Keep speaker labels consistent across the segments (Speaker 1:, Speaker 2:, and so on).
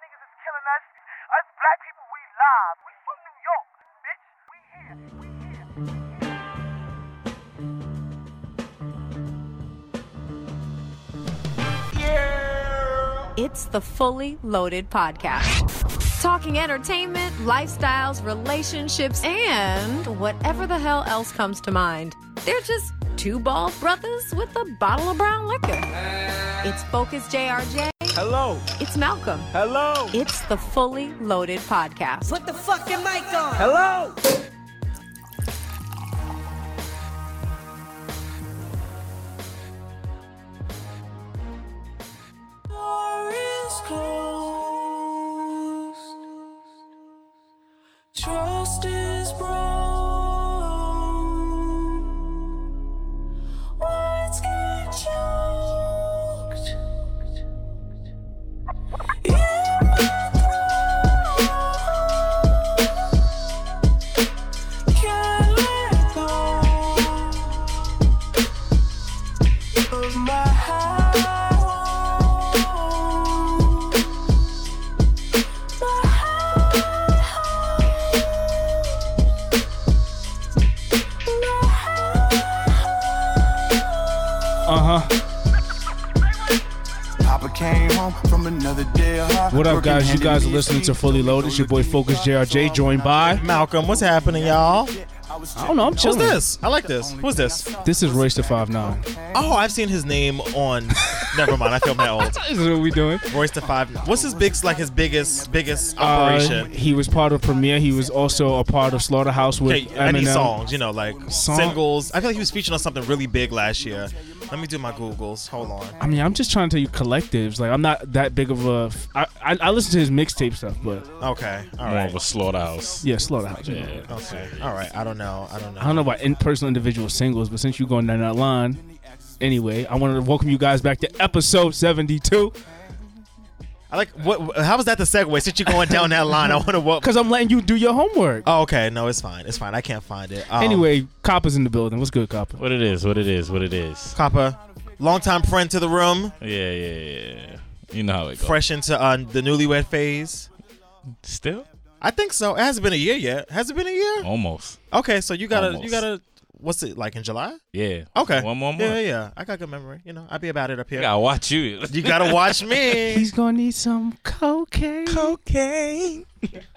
Speaker 1: telling us, us black people, we live. We from New York, bitch. We here. We here.
Speaker 2: It's the Fully Loaded Podcast. Talking entertainment, lifestyles, relationships, and whatever the hell else comes to mind. They're just two bald brothers with a bottle of brown liquor. It's Focus JRJ.
Speaker 3: Hello,
Speaker 2: It's Malcolm.
Speaker 3: hello,
Speaker 2: It's the Fully Loaded Podcast.
Speaker 4: Put the fucking mic on.
Speaker 3: hello.
Speaker 4: Door is closed. Trust is broken. Words get choked. You can't let go of my heart. My heart. My
Speaker 5: Uh-huh.
Speaker 6: Papa came home from another day of hard
Speaker 5: What up,
Speaker 6: working,
Speaker 5: guys? You
Speaker 6: handed
Speaker 5: guys
Speaker 6: me
Speaker 5: are
Speaker 6: a
Speaker 5: listening to
Speaker 6: seat.
Speaker 5: Fully Loaded. It's your boy Focus JRJ, joined by.
Speaker 3: Malcolm, what's happening, y'all?
Speaker 6: I was
Speaker 5: I don't know. I'm
Speaker 3: Who's
Speaker 5: chilling.
Speaker 3: this? I like this. Who's this?
Speaker 5: This is Royce the Five Nine.
Speaker 3: Oh, I've seen his name on. Never mind, I feel that old.
Speaker 5: This is what we doing.
Speaker 3: Royce the Five. What's his big, like his biggest, biggest operation?
Speaker 5: Uh, he was part of Premiere. He was also a part of Slaughterhouse with
Speaker 3: okay, any
Speaker 5: Eminem.
Speaker 3: songs, you know, like
Speaker 5: Song-
Speaker 3: singles. I feel like he was featuring on something really big last year. Let me do my Googles. Hold on.
Speaker 5: I mean, I'm just trying to tell you collectives. Like, I'm not that big of a. f- I, I, I listen to his mixtape stuff, but
Speaker 3: Okay. All
Speaker 7: More
Speaker 3: right.
Speaker 7: of a slaughterhouse.
Speaker 5: yeah, Slaughterhouse. you know.
Speaker 3: Okay. All right. I don't know. I don't know.
Speaker 5: I don't know about in personal individual singles, but since you're going down that line, anyway, I wanted to welcome you guys back to episode 72
Speaker 3: I like what. How was that the segue? Since you're going down that line, I want to. What?
Speaker 5: because I'm letting you do your homework.
Speaker 3: Oh, okay. No, it's fine. It's fine. I can't find it. Um,
Speaker 5: Anyway, Copper's in the building. What's good, Copper?
Speaker 7: What it is, what it is, what it is.
Speaker 3: Copper, longtime friend to the room,
Speaker 7: Yeah, yeah, yeah. You know how it goes.
Speaker 3: fresh into uh, the newlywed phase.
Speaker 7: Still?
Speaker 3: I think so. It hasn't been a year yet. Has it been a year?
Speaker 7: Almost.
Speaker 3: Okay, so you gotta, you
Speaker 7: Almost.
Speaker 3: gotta. What's it like in July?
Speaker 7: Yeah.
Speaker 3: Okay,
Speaker 7: One more month.
Speaker 3: Yeah, yeah. I got good memory. You know, I be about it up
Speaker 7: I
Speaker 3: here.
Speaker 7: gotta watch you.
Speaker 3: You gotta watch me.
Speaker 5: He's gonna need some cocaine.
Speaker 3: okay.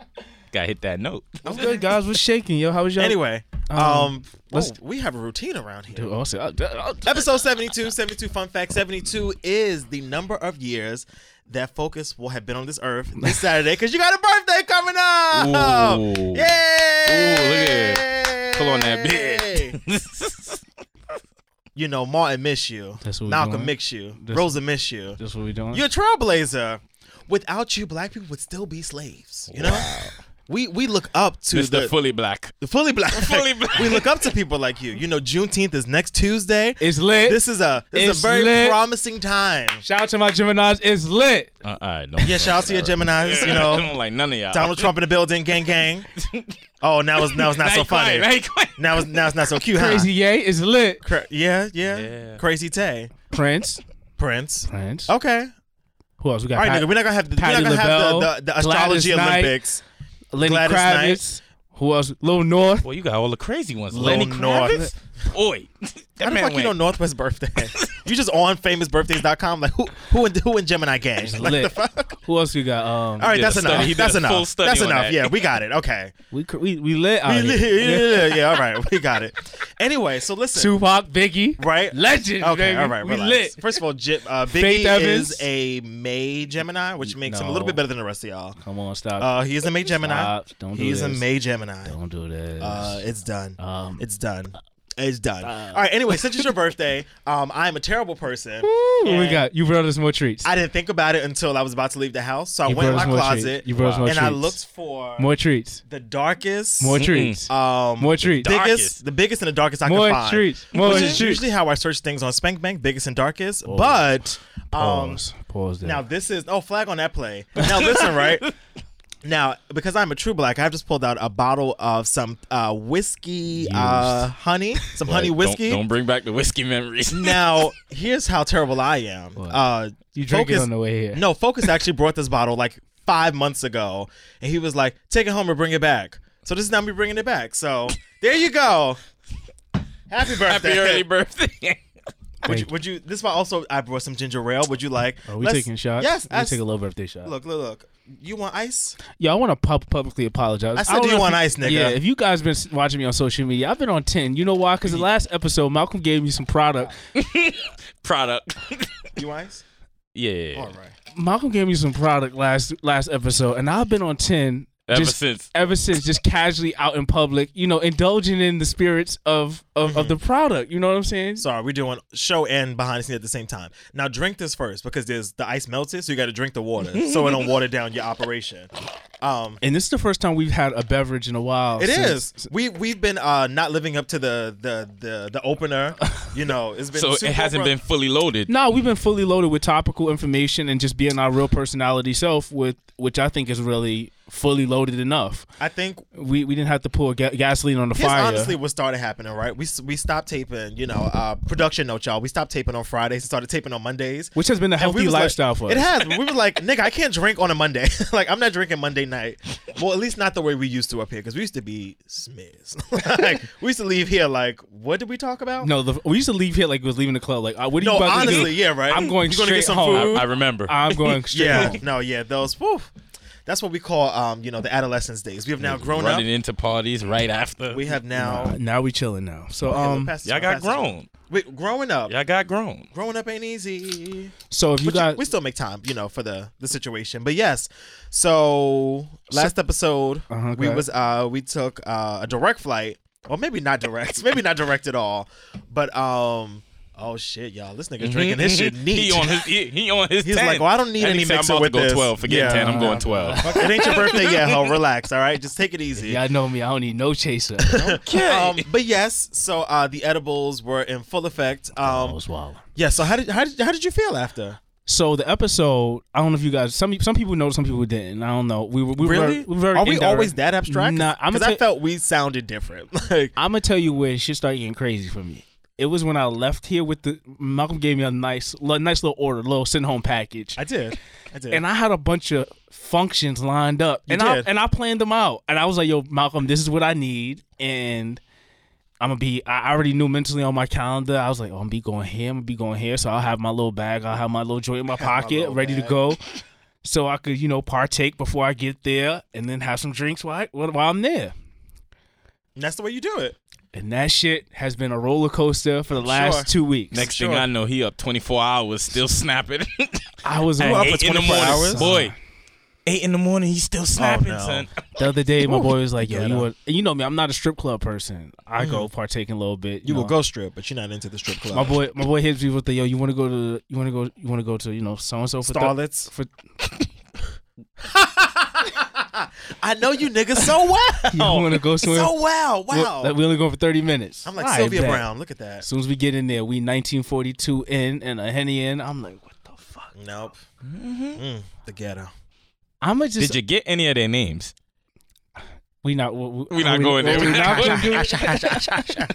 Speaker 7: gotta hit that note.
Speaker 5: I'm good, guys. What's shaking, yo? How was y'all?
Speaker 3: Anyway, um,
Speaker 5: Um,
Speaker 3: whoa,
Speaker 5: let's-
Speaker 3: we have a routine around here.
Speaker 5: Dude, also, I- I- I-
Speaker 3: Episode 72, 72 fun fact. 72 is the number of years that Focus will have been on this earth this Saturday because you got a birthday coming up.
Speaker 7: Ooh.
Speaker 3: Yay!
Speaker 7: Ooh, look at Pull on that bed.
Speaker 3: You know, Martin miss you.
Speaker 5: That's what we
Speaker 3: Malcolm
Speaker 5: doing.
Speaker 3: miss you.
Speaker 5: That's-
Speaker 3: Rosa miss you.
Speaker 5: That's what we doing.
Speaker 3: You're a trailblazer. Without you, black people would still be slaves. You know? We, we look up to
Speaker 7: Mr.
Speaker 3: the,
Speaker 7: fully black.
Speaker 3: the fully black.
Speaker 7: Fully black.
Speaker 3: we look up to people like you. You know, Juneteenth is next Tuesday.
Speaker 5: it's lit.
Speaker 3: This is a this is
Speaker 5: It's
Speaker 3: a very
Speaker 5: lit.
Speaker 3: promising time.
Speaker 5: Shout out to my Gemini's. It's lit.
Speaker 7: Uh, all right. No
Speaker 3: Yeah, shout out to your Gemini's. You
Speaker 7: I
Speaker 3: know,
Speaker 7: don't like none of y'all.
Speaker 3: Donald Trump in the building, gang gang. Oh, now it's now it's not
Speaker 7: Now
Speaker 3: so
Speaker 7: he quiet,
Speaker 3: funny.
Speaker 7: now he quiet.
Speaker 3: Now it's now it's not so cute, huh?
Speaker 5: Crazy Yay is lit.
Speaker 3: Ah. Cra- yeah, yeah,
Speaker 7: Yeah.
Speaker 3: Crazy Tay,
Speaker 5: Prince.
Speaker 3: Prince.
Speaker 5: Prince.
Speaker 3: Okay.
Speaker 5: Who else? We
Speaker 3: Oh.
Speaker 5: got
Speaker 3: All right,
Speaker 5: Pat-
Speaker 3: nigga. We're not gonna have the, we're not
Speaker 5: Patti
Speaker 3: gonna have the,
Speaker 5: LaBelle,
Speaker 3: the, the
Speaker 5: Gladys
Speaker 3: astrology
Speaker 5: Knight,
Speaker 3: Olympics.
Speaker 5: Lenny
Speaker 3: Gladys Knight.
Speaker 5: Kravitz. Who else? Lil North.
Speaker 7: Well, you got all the crazy ones.
Speaker 3: Lil
Speaker 7: Lenny
Speaker 3: North.
Speaker 7: Kravitz? Oi.
Speaker 3: I
Speaker 7: That
Speaker 3: mean,
Speaker 7: man
Speaker 3: like you
Speaker 7: went-
Speaker 3: know Northwest birthday. you just on famousbirthdays.com. Like who who in who in Gemini gang?
Speaker 5: It's
Speaker 3: Like
Speaker 5: lit.
Speaker 3: the fuck.
Speaker 5: Who else we got? Um,
Speaker 3: All right,
Speaker 7: did
Speaker 3: that's
Speaker 7: a
Speaker 3: enough.
Speaker 7: study. He did
Speaker 3: That's
Speaker 7: a full
Speaker 3: enough.
Speaker 7: study
Speaker 3: That's
Speaker 7: on
Speaker 3: enough.
Speaker 7: that.
Speaker 3: Yeah, we got it. Okay.
Speaker 5: we cr- we we lit
Speaker 3: Oh,
Speaker 5: out
Speaker 3: yeah,
Speaker 5: here.
Speaker 3: yeah, yeah, yeah, all right, we got it. Anyway, so listen,
Speaker 5: Tupac, Biggie,
Speaker 3: right?
Speaker 5: Legend,
Speaker 3: Okay,
Speaker 5: baby.
Speaker 3: all right,
Speaker 5: we
Speaker 3: relax.
Speaker 5: lit.
Speaker 3: First of all, Jip, uh, Biggie
Speaker 5: Faith Evans.
Speaker 3: is a May Gemini, which makes him a little
Speaker 5: No.
Speaker 3: bit better than the rest of y'all.
Speaker 5: Come on, stop.
Speaker 3: Uh, he is a May Gemini.
Speaker 5: Stop. Don't do
Speaker 3: He's a
Speaker 5: this.
Speaker 3: May Gemini.
Speaker 5: Don't do this.
Speaker 3: Uh, it's done.
Speaker 5: Um, uh,
Speaker 3: it's done. It's done. all right. Anyway, since it's your birthday, um, I am a terrible person.
Speaker 5: What we
Speaker 3: and
Speaker 5: got? You brought us more treats.
Speaker 3: I didn't think about it until I was about to leave the house, so I
Speaker 5: You
Speaker 3: went in
Speaker 5: brought
Speaker 3: my
Speaker 5: us more treats.
Speaker 3: closet
Speaker 5: You brought us more
Speaker 3: and I
Speaker 5: treats.
Speaker 3: looked for
Speaker 5: more treats.
Speaker 3: the darkest,
Speaker 5: More treats.
Speaker 3: um,
Speaker 5: More treats.
Speaker 3: biggest,
Speaker 7: Darkest.
Speaker 3: the biggest and the darkest I
Speaker 5: More
Speaker 3: can find.
Speaker 5: treats. More
Speaker 3: which is
Speaker 5: treats.
Speaker 3: usually how I search things on Spank Bank, biggest and darkest.
Speaker 7: Oh.
Speaker 3: But um,
Speaker 5: Pause. Pause there.
Speaker 3: now this is oh flag on that play. Now listen, right? Now, because I'm a true black, I've just pulled out a bottle of some uh, whiskey, uh, honey, some honey
Speaker 7: Don't-
Speaker 3: whiskey.
Speaker 7: Don't, bring back the whiskey memories.
Speaker 3: Now, here's how terrible I am. Uh,
Speaker 5: you drink
Speaker 3: Focus-
Speaker 5: it on the way here.
Speaker 3: no, Focus actually brought this bottle like five months ago, and he was like, "Take it home or bring it back." So this is now me bringing it back. So there you go. Happy birthday!
Speaker 7: Happy early birthday.
Speaker 3: Would you, would you? This one also. I brought some ginger ale. Would you like?
Speaker 5: Are we
Speaker 3: let's-
Speaker 5: taking shots?
Speaker 3: Yes.
Speaker 5: We
Speaker 3: abs-
Speaker 5: take a little birthday shot.
Speaker 3: Look, look, look. You want ice?
Speaker 5: Yo, I want to pub- publicly apologize.
Speaker 3: I said,
Speaker 5: don't
Speaker 3: "Do you
Speaker 5: know if
Speaker 3: want ice, nigga?"
Speaker 5: Yeah, if you guys been s- watching me on social media, I've been on 10. You know why? Because the last episode, Malcolm gave me some product.
Speaker 7: Product.
Speaker 3: You want ice?
Speaker 7: yeah.
Speaker 3: All right.
Speaker 5: Malcolm gave me some product last last episode, and I've been on 10.
Speaker 7: Ever
Speaker 5: just-
Speaker 7: since.
Speaker 5: Ever since, just casually out in public, you know, indulging in the spirits of of,
Speaker 3: Mm-hmm.
Speaker 5: of the product. You know what I'm saying?
Speaker 3: Sorry, we're doing show and behind the scenes at the same time. Now drink this first because there's the ice melted, so you got to drink the water so it don't water down your operation. Um,
Speaker 5: and this is the first time we've had a beverage in a while.
Speaker 3: it
Speaker 5: since-
Speaker 3: is. We we've been uh not living up to the the the, the opener. You know, it's been
Speaker 7: So
Speaker 3: super
Speaker 7: it hasn't
Speaker 3: rough.
Speaker 7: been fully loaded.
Speaker 5: No, we've been fully loaded with topical information and just being our real personality self, with which I think is really fully loaded enough.
Speaker 3: I think
Speaker 5: We we didn't have to pour ga- gasoline on the
Speaker 3: Here's
Speaker 5: fire.
Speaker 3: honestly what started happening, right? We we stopped taping, you know, uh, production note, y'all. We stopped taping on Fridays and started taping on Mondays.
Speaker 5: Which has been a
Speaker 3: And we
Speaker 5: healthy
Speaker 3: was like-
Speaker 5: lifestyle for
Speaker 3: It
Speaker 5: us.
Speaker 3: has. We were like, nigga, I can't drink on a Monday. like, I'm not drinking Monday night. Well, at least not the way we used to up here, because we used to be smiths. like, we used to leave here like, what did we talk about?
Speaker 5: no, the, we used to leave here like we was leaving the club. Like, uh, what are
Speaker 3: No,
Speaker 5: you about to
Speaker 3: honestly,
Speaker 5: do?
Speaker 3: yeah, right?
Speaker 5: I'm going
Speaker 3: You
Speaker 5: straight
Speaker 3: gonna get some
Speaker 5: home.
Speaker 3: food?
Speaker 7: I remember.
Speaker 5: I'm going straight.
Speaker 3: Yeah,
Speaker 5: home.
Speaker 3: no, yeah, those. Whew, that's what we call, um, you know, the adolescence days. We have now grown up.
Speaker 7: Running into parties right after.
Speaker 3: We have now.
Speaker 5: Now we chilling now. So
Speaker 3: Yeah,
Speaker 5: um,
Speaker 3: pass this
Speaker 7: Y'all
Speaker 3: one,
Speaker 7: got
Speaker 3: pass this one.
Speaker 7: grown.
Speaker 3: Wait, growing up.
Speaker 7: Y'all got grown.
Speaker 3: Growing up ain't easy.
Speaker 5: so if you
Speaker 3: But you-
Speaker 5: guys,
Speaker 3: we still make time, you know, for the the situation. But yes, so last episode
Speaker 5: Uh-huh,
Speaker 3: we
Speaker 5: go
Speaker 3: was uh we took uh, a direct flight, or maybe not direct, maybe not direct at all, but um oh shit, y'all, this nigga drinking his shit neat.
Speaker 7: Mm-hmm. He on his he, he on his
Speaker 3: He's
Speaker 7: 10.
Speaker 3: like, well, I don't need
Speaker 7: and
Speaker 3: any
Speaker 7: he said, I'm
Speaker 3: mixer
Speaker 7: about
Speaker 3: with
Speaker 7: to go
Speaker 3: this.
Speaker 7: 12. Forget
Speaker 3: Yeah.
Speaker 7: 10. I'm going 12.
Speaker 3: it ain't your birthday yet, ho. Relax, all right. Just take it easy.
Speaker 5: y'all know me. I don't need no chaser.
Speaker 3: Um, but yes, so uh, the edibles were in full effect.
Speaker 5: I
Speaker 7: Oh,
Speaker 3: Um,
Speaker 5: was wild.
Speaker 3: yeah. So how did how did how did you feel after?
Speaker 5: So the episode, I don't know if you guys, some some people know, some people didn't. I don't know. We were we
Speaker 3: really?
Speaker 5: were, we were very
Speaker 3: Are we
Speaker 5: indirect.
Speaker 3: always that abstract?
Speaker 5: Nah, I'm
Speaker 3: because I
Speaker 5: gonna tell-
Speaker 3: felt we sounded different. like,
Speaker 5: I'm gonna tell you where shit started getting crazy for me. It was when I left here with the Malcolm gave me a nice, li- nice little order, little send home package,
Speaker 3: I did. I did.
Speaker 5: and I had a bunch of functions lined up, and I
Speaker 3: did.
Speaker 5: and I planned them out, and I was like, "Yo, Malcolm, this is what I need," and I'm gonna be. I I already knew mentally on my calendar. I was like, "Oh, I'm gonna be going here. I'm gonna be going here." So I'll have my little bag. I'll have my little joint in my pocket,
Speaker 3: little
Speaker 5: ready
Speaker 3: bag.
Speaker 5: to go, so I could you know partake before I get there, and then have some drinks while I, while I'm there.
Speaker 3: And that's the way you do it.
Speaker 5: And that shit has been a roller coaster for the last
Speaker 3: Sure.
Speaker 5: two weeks.
Speaker 7: Next
Speaker 3: Sure.
Speaker 7: thing I know, he up 24 hours, still snapping.
Speaker 5: I was
Speaker 7: At
Speaker 5: up
Speaker 3: for
Speaker 7: eight in the
Speaker 3: 24
Speaker 7: morning,
Speaker 3: hours? Oh,
Speaker 7: boy. Eight in the morning, he's still snapping,
Speaker 3: no.
Speaker 7: son.
Speaker 5: the other day. My boy was like, "Yo,
Speaker 3: Get
Speaker 5: you
Speaker 3: up. Mm.
Speaker 5: want, you know me. I'm not a strip club person. I go partake in a little bit.
Speaker 3: You will
Speaker 5: know.
Speaker 3: go strip, but you're not into the strip club.
Speaker 5: My boy, my boy hits me with the yo. You want to go to? You want to go? You want to go to? You know, so and so for thir-
Speaker 3: Starlets.
Speaker 5: for
Speaker 3: I know you niggas so well.
Speaker 5: you want to go somewhere?
Speaker 3: Oh, so well.
Speaker 5: We're-
Speaker 3: Wow.
Speaker 5: like, we only go for thirty minutes.
Speaker 3: I'm like
Speaker 5: All right,
Speaker 3: Sylvia
Speaker 5: bet.
Speaker 3: Brown. Look at that.
Speaker 5: As soon as we get in there, we 1942 in and a henny in. I'm like, what the fuck?
Speaker 3: Nope.
Speaker 5: Mm-hmm.
Speaker 3: Mm, the ghetto.
Speaker 5: I'm gonna just
Speaker 7: Did you get any of their names?
Speaker 5: we not we,
Speaker 7: We not going there.
Speaker 5: we
Speaker 7: We
Speaker 5: not
Speaker 7: not
Speaker 5: gonna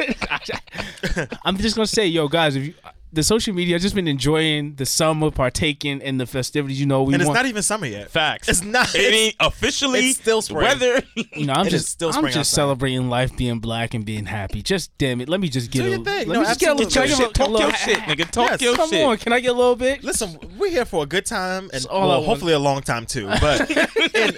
Speaker 5: do- I'm just gonna say, yo, guys, if you the social media, I've just been enjoying the summer, partaking in the festivities. You know, we
Speaker 3: And it's
Speaker 5: want,
Speaker 3: not even summer yet.
Speaker 7: Facts.
Speaker 3: It's not-
Speaker 7: It ain't officially.
Speaker 3: it's still spring.
Speaker 7: Weather.
Speaker 5: you know, I'm
Speaker 3: it is
Speaker 5: just
Speaker 3: still
Speaker 5: I'm
Speaker 3: spring
Speaker 5: just
Speaker 3: outside.
Speaker 5: celebrating life, being black and being happy. Just damn it, let me just get
Speaker 3: Do
Speaker 5: a,
Speaker 3: your thing.
Speaker 5: let
Speaker 3: No,
Speaker 5: me just get a little,
Speaker 3: absolutely.
Speaker 5: can I get
Speaker 7: Shit,
Speaker 5: a
Speaker 7: talk
Speaker 5: little-
Speaker 7: your shit, nigga. Talk
Speaker 3: Yes,
Speaker 7: your
Speaker 5: Come
Speaker 7: shit.
Speaker 5: on, can I get a little bit?
Speaker 3: Listen, we're here for a good time and
Speaker 5: all I
Speaker 3: well,
Speaker 5: want.
Speaker 3: hopefully a long time too. But in,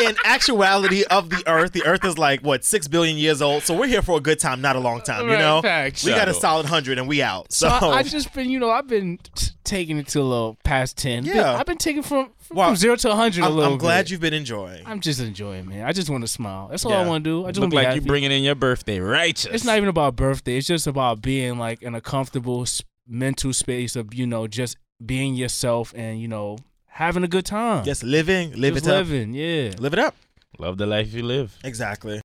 Speaker 3: in actuality of the earth, the earth is like what, six billion years old. So we're here for a good time, not a long time, you
Speaker 5: Right,
Speaker 3: know?
Speaker 5: facts.
Speaker 3: We got a
Speaker 7: Shadow.
Speaker 3: solid hundred and we out. So,
Speaker 5: So I, I just been, you know, I've been t- taking it to a little past ten. Been-
Speaker 3: Yeah.
Speaker 5: I've been taking from from,
Speaker 3: Well,
Speaker 5: from zero to hundred a
Speaker 3: I'm,
Speaker 5: little.
Speaker 3: I'm glad
Speaker 5: bit.
Speaker 3: you've been enjoying.
Speaker 5: I'm just enjoying, man. I just want to smile. That's all
Speaker 3: Yeah.
Speaker 5: I want to do. I just want
Speaker 7: Look
Speaker 5: to
Speaker 7: like
Speaker 5: be happy.
Speaker 7: you bringing in your birthday, righteous.
Speaker 5: it's not even about birthday. It's just about being like in a comfortable s- mental space of you know just being yourself and you know having a good time.
Speaker 3: Yes, living, live
Speaker 5: just
Speaker 3: it up.
Speaker 5: living. Yeah,
Speaker 3: Live it up.
Speaker 7: Love the life you live.
Speaker 3: Exactly.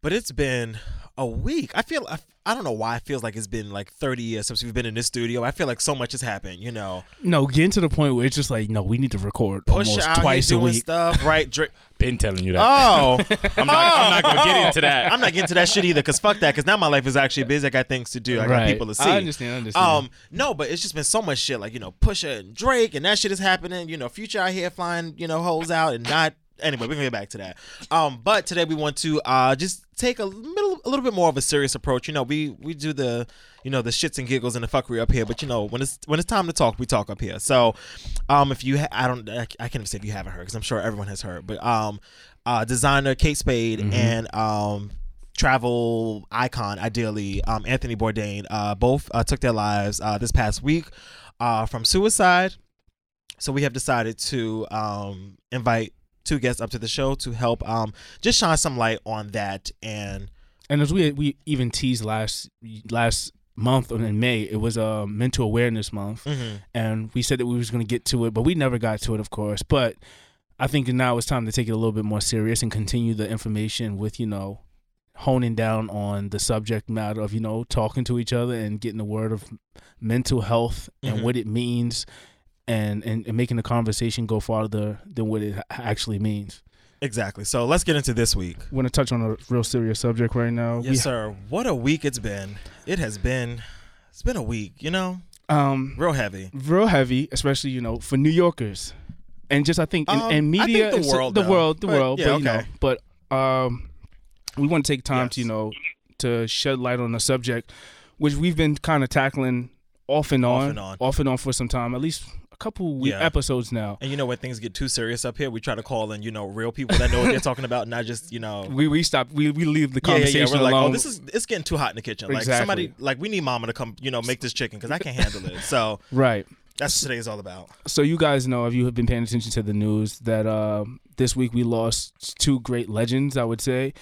Speaker 3: But it's been a week. I feel I, I don't know why it feels like it's been like 30 years since we've been in this studio. I feel like so much has happened, you know.
Speaker 5: No, getting to the point where it's just like, no, we need to record
Speaker 3: Push
Speaker 5: almost
Speaker 3: out here
Speaker 5: twice a
Speaker 3: doing
Speaker 5: week.
Speaker 3: stuff, right? Drake.
Speaker 7: Been telling you that.
Speaker 3: Oh,
Speaker 7: I'm, not, I'm not gonna get into that.
Speaker 3: I'm not getting to that shit either. Cause fuck that. Cause now my life is actually busy. I got things to do. I got
Speaker 5: Right.
Speaker 3: people to see.
Speaker 5: I understand, I understand.
Speaker 3: Um, no, but it's just been so much shit. Like you know, Pusha and Drake, and that shit is happening. You know, Future out here flying, you know, hoes out and not. Anyway, we're gonna get back to that. Um, but today we want to uh just take a little, a little bit more of a serious approach. You know, we we do the, you know, the shits and giggles and the fuckery up here. But you know, when it's when it's time to talk, we talk up here. So, um, if you ha- I don't I, I can't even say if you haven't heard because I'm sure everyone has heard. But um, uh, designer Kate Spade
Speaker 5: Mm-hmm.
Speaker 3: and um travel icon, ideally, um, Anthony Bourdain, uh, both uh, took their lives uh, this past week uh, from suicide. So we have decided to um, invite two guests up to the show to help um, just shine some light on that. And
Speaker 5: and as we we even teased last last month in May, it was a uh, mental awareness month,
Speaker 3: Mm-hmm.
Speaker 5: and we said that we was going to get to it, but we never got to it, of course. But I think now it's time to take it a little bit more serious and continue the information with you know honing down on the subject matter of you know talking to each other and getting the word of mental health
Speaker 3: Mm-hmm.
Speaker 5: and what it means. And, and, and making the conversation go farther than what it ha- actually means.
Speaker 3: exactly. So let's get into this week.
Speaker 5: We're gonna touch on a real serious subject right now.
Speaker 3: Yes, sir. What a week it's been. It has been. It's been a week, you know,
Speaker 5: Um,
Speaker 3: real heavy.
Speaker 5: real heavy, especially you know for New Yorkers, and just I think in,
Speaker 3: Um,
Speaker 5: and
Speaker 3: I think
Speaker 5: media,
Speaker 3: the
Speaker 5: and so-
Speaker 3: world,
Speaker 5: the
Speaker 3: though.
Speaker 5: world, the
Speaker 3: But,
Speaker 5: world.
Speaker 3: yeah,
Speaker 5: but, you
Speaker 3: okay.
Speaker 5: know, but um, we want to take time to
Speaker 3: Yes.
Speaker 5: you know to shed light on a subject which we've been kind of tackling off and on,
Speaker 3: and on.
Speaker 5: and on for some time, at least a couple we-
Speaker 3: Yeah.
Speaker 5: episodes now.
Speaker 3: And you know, when things get too serious up here, we try to call in, you know, real people that know what they're talking about, not just, you know,
Speaker 5: We we stop we we leave the conversation
Speaker 3: yeah, yeah, yeah. We're
Speaker 5: alone.
Speaker 3: like, oh, this is it's getting too hot in the kitchen. Like
Speaker 5: Exactly.
Speaker 3: somebody, like we need mama to come, you know, make this chicken because I can't handle it. So
Speaker 5: right.
Speaker 3: that's what today's all about.
Speaker 5: so you guys know if you have been paying attention to the news that uh, this week we lost two great legends i would say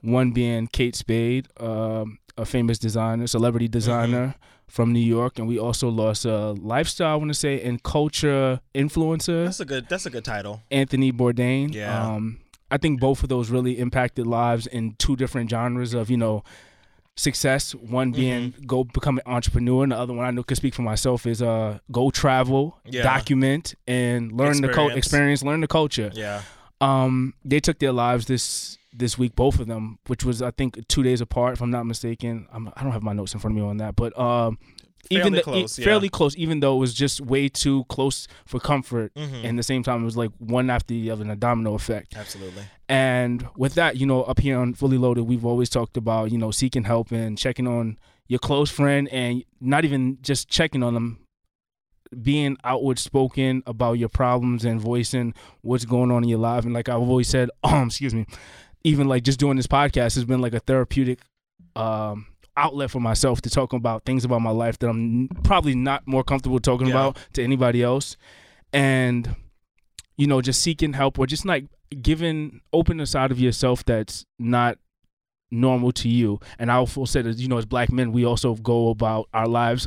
Speaker 5: one being kate spade um, a famous designer celebrity designer from new york and we also lost a lifestyle i want to say and culture influencer
Speaker 3: That's a good. That's a good title.
Speaker 5: Anthony Bourdain.
Speaker 3: Yeah.
Speaker 5: Um, I think both of those really impacted lives in two different genres of, you know, success. One
Speaker 3: Mm-hmm.
Speaker 5: being go become an entrepreneur, and the other one I know could speak for myself is uh go travel,
Speaker 3: Yeah.
Speaker 5: document, and learn the cult
Speaker 3: Experience.
Speaker 5: experience, learn the culture.
Speaker 3: Yeah.
Speaker 5: Um, they took their lives this this week, both of them, which was I think two days apart, if I'm not mistaken. I'm, I don't have my notes in front of me on that, but um, even
Speaker 3: Fairly
Speaker 5: though,
Speaker 3: close, yeah.
Speaker 5: fairly close, even though it was just way too close for comfort,
Speaker 3: Mhm.
Speaker 5: and the same time it was like one after the other, in a domino effect.
Speaker 3: Absolutely.
Speaker 5: And with that, you know, up here on Fully Loaded, we've always talked about, you know, seeking help and checking on your close friend and not even just checking on them, being outward spoken about your problems and voicing what's going on in your life. And like I've always said, um, excuse me, even like just doing this podcast has been like a therapeutic um outlet for myself to talk about things about my life that I'm n- probably not more comfortable talking
Speaker 3: Yeah.
Speaker 5: about to anybody else. And you know, just seeking help or just like giving open a side of yourself that's not normal to you. And I also said as you know, as black men, we also go about our lives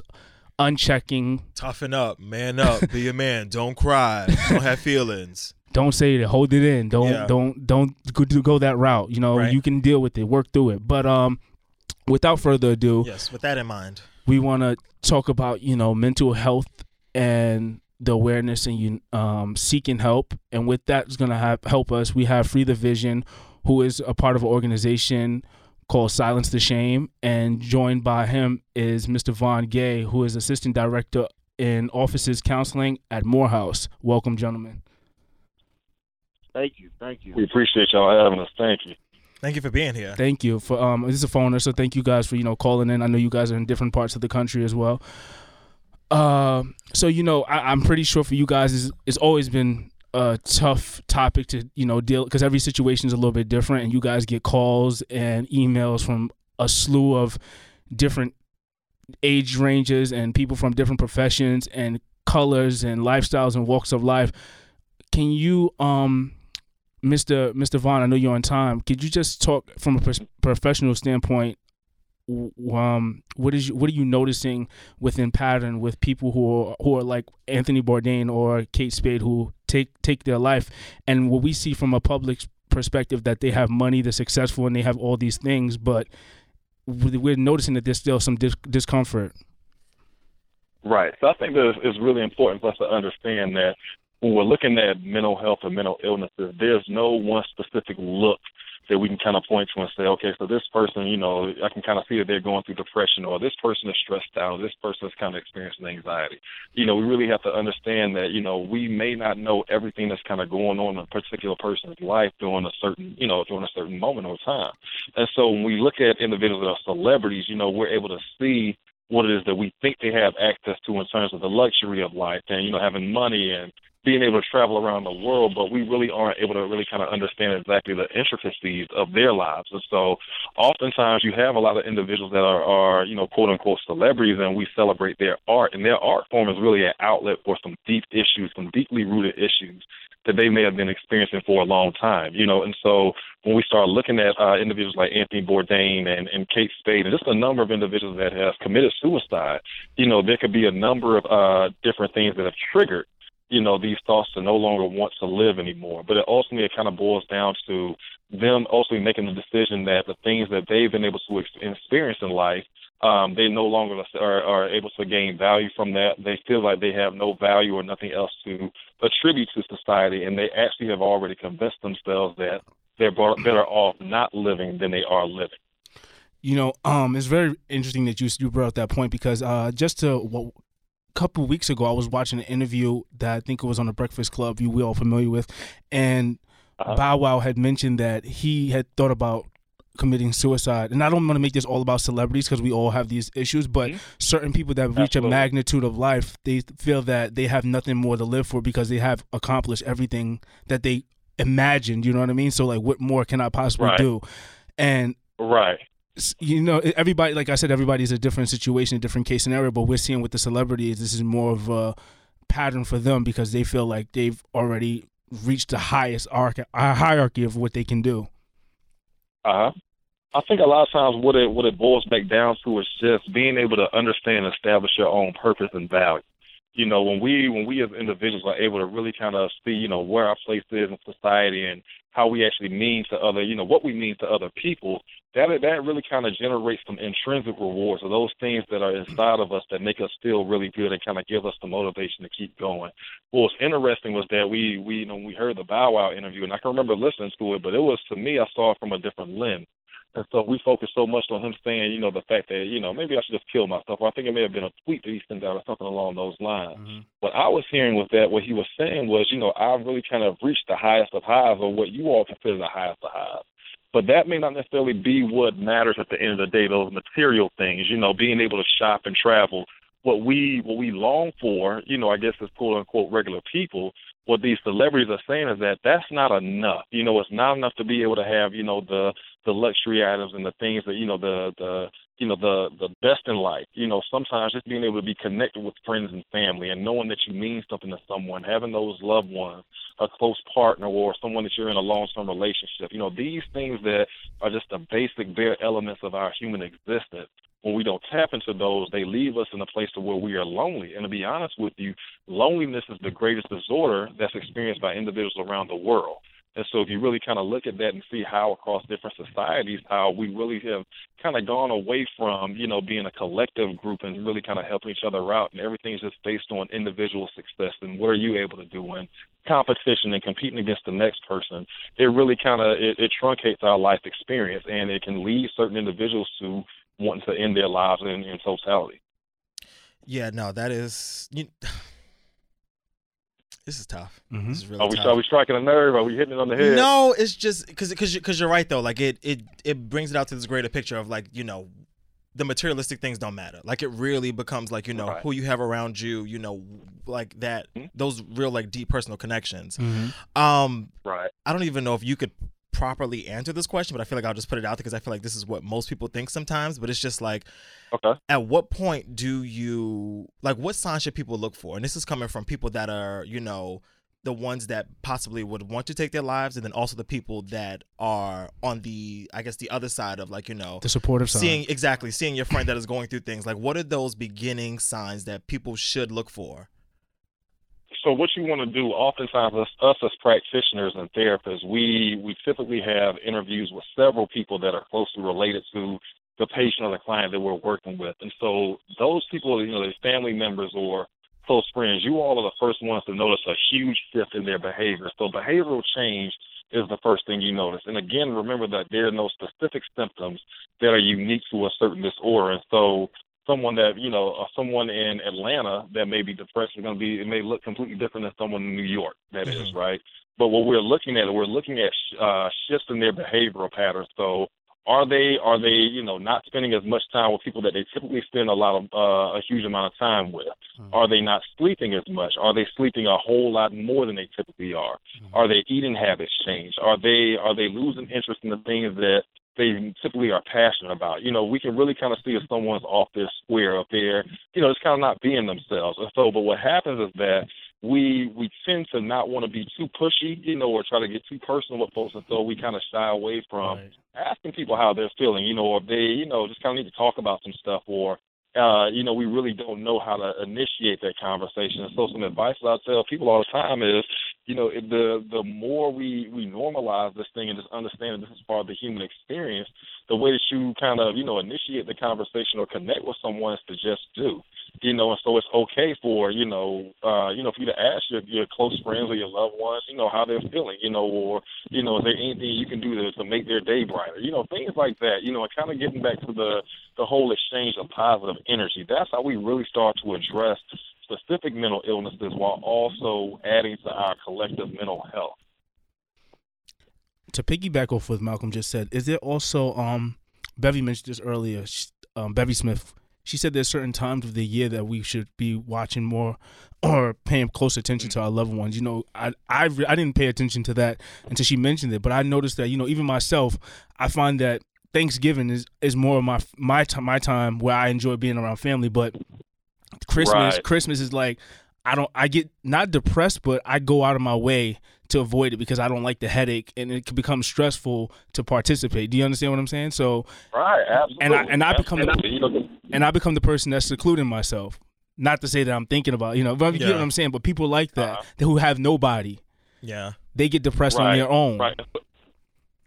Speaker 5: unchecking.
Speaker 3: Toughen up, man up, be a man. Don't cry. Don't have feelings.
Speaker 5: Don't say it. Hold it in. Don't
Speaker 3: Yeah.
Speaker 5: don't don't go, go that route. You know,
Speaker 3: Right.
Speaker 5: you can deal with it. Work through it. But um, without further ado,
Speaker 3: Yes. With that in mind,
Speaker 5: we want to talk about you know mental health and the awareness and you um, seeking help and with that's going to have, help us we have free the vision who is a part of an organization called silence the shame and joined by him is mr von gay who is assistant director in offices counseling at morehouse welcome gentlemen
Speaker 8: Thank you, thank you. We appreciate y'all having us. Thank you.
Speaker 3: thank you for being here.
Speaker 5: thank you for um this is a phoner so thank you guys for you know calling in i know you guys are in different parts of the country as well uh, so you know I, i'm pretty sure for you guys is it's always been a tough topic to you know deal because every situation is a little bit different and you guys get calls and emails from a slew of different age ranges and people from different professions and colors and lifestyles and walks of life can you um Mr. Mr. Vaughn, I know you're on time. Could you just talk from a pers- professional standpoint? w- Um, what is what are you noticing within pattern with people who are who are like Anthony Bourdain or Kate Spade who take take their life, and what we see from a public perspective that they have money, they're successful, and they have all these things, but we- we're noticing that there's still some dis- discomfort.
Speaker 8: Right. So I think that it's really important for us to understand that when we're looking at mental health and mental illnesses, there's no one specific look that we can kind of point to and say, okay, so this person, you know, I can kind of see that they're going through depression or this person is stressed out, or this person is kind of experiencing anxiety. You know, we really have to understand that, you know, we may not know everything that's kind of going on in a particular person's life during a certain, you know, during a certain moment or time. And so when we look at individuals that are celebrities, you know, we're able to see what it is that we think they have access to in terms of the luxury of life and you know having money and being able to travel around the world, but we really aren't able to really kind of understand exactly the intricacies of their lives. And so, oftentimes, you have a lot of individuals that are, are you know, quote unquote celebrities, and we celebrate their art, and their art form is really an outlet for some deep issues, some deeply rooted issues that they may have been experiencing for a long time, you know. And so when we start looking at uh, individuals like Anthony Bourdain and, and Kate Spade, and just a number of individuals that have committed suicide, you know, there could be a number of uh, different things that have triggered, you know, these thoughts to no longer want to live anymore. But it ultimately it kind of boils down to them ultimately making the decision that the things that they've been able to ex- experience in life um, they no longer are, are able to gain value from that. They feel like they have no value or nothing else to attribute to society, and they actually have already convinced themselves that they're bar- better off not living than they are living.
Speaker 5: You know, um, it's very interesting that you you brought up that point because uh, just a w- couple weeks ago, I was watching an interview that I think it was on the Breakfast Club. You we all familiar with, and
Speaker 8: Uh-huh.
Speaker 5: Bow Wow had mentioned that he had thought about committing suicide. And I don't want to make this all about celebrities because we all have these issues, but certain people that reach a
Speaker 8: Mm-hmm. Absolutely.
Speaker 5: magnitude of life, they feel that they have nothing more to live for because they have accomplished everything that they imagined. You know what I mean? So like, what more can I possibly
Speaker 8: Right.
Speaker 5: do? And
Speaker 8: Right.
Speaker 5: s- you know, e, everybody, like I said, everybody's a different situation, a different case scenario. But we're seeing with the celebrities, this is more of a pattern for them because they feel like they've already reached the highest arch- uh, hierarchy of what they can do.
Speaker 8: Uh huh. I think a lot of times what it what it boils back down to is just being able to understand and establish your own purpose and value. You know, when we when we as individuals are able to really kind of see, you know, where our place is in society and how we actually mean to other, you know, what we mean to other people, that that really kind of generates some intrinsic rewards or those things that are inside of us that make us feel really good and kind of give us the motivation to keep going. What was interesting was that we we you know we heard the Bow Wow interview and I can remember listening to it, but it was to me I saw it from a different lens. And so we focused so much on him saying, you know, the fact that, you know, maybe I should just kill myself. Or I think it may have been a tweet that he sent out or something along those lines. What I was hearing was that what he was saying was, you know, I've really kind of reached the highest of highs or what you all consider the highest of highs. But that may not necessarily be what matters at the end of the day, those material things, you know, being able to shop and travel. What we what we long for, you know, I guess is quote unquote regular people, what these celebrities are saying is that that's not enough. You know, it's not enough to be able to have, you know, the the luxury items and the things that you know the the you know the the best in life you know sometimes just being able to be connected with friends and family and knowing that you mean something to someone having those loved ones a close partner or someone that you're in a long term relationship you know these things that are just the basic bare elements of our human existence when we don't tap into those they leave us in a place to where we are lonely and to be honest with you loneliness is the greatest disorder that's experienced by individuals around the world and so, if you really kind of look at that and see how across different societies, how we really have kind of gone away from, you know, being a collective group and really kind of helping each other out, and everything's just based on individual success and what are you able to do and competition and competing against the next person. It really kind of it, it truncates our life experience and it can lead certain individuals to wanting to end their lives in, in totality.
Speaker 3: Yeah, no, that is. You, this is tough.
Speaker 5: Mm-hmm.
Speaker 3: This is really
Speaker 8: Are we,
Speaker 3: tough.
Speaker 8: are we striking a nerve? Are we hitting it on the head?
Speaker 3: No, it's just because because because you're right though. Like it it it brings it out to this greater picture of like you know the materialistic things don't matter. Like it really becomes like you know
Speaker 8: Right.
Speaker 3: who you have around you. You know like that those real like deep personal connections. Um,
Speaker 8: Right.
Speaker 3: I don't even know if you could properly answer this question, but I feel like I'll just put it out there because I feel like this is what most people think sometimes. But it's just like
Speaker 8: Okay.
Speaker 3: at what point do you like what signs should people look for and this is coming from people that are you know the ones that possibly would want to take their lives and then also the people that are on the i guess the other side of like you know
Speaker 5: The supportive side.
Speaker 3: seeing exactly seeing your friend that is going through things like what are those beginning signs that people should look for
Speaker 8: so what you want to do oftentimes us, us as practitioners and therapists we we typically have interviews with several people that are closely related to the patient or the client that we're working with. And so those people, you know, their family members or close friends, you all are the first ones to notice a huge shift in their behavior. So behavioral change is the first thing you notice. And again, remember that there are no specific symptoms that are unique to a certain disorder. And so someone that, you know, uh, someone in Atlanta that may be depressed is going to be, it may look completely different than someone in New York, That is right? But what we're looking at, we're looking at sh- uh, shifts in their behavioral patterns. So are they are they you know not spending as much time with people that they typically spend a lot of uh, a huge amount of time with are they not sleeping as much are they sleeping a whole lot more than they typically are are they eating habits change are they are they losing interest in the things that they typically are passionate about you know we can really kind of see if someone's off their square up there you know it's kind of not being themselves and so but what happens is that we we tend to not want to be too pushy, you know, or try to get too personal with folks, and so we kind of shy away from asking people how they're feeling, you know, or they, you know, just kind of need to talk about some stuff, or uh, you know, we really don't know how to initiate that conversation. And so, some advice that I tell people all the time is, you know, if the the more we we normalize this thing and just understand that this is part of the human experience, the way that you kind of you know initiate the conversation or connect with someone is to just do you know, and so it's okay for you know, uh, you know, for you to ask your your close friends or your loved ones, you know, how they're feeling, you know, or you know, is there anything you can do to to make their day brighter, you know, things like that, you know, and kind of getting back to the the whole exchange of positive energy. That's how we really start to address specific mental illnesses while also adding to our collective mental health.
Speaker 5: to piggyback off what Malcolm just said, is there also um Bevy mentioned this earlier, sh- um, Bevy Smith. She said there's certain times of the year that we should be watching more or paying close attention to our loved ones. You know, I I, re- I didn't pay attention to that until she mentioned it, but I noticed that you know even myself, I find that Thanksgiving is is more of my my time my time where I enjoy being around family, but Christmas
Speaker 8: Right.
Speaker 5: Christmas is like I don't I get not depressed, but I go out of my way to avoid it because I don't like the headache and it can become stressful to participate. Do you understand what I'm saying? So
Speaker 8: Right, absolutely.
Speaker 5: And I- and I become-
Speaker 8: Absolutely. you know,
Speaker 5: and I become the person that's secluding myself. Not to say that I'm thinking about, you know, but you get what I'm saying. But people like that
Speaker 8: Uh-huh.
Speaker 5: who have nobody,
Speaker 3: Yeah.
Speaker 5: they get depressed on
Speaker 8: Right,
Speaker 5: their own.
Speaker 8: Right.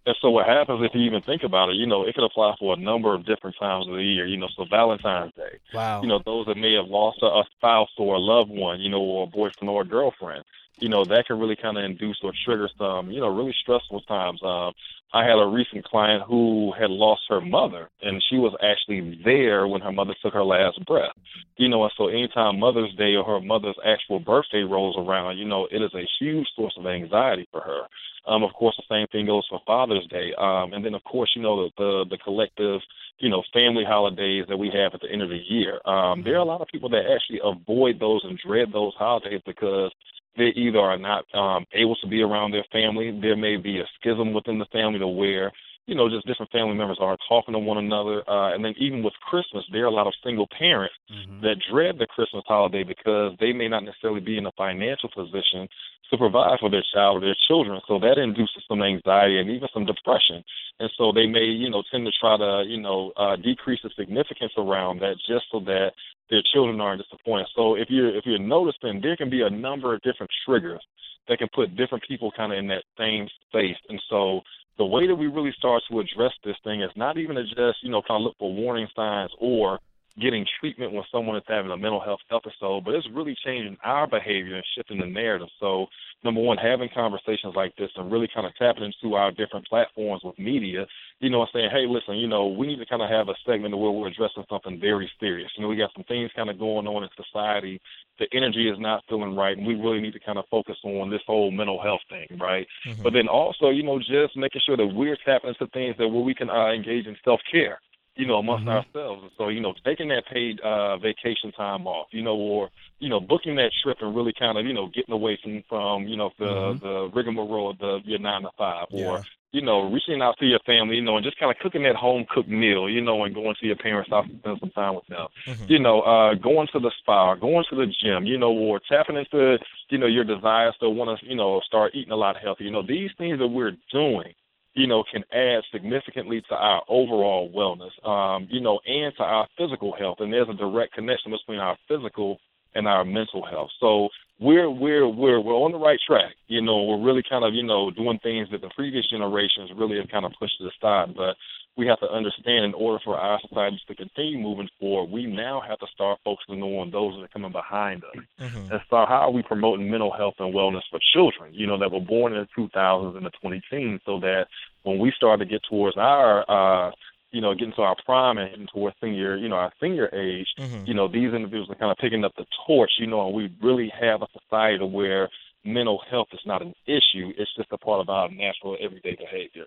Speaker 8: And so what happens if you even think about it, you know, it could apply for a number of different times of the year. You know, so Valentine's Day.
Speaker 5: Wow.
Speaker 8: You know, those that may have lost a, a spouse or a loved one, you know, or a boyfriend or a girlfriend. You know, that can really kind of induce or trigger some, you know, really stressful times. Um, I had a recent client who had lost her mother, and she was actually there when her mother took her last breath. You know, and so anytime Mother's Day or her mother's actual birthday rolls around, you know, it is a huge source of anxiety for her. Um, of course, the same thing goes for Father's Day, um, and then of course, you know, the, the the collective, you know, family holidays that we have at the end of the year. Um, there are a lot of people that actually avoid those and dread those holidays because they either are not um, able to be around their family. There may be a schism within the family to where you know just different family members aren't talking to one another. Uh, and then even with Christmas, there are a lot of single parents that dread the Christmas holiday because they may not necessarily be in a financial position to provide for their child or their children. So that induces some anxiety and even some depression. And so they may, you know, tend to try to, you know, uh, decrease the significance around that just so that their children aren't disappointed. So if you're if you're noticing, there can be a number of different triggers that can put different people kind of in that same space. And so the way that we really start to address this thing is not even to just, you know, kind of look for warning signs or getting treatment when someone is having a mental health episode, but it's really changing our behavior and shifting the narrative. So, number one, having conversations like this and really kind of tapping into our different platforms with media, you know, and saying, hey, listen, you know, we need to kind of have a segment where we're addressing something very serious. You know, we got some things kind of going on in society. The energy is not feeling right, and we really need to kind of focus on this whole mental health thing, right? But then also, you know, just making sure that we're tapping into things that where we can uh, engage in self care you know, amongst ourselves. And so, you know, taking that paid uh, vacation time off, you know, or you know, booking that trip and really kind of you know getting away from from you know the the rigmarole of the your nine to five, or you know, reaching out to your family, you know, and just kind of cooking that home cooked meal, you know, and going to your parents' house and spending some time with them, you know, uh, going to the spa, going to the gym, you know, or tapping into you know your desires to want to you know start eating a lot healthy, you know, these things that we're doing you know, can add significantly to our overall wellness, um, you know, and to our physical health. And there's a direct connection between our physical and our mental health. So we're we're we're we're on the right track. You know, we're really kind of you know doing things that the previous generations really have kind of pushed aside. But we have to understand in order for our societies to continue moving forward, we now have to start focusing on those that are coming behind us.
Speaker 3: Mhm.
Speaker 8: And so, how are we promoting mental health and wellness for children, you know, that were born in the 2000s and the 2010s, so that when we start to get towards our, uh, you know, getting to our prime and getting towards senior, you know, our senior age,
Speaker 3: Mhm.
Speaker 8: you know, these individuals are kind of picking up the torch, you know, and we really have a society where mental health is not an issue. It's just a part of our natural everyday behavior.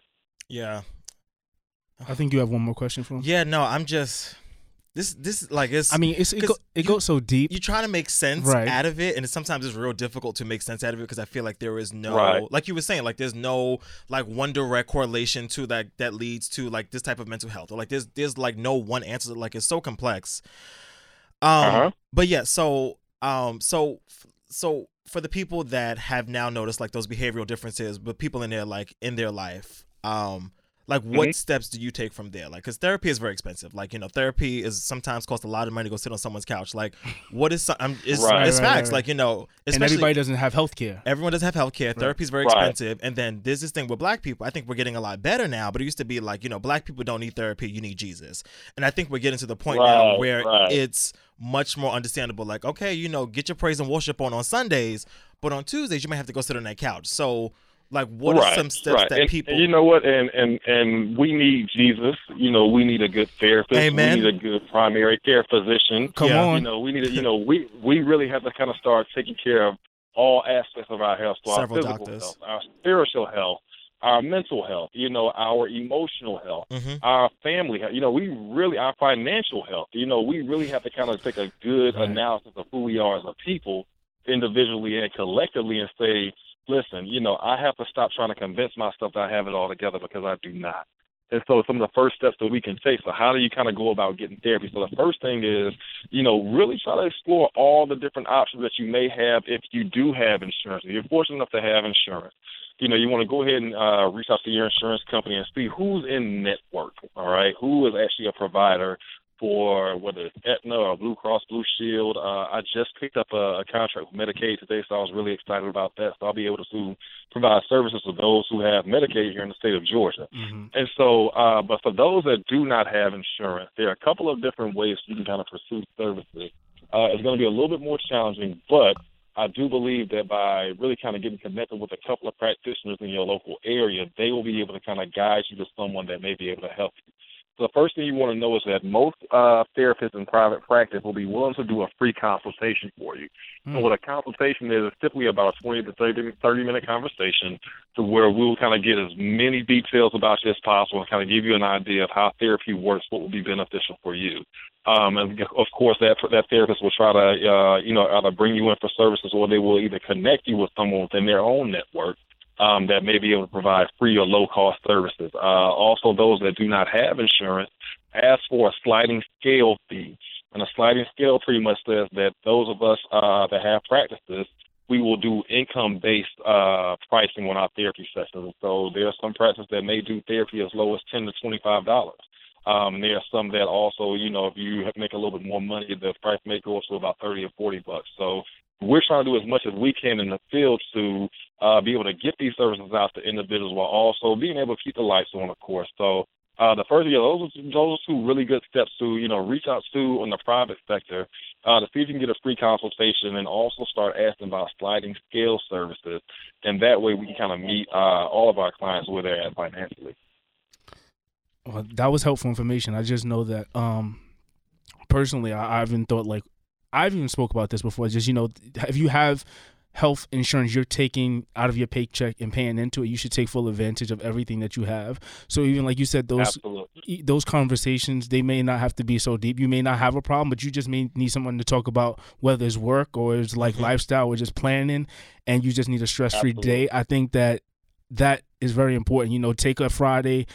Speaker 3: Yeah.
Speaker 5: I think you have one more question for him.
Speaker 3: Yeah, no, I'm just this this like it's
Speaker 5: I mean, it's, it, go,
Speaker 3: 'cause
Speaker 5: it
Speaker 3: you-
Speaker 5: goes so deep.
Speaker 3: you try to make sense
Speaker 5: Right.
Speaker 3: out of it and it's, sometimes it's real difficult to make sense out of it because i feel like there is no
Speaker 8: Right.
Speaker 3: like you were saying like there's no like one direct correlation to that that leads to like this type of mental health or like there's there's like no one answer like it's so complex um
Speaker 8: Uh-huh.
Speaker 3: but yeah so um so so for the people that have now noticed like those behavioral differences but people in their like in their life um like
Speaker 8: Mm-hmm.
Speaker 3: what steps do you take from there like because therapy is very expensive like you know therapy is sometimes costs a lot of money to go sit on someone's couch like what is so- I'm, it's,
Speaker 8: Right.
Speaker 3: it's
Speaker 5: Right, right,
Speaker 3: facts
Speaker 5: right.
Speaker 3: like you know
Speaker 5: and
Speaker 3: especially
Speaker 5: everybody doesn't have health care.
Speaker 3: everyone does have health care therapy is very
Speaker 8: Right.
Speaker 3: expensive and then there's this thing with black people i think we're getting a lot better now but it used to be like you know black people don't need therapy you need jesus and i think we're getting to the point now
Speaker 8: Right,
Speaker 3: where
Speaker 8: right.
Speaker 3: it's much more understandable like okay you know get your praise and worship on on sundays but on tuesdays you might have to go sit on that couch so like what are some steps
Speaker 8: right.
Speaker 3: that
Speaker 8: and,
Speaker 3: people
Speaker 8: and you know what? And and and we need Jesus. You know, we need a good therapist.
Speaker 3: Amen.
Speaker 8: We need a good primary care physician.
Speaker 5: Come
Speaker 3: Yeah.
Speaker 8: You
Speaker 5: on.
Speaker 8: know, we need to. You know, we we really have to kind of start taking care of all aspects of our health, so our
Speaker 3: Several
Speaker 8: physical
Speaker 3: doctors.
Speaker 8: health, our spiritual health, our mental health. You know, our emotional health
Speaker 3: Mhm.
Speaker 8: our family, you know, we really our financial health. You know, we really have to kind of take a good
Speaker 5: Right.
Speaker 8: analysis of who we are as a people, individually and collectively, and say, listen, you know, I have to stop trying to convince myself that I have it all together because I do not. And so, some of the first steps that we can take. So, how do you kind of go about getting therapy? So, the first thing is, you know, really try to explore all the different options that you may have if you do have insurance. If you're fortunate enough to have insurance you know, you want to go ahead and uh, reach out to your insurance company and see who's in network, all right? Who is actually a provider for whether it's Aetna or Blue Cross Blue Shield. Uh, I just picked up a, a contract with Medicaid today, so I was really excited about that. So I'll be able to provide services to those who have Medicaid here in the state of Georgia.
Speaker 5: Mhm.
Speaker 8: And so, uh, but for those that do not have insurance, there are a couple of different ways you can kind of pursue services. Uh, it's going to be a little bit more challenging, but I do believe that by really kind of getting connected with a couple of practitioners in your local area, they will be able to kind of guide you to someone that may be able to help you. So the first thing you want to know is that most uh, therapists in private practice will be willing to do a free consultation for you. And what a consultation is, is typically about a 20 to 30, 30 minute conversation to where we will kind of get as many details about you as possible and kind of give you an idea of how therapy works, what will be beneficial for you. Um, and of course, that that therapist will try to, uh, you know, either bring you in for services or they will either connect you with someone within their own network um, that may be able to provide free or low cost services. Uh, also, those that do not have insurance ask for a sliding scale fee. And a sliding scale pretty much says that those of us uh, that have practices, we will do income based uh, pricing on our therapy sessions. So there are some practices that may do therapy as low as 10 to $25. Um, there are some that also, you know, if you have- make a little bit more money, the price may go up to about 30 or 40 bucks. So we're trying to do as much as we can in the field to uh, be able to get these services out to individuals while also being able to keep the lights on, of course. So uh, the first, yeah, those are, those are two really good steps to you know reach out to in the private sector uh, to see if you can get a free consultation, and also start asking about sliding scale services, and that way we can kind of meet uh, all of our clients where they're at financially.
Speaker 5: Well, that was helpful information. I just know that um personally I, I even thought like I've even spoke about this before. Just you know, if you have health insurance you're taking out of your paycheck and paying into it, you should take full advantage of everything that you have. So even like you said, those
Speaker 8: Absolutely,
Speaker 5: e- those conversations they may not have to be so deep you may not have a problem but you just may need someone to talk about whether it's work or it's like
Speaker 3: Mm-hmm.
Speaker 5: lifestyle or just planning and you just need a stress-free day i think that that is very important you know take a friday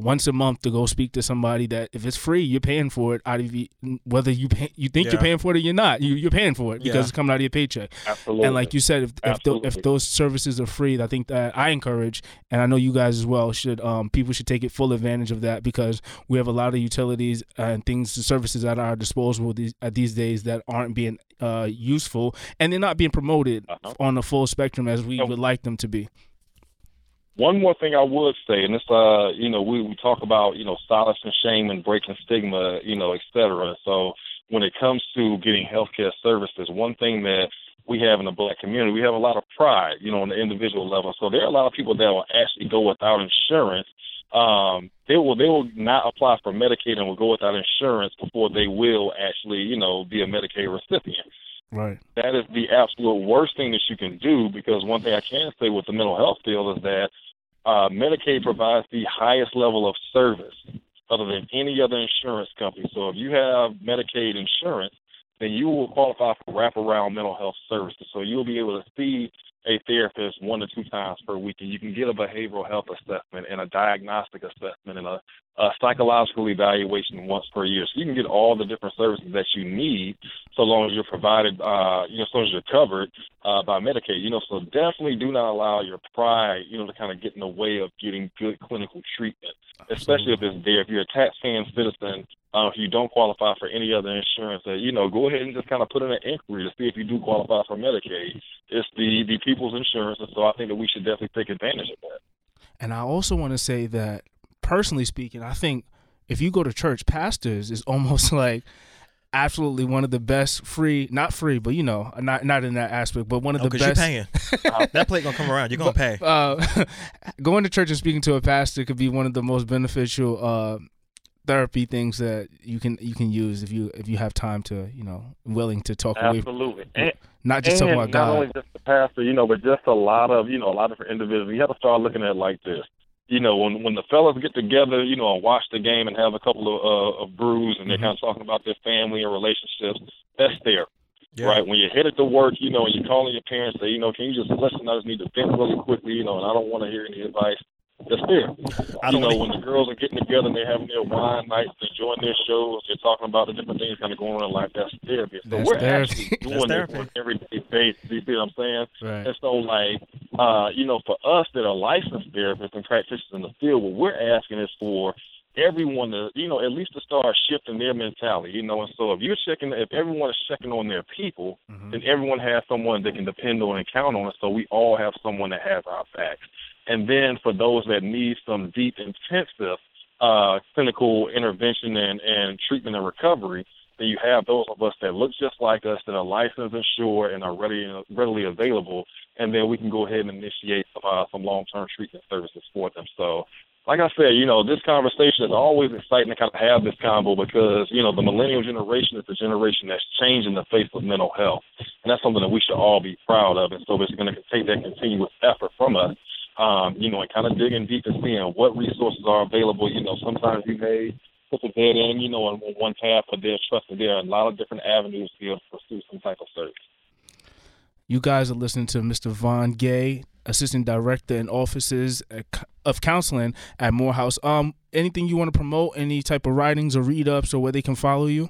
Speaker 5: once a month to go speak to somebody that if it's free you're paying for it out of you, whether you pay, you think
Speaker 3: Yeah.
Speaker 5: you're paying for it or you're not you, you're paying for it because
Speaker 3: Yeah.
Speaker 5: it's coming out of your paycheck
Speaker 8: absolutely,
Speaker 5: and like you said, if if, tho- if
Speaker 8: Absolutely.
Speaker 5: those services are free, I think that I encourage, and I know you guys as well should. Um, people should take it full advantage of that because we have a lot of utilities and things, services at our disposal these uh, these days that aren't being uh, useful, and they're not being promoted
Speaker 8: Uh-huh.
Speaker 5: on the full spectrum as we
Speaker 8: So-
Speaker 5: would like them to be.
Speaker 8: One more thing I would say, and it's uh, you know, we, we talk about you know silence and shame and breaking stigma, you know, et cetera. So when it comes to getting healthcare services, one thing that we have in the black community, we have a lot of pride, you know, on the individual level. So there are a lot of people that will actually go without insurance. Um, they will they will not apply for Medicaid and will go without insurance before they will actually, you know, be a Medicaid recipient
Speaker 5: Right.
Speaker 8: that is the absolute worst thing that you can do because one thing I can say with the mental health field is that uh, Medicaid provides the highest level of service other than any other insurance company. So if you have Medicaid insurance, then you will qualify for wraparound mental health services. So you'll be able to see a therapist one to two times per week, and you can get a behavioral health assessment and a diagnostic assessment and a, a psychological evaluation once per year. So you can get all the different services that you need, so long as you're provided, uh, you know, so long as you're covered uh, by Medicaid. You know, so definitely do not allow your pride, you know, to kind of get in the way of getting good clinical treatment, especially if it's there. If you're a tax-paying citizen, uh, if you don't qualify for any other insurance, uh, you know, go ahead and just kind of put in an inquiry to see if you do qualify for Medicaid. It's the the people's insurance, and so I think that we should definitely take advantage of that.
Speaker 5: And I also want to say that, personally speaking, I think if you go to church, pastors is almost like absolutely one of the best free, not free, but you know, not not in that aspect, but one of the
Speaker 3: Because
Speaker 5: best.
Speaker 3: you're Oh, paying. that plate gonna come around. You're gonna pay.
Speaker 5: Uh, going to church and speaking to a pastor could be one of the most beneficial uh, therapy things that you can you can use if you if you have time to you know willing to talk away,
Speaker 8: Absolutely. And,
Speaker 5: not just talking about
Speaker 8: and
Speaker 5: God.
Speaker 8: not only just the pastor, you know, but just a lot of you know a lot of different individuals. You have to start looking at it like this. You know, when when the fellas get together, you know, and watch the game and have a couple of uh, of brews, and they're kind
Speaker 5: Mm-hmm.
Speaker 8: of talking about their family and relationships. That's there. Right when you're headed to work, you know, and you're calling your parents, say, you know, can you just listen? I just need to vent really quickly, you know, and I don't want to hear any advice. That's fair.
Speaker 3: I
Speaker 8: You
Speaker 3: don't
Speaker 8: know,
Speaker 3: wanna-
Speaker 8: when the girls are getting together and they're having their wine nights, they're enjoying their shows, they're talking about the different things kind of going on in life. That's therapy. So
Speaker 5: That's
Speaker 8: we're
Speaker 5: therapy.
Speaker 8: actually
Speaker 5: That's
Speaker 8: doing this
Speaker 3: therapy.
Speaker 8: on an everyday basis. You see what I'm saying?
Speaker 5: Right.
Speaker 8: And so, like, uh, you know, for us that are licensed therapists and practitioners in the field, what we're asking is for everyone to, you know, at least to start shifting their mentality, you know. And so, if you're checking, if everyone is checking on their people, then everyone has someone they can depend on and count on. And so, we all have someone that has our backs. And then, for those that need some deep, intensive uh, clinical intervention and, and treatment and recovery, then you have those of us that look just like us that are licensed, insured, and are ready, readily available, and then we can go ahead and initiate some, uh, some long-term treatment services for them. So, like I said, you know, this conversation is always exciting to kind of have this combo because you know the millennial generation is the generation that's changing the face of mental health, and that's something that we should all be proud of. And so, it's going to take that continuous effort from us um, you know, and kind of digging deep and seeing what resources are available. You know, sometimes you may put a dead end, you know, on on one path, but there's trust that there are a lot of different avenues to be able to pursue some type of service.
Speaker 5: You guys are listening to Mr. Von Gay, Assistant Director in Offices of Counseling at Morehouse. Um, anything you want to promote? Any type of writings or read ups or where they can follow you?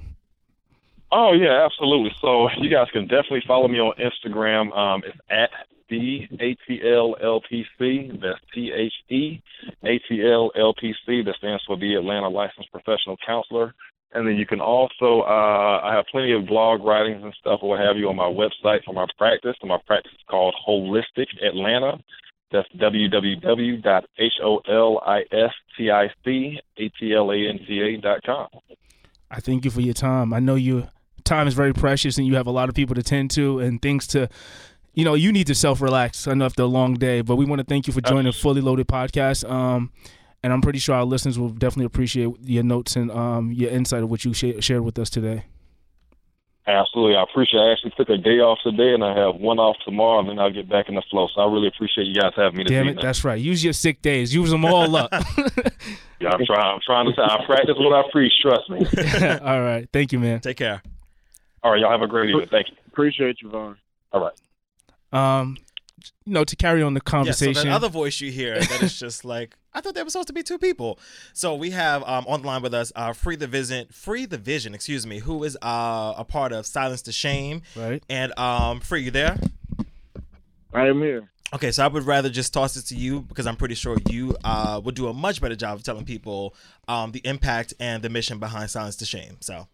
Speaker 8: Oh yeah, absolutely. So you guys can definitely follow me on Instagram. Um, it's at the ATLLPC. That's T H E ATLLPC. That stands for the Atlanta Licensed Professional Counselor. And then you can also, uh, I have plenty of blog writings and stuff or what have you on my website for my practice. And my practice is called Holistic Atlanta. That's www.holisticatlanca.com.
Speaker 5: I thank you for your time. I know your time is very precious and you have a lot of people to tend to and things to, you know, you need to self relax. I know after a long day, but we want to thank you for
Speaker 3: Uh,
Speaker 5: joining the Fully Loaded Podcast. Um, and I'm pretty sure our listeners will definitely appreciate your notes and um, your insight of what you sh- shared with us today.
Speaker 8: Absolutely. I appreciate I actually took a day off today and I have one off tomorrow and then I'll get back in the flow. So I really appreciate you guys having me this
Speaker 5: Damn it,
Speaker 3: uh,
Speaker 8: evening.
Speaker 5: that's right. Use your sick days, use them all up.
Speaker 8: yeah, I'm trying I'm trying to I practice what I preach, trust me.
Speaker 5: all right. Thank you, man.
Speaker 3: Take care.
Speaker 8: All right, y'all have a great evening. Thank you.
Speaker 9: Appreciate you, Vaughn.
Speaker 8: All right.
Speaker 5: um, you know, to carry on the
Speaker 3: Yeah, so
Speaker 5: conversation.
Speaker 3: that other voice you hear that is just like I thought there was supposed to be two people. So we have um, on the line with us uh, Free the Vision, Free the Vision, excuse me, who is uh, a part of Silence to Shame.
Speaker 5: Right.
Speaker 3: And um, Free, you there?
Speaker 9: I am here.
Speaker 3: Okay, so I would rather just toss it to you because I'm pretty sure you uh, would do a much better job of telling people um, the impact and the mission behind Silence to Shame. So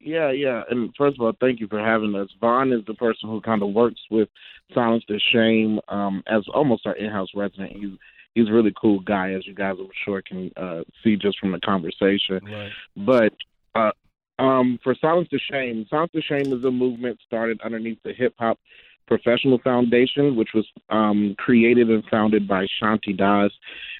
Speaker 8: Yeah, yeah. And first of all, thank you for having us. Vaughn is the person who kind of works with Silence the Shame um, as almost our in-house resident. He's he's a really cool guy, as you guys I'm sure can uh, see just from the conversation.
Speaker 5: Right.
Speaker 8: But uh, um, for Silence the Shame, Silence the Shame is a movement started underneath the Hip Hop Professional Foundation, which was um, created and founded by Shanti Das.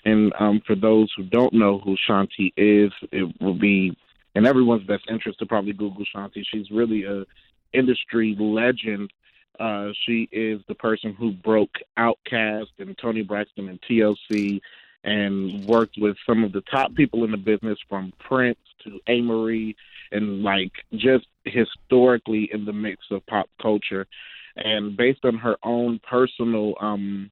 Speaker 8: And um, for those who don't know who Shanti is, it will be in everyone's best interest to probably Google Shanti. She's really a industry legend. Uh, she is the person who broke Outkast and Tony Braxton and TLC and worked with some of the top people in the business from Prince to Amory and like just historically in the mix of pop culture. And based on her own personal um,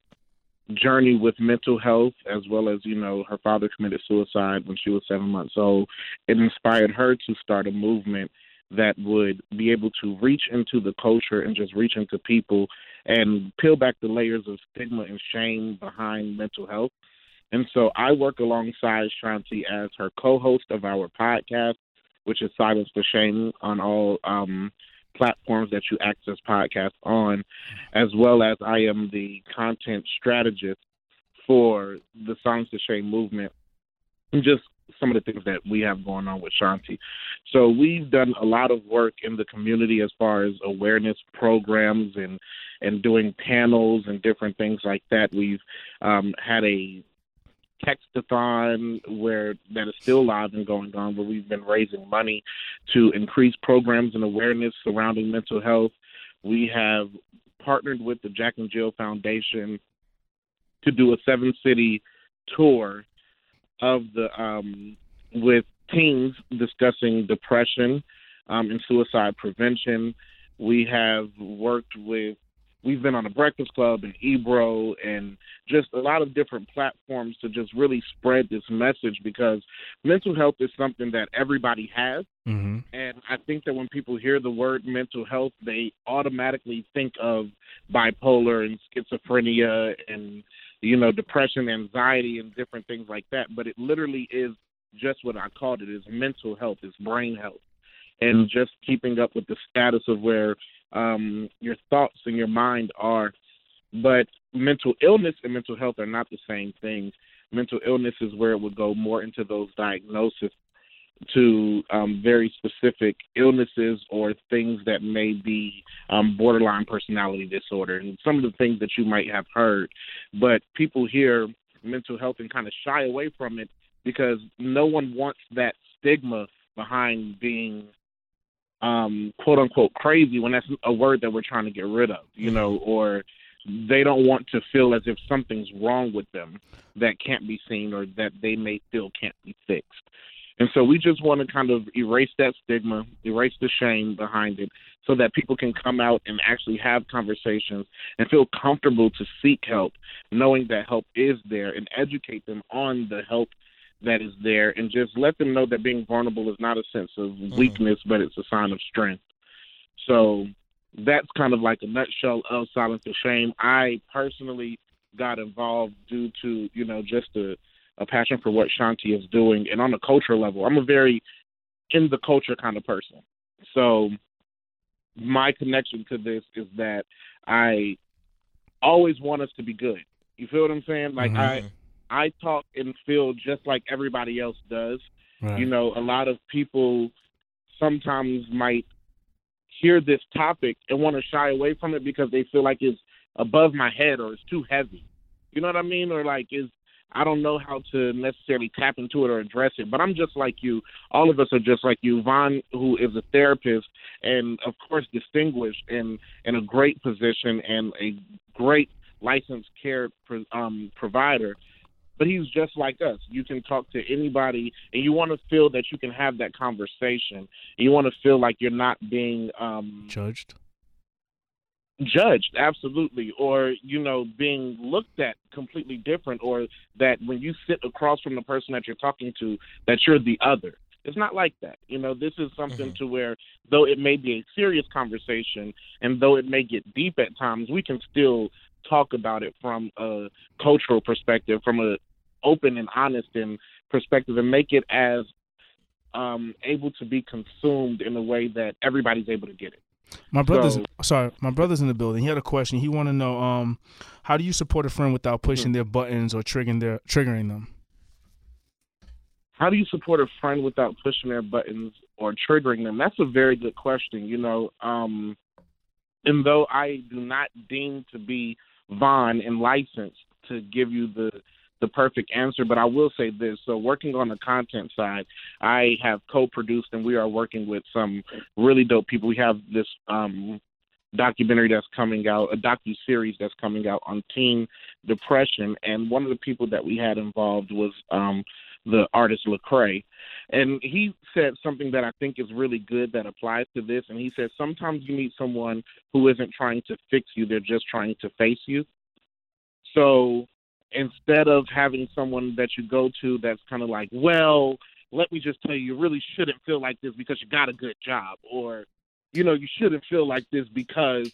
Speaker 8: journey with mental health, as well as, you know, her father committed suicide when she was seven months old, it inspired her to start a movement that would be able to reach into the culture and just reach into people and peel back the layers of stigma and shame behind mental health. And so I work alongside Shanti as her co host of our podcast, which is Silence the Shame on all um, platforms that you access podcasts on, as well as I am the content strategist for the Silence the Shame movement and just some of the things that we have going on with Shanti. So we've done a lot of work in the community as far as awareness programs and and doing panels and different things like that. We've um, had a textathon where that is still live and going on where we've been raising money to increase programs and awareness surrounding mental health. We have partnered with the Jack and Jill Foundation to do a seven city tour of the um, with teens discussing depression um, and suicide prevention. We have worked with we've been on the Breakfast Club and Ebro and just a lot of different platforms to just really spread this message because mental health is something that everybody has.
Speaker 5: Mm-hmm.
Speaker 8: And I think that when people hear the word mental health, they automatically think of bipolar and schizophrenia and, you know, depression, anxiety, and different things like that. But it literally is just what I called it is mental health, it's brain health. And just keeping up with the status of where um, your thoughts and your mind are. But mental illness and mental health are not the same things. Mental illness is where it would go more into those diagnoses to um, very specific illnesses or things that may be um, borderline personality disorder and some of the things that you might have heard. But people hear mental health and kind of shy away from it because no one wants that stigma behind being um, quote unquote crazy when that's a word that we're trying to get rid of, you know, or they don't want to feel as if something's wrong with them that can't be seen or that they may feel can't be fixed. And so we just want to kind of erase that stigma, erase the shame behind it, so that people can come out and actually have conversations and feel comfortable to seek help, knowing that help is there and educate them on the help that is there and just let them know that being vulnerable is not a sense of weakness, but it's a sign of strength. So that's kind of like a nutshell of Silence of Shame. I personally got involved due to, you know, just a, a passion for what Shanti is doing. And on a cultural level, I'm a very in the culture kind of person. So my connection to this is that I always want us to be good. You feel what I'm saying? Like I I talk and feel just like everybody else does.
Speaker 5: Right.
Speaker 8: You know, a lot of people sometimes might hear this topic and want to shy away from it because they feel like it's above my head or it's too heavy. You know what I mean? Or like is I don't know how to necessarily tap into it or address it, but I'm just like you. All of us are just like you. Von, who is a therapist and of course distinguished and in a great position and a great licensed care pro- um, provider, but he's just like us. You can talk to anybody, and you want to feel that you can have that conversation. You want to feel like you're not being um,
Speaker 5: Judged.
Speaker 8: judged absolutely or you know being looked at completely different or that when you sit across from the person that you're talking to that you're the other it's not like that you know this is something to where though it may be a serious conversation and though it may get deep at times we can still talk about it from a cultural perspective from a open and honest and perspective and make it as um, able to be consumed in a way that everybody's able to get it.
Speaker 5: My brother's
Speaker 8: So-
Speaker 5: sorry, my brother's in the building. He had a question. He want to know um, how do you support a friend without pushing their buttons or triggering their triggering them?
Speaker 8: how do you support a friend without pushing their buttons or triggering them? That's a very good question. You know, um, and though I do not deem to be Vaughn and licensed to give you the the perfect answer, but I will say this. So working on the content side, I have co-produced and we are working with some really dope people. We have this um, documentary that's coming out, a docu series that's coming out on teen depression, and one of the people that we had involved was um, the artist Lecrae, and he said something that I think is really good that applies to this. And he said sometimes you need someone who isn't trying to fix you; they're just trying to face you. So instead of having someone that you go to that's kind of like, well, let me just tell you, you really shouldn't feel like this because you got a good job, or you know, you shouldn't feel like this because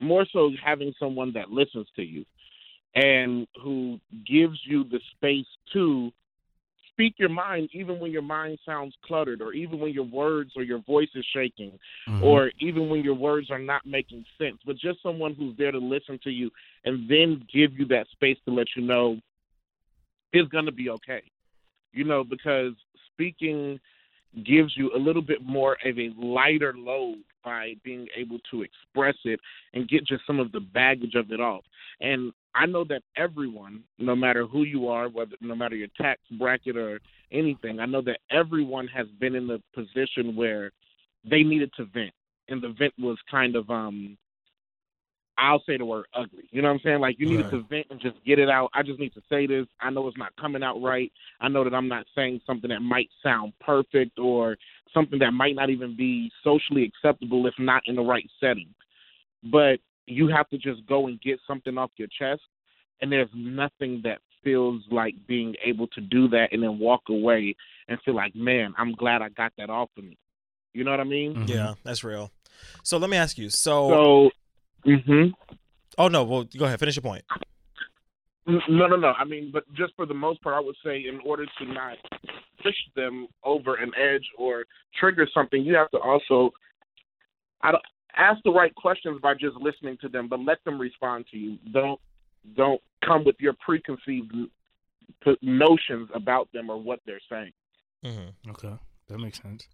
Speaker 8: more so having someone that listens to you and who gives you the space to speak your mind even when your mind sounds cluttered or even when your words or your voice is shaking or even when your words are not making sense but just someone who's there to listen to you and then give you that space to let you know it's going to be okay you know because speaking gives you a little bit more of a lighter load by being able to express it and get just some of the baggage of it off and I know that everyone, no matter who you are, whether no matter your tax bracket or anything, I know that everyone has been in the position where they needed to vent, and the vent was kind of um, I'll say the word ugly. You know what I'm saying? Like you needed
Speaker 5: Right.
Speaker 8: to vent and just get it out. I just need to say this. I know it's not coming out right. I know that I'm not saying something that might sound perfect or something that might not even be socially acceptable if not in the right setting but you have to just go and get something off your chest and there's nothing that feels like being able to do that and then walk away and feel like man i'm glad i got that off of me you know what i mean
Speaker 5: Mm-hmm.
Speaker 3: Yeah, that's real. So let me ask you. So,
Speaker 8: so mhm
Speaker 3: oh no, well, go ahead, finish your point.
Speaker 8: no no no i mean but just for the most part i would say in order to not push them over an edge or trigger something you have to also i don't ask the right questions by just listening to them but let them respond to you don't don't come with your preconceived p- notions about them or what they're saying.
Speaker 3: hmm
Speaker 5: Okay, that makes sense.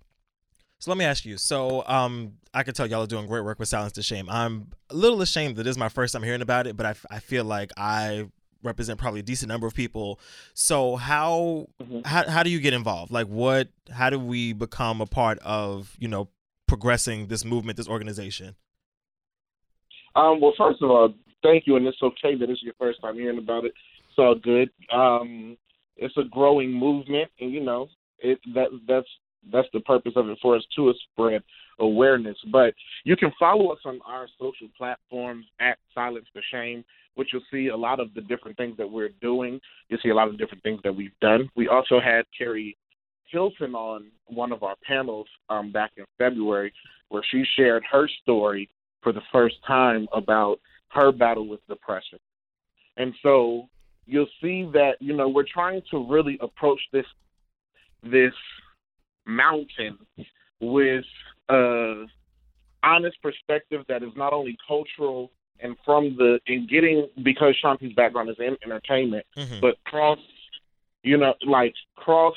Speaker 3: So let me ask you. So um, I can tell y'all are doing great work with Silence to Shame. I'm a little ashamed that this is my first time hearing about it, but I, f- I feel like I represent probably a decent number of people. So how,
Speaker 8: Mhm.
Speaker 3: how how do you get involved? Like what? How do we become a part of you know progressing this movement, this organization?
Speaker 8: Um, well, first of all, thank you, and it's okay that it's your first time hearing about it. It's all good. Um, it's a growing movement, and you know, it that that's that's the purpose of it for us to is spread awareness. But you can follow us on our social platforms at Silence the Shame, which you'll see a lot of the different things that we're doing. You'll see a lot of different things that we've done. We also had Carrie Hilton on one of our panels um, back in February, where she shared her story for the first time about her battle with depression. And so you'll see that, you know, we're trying to really approach this this mountain with a honest perspective that is not only cultural and from the and getting because Shanti's background is in entertainment,
Speaker 3: Mhm.
Speaker 8: but cross you know, like cross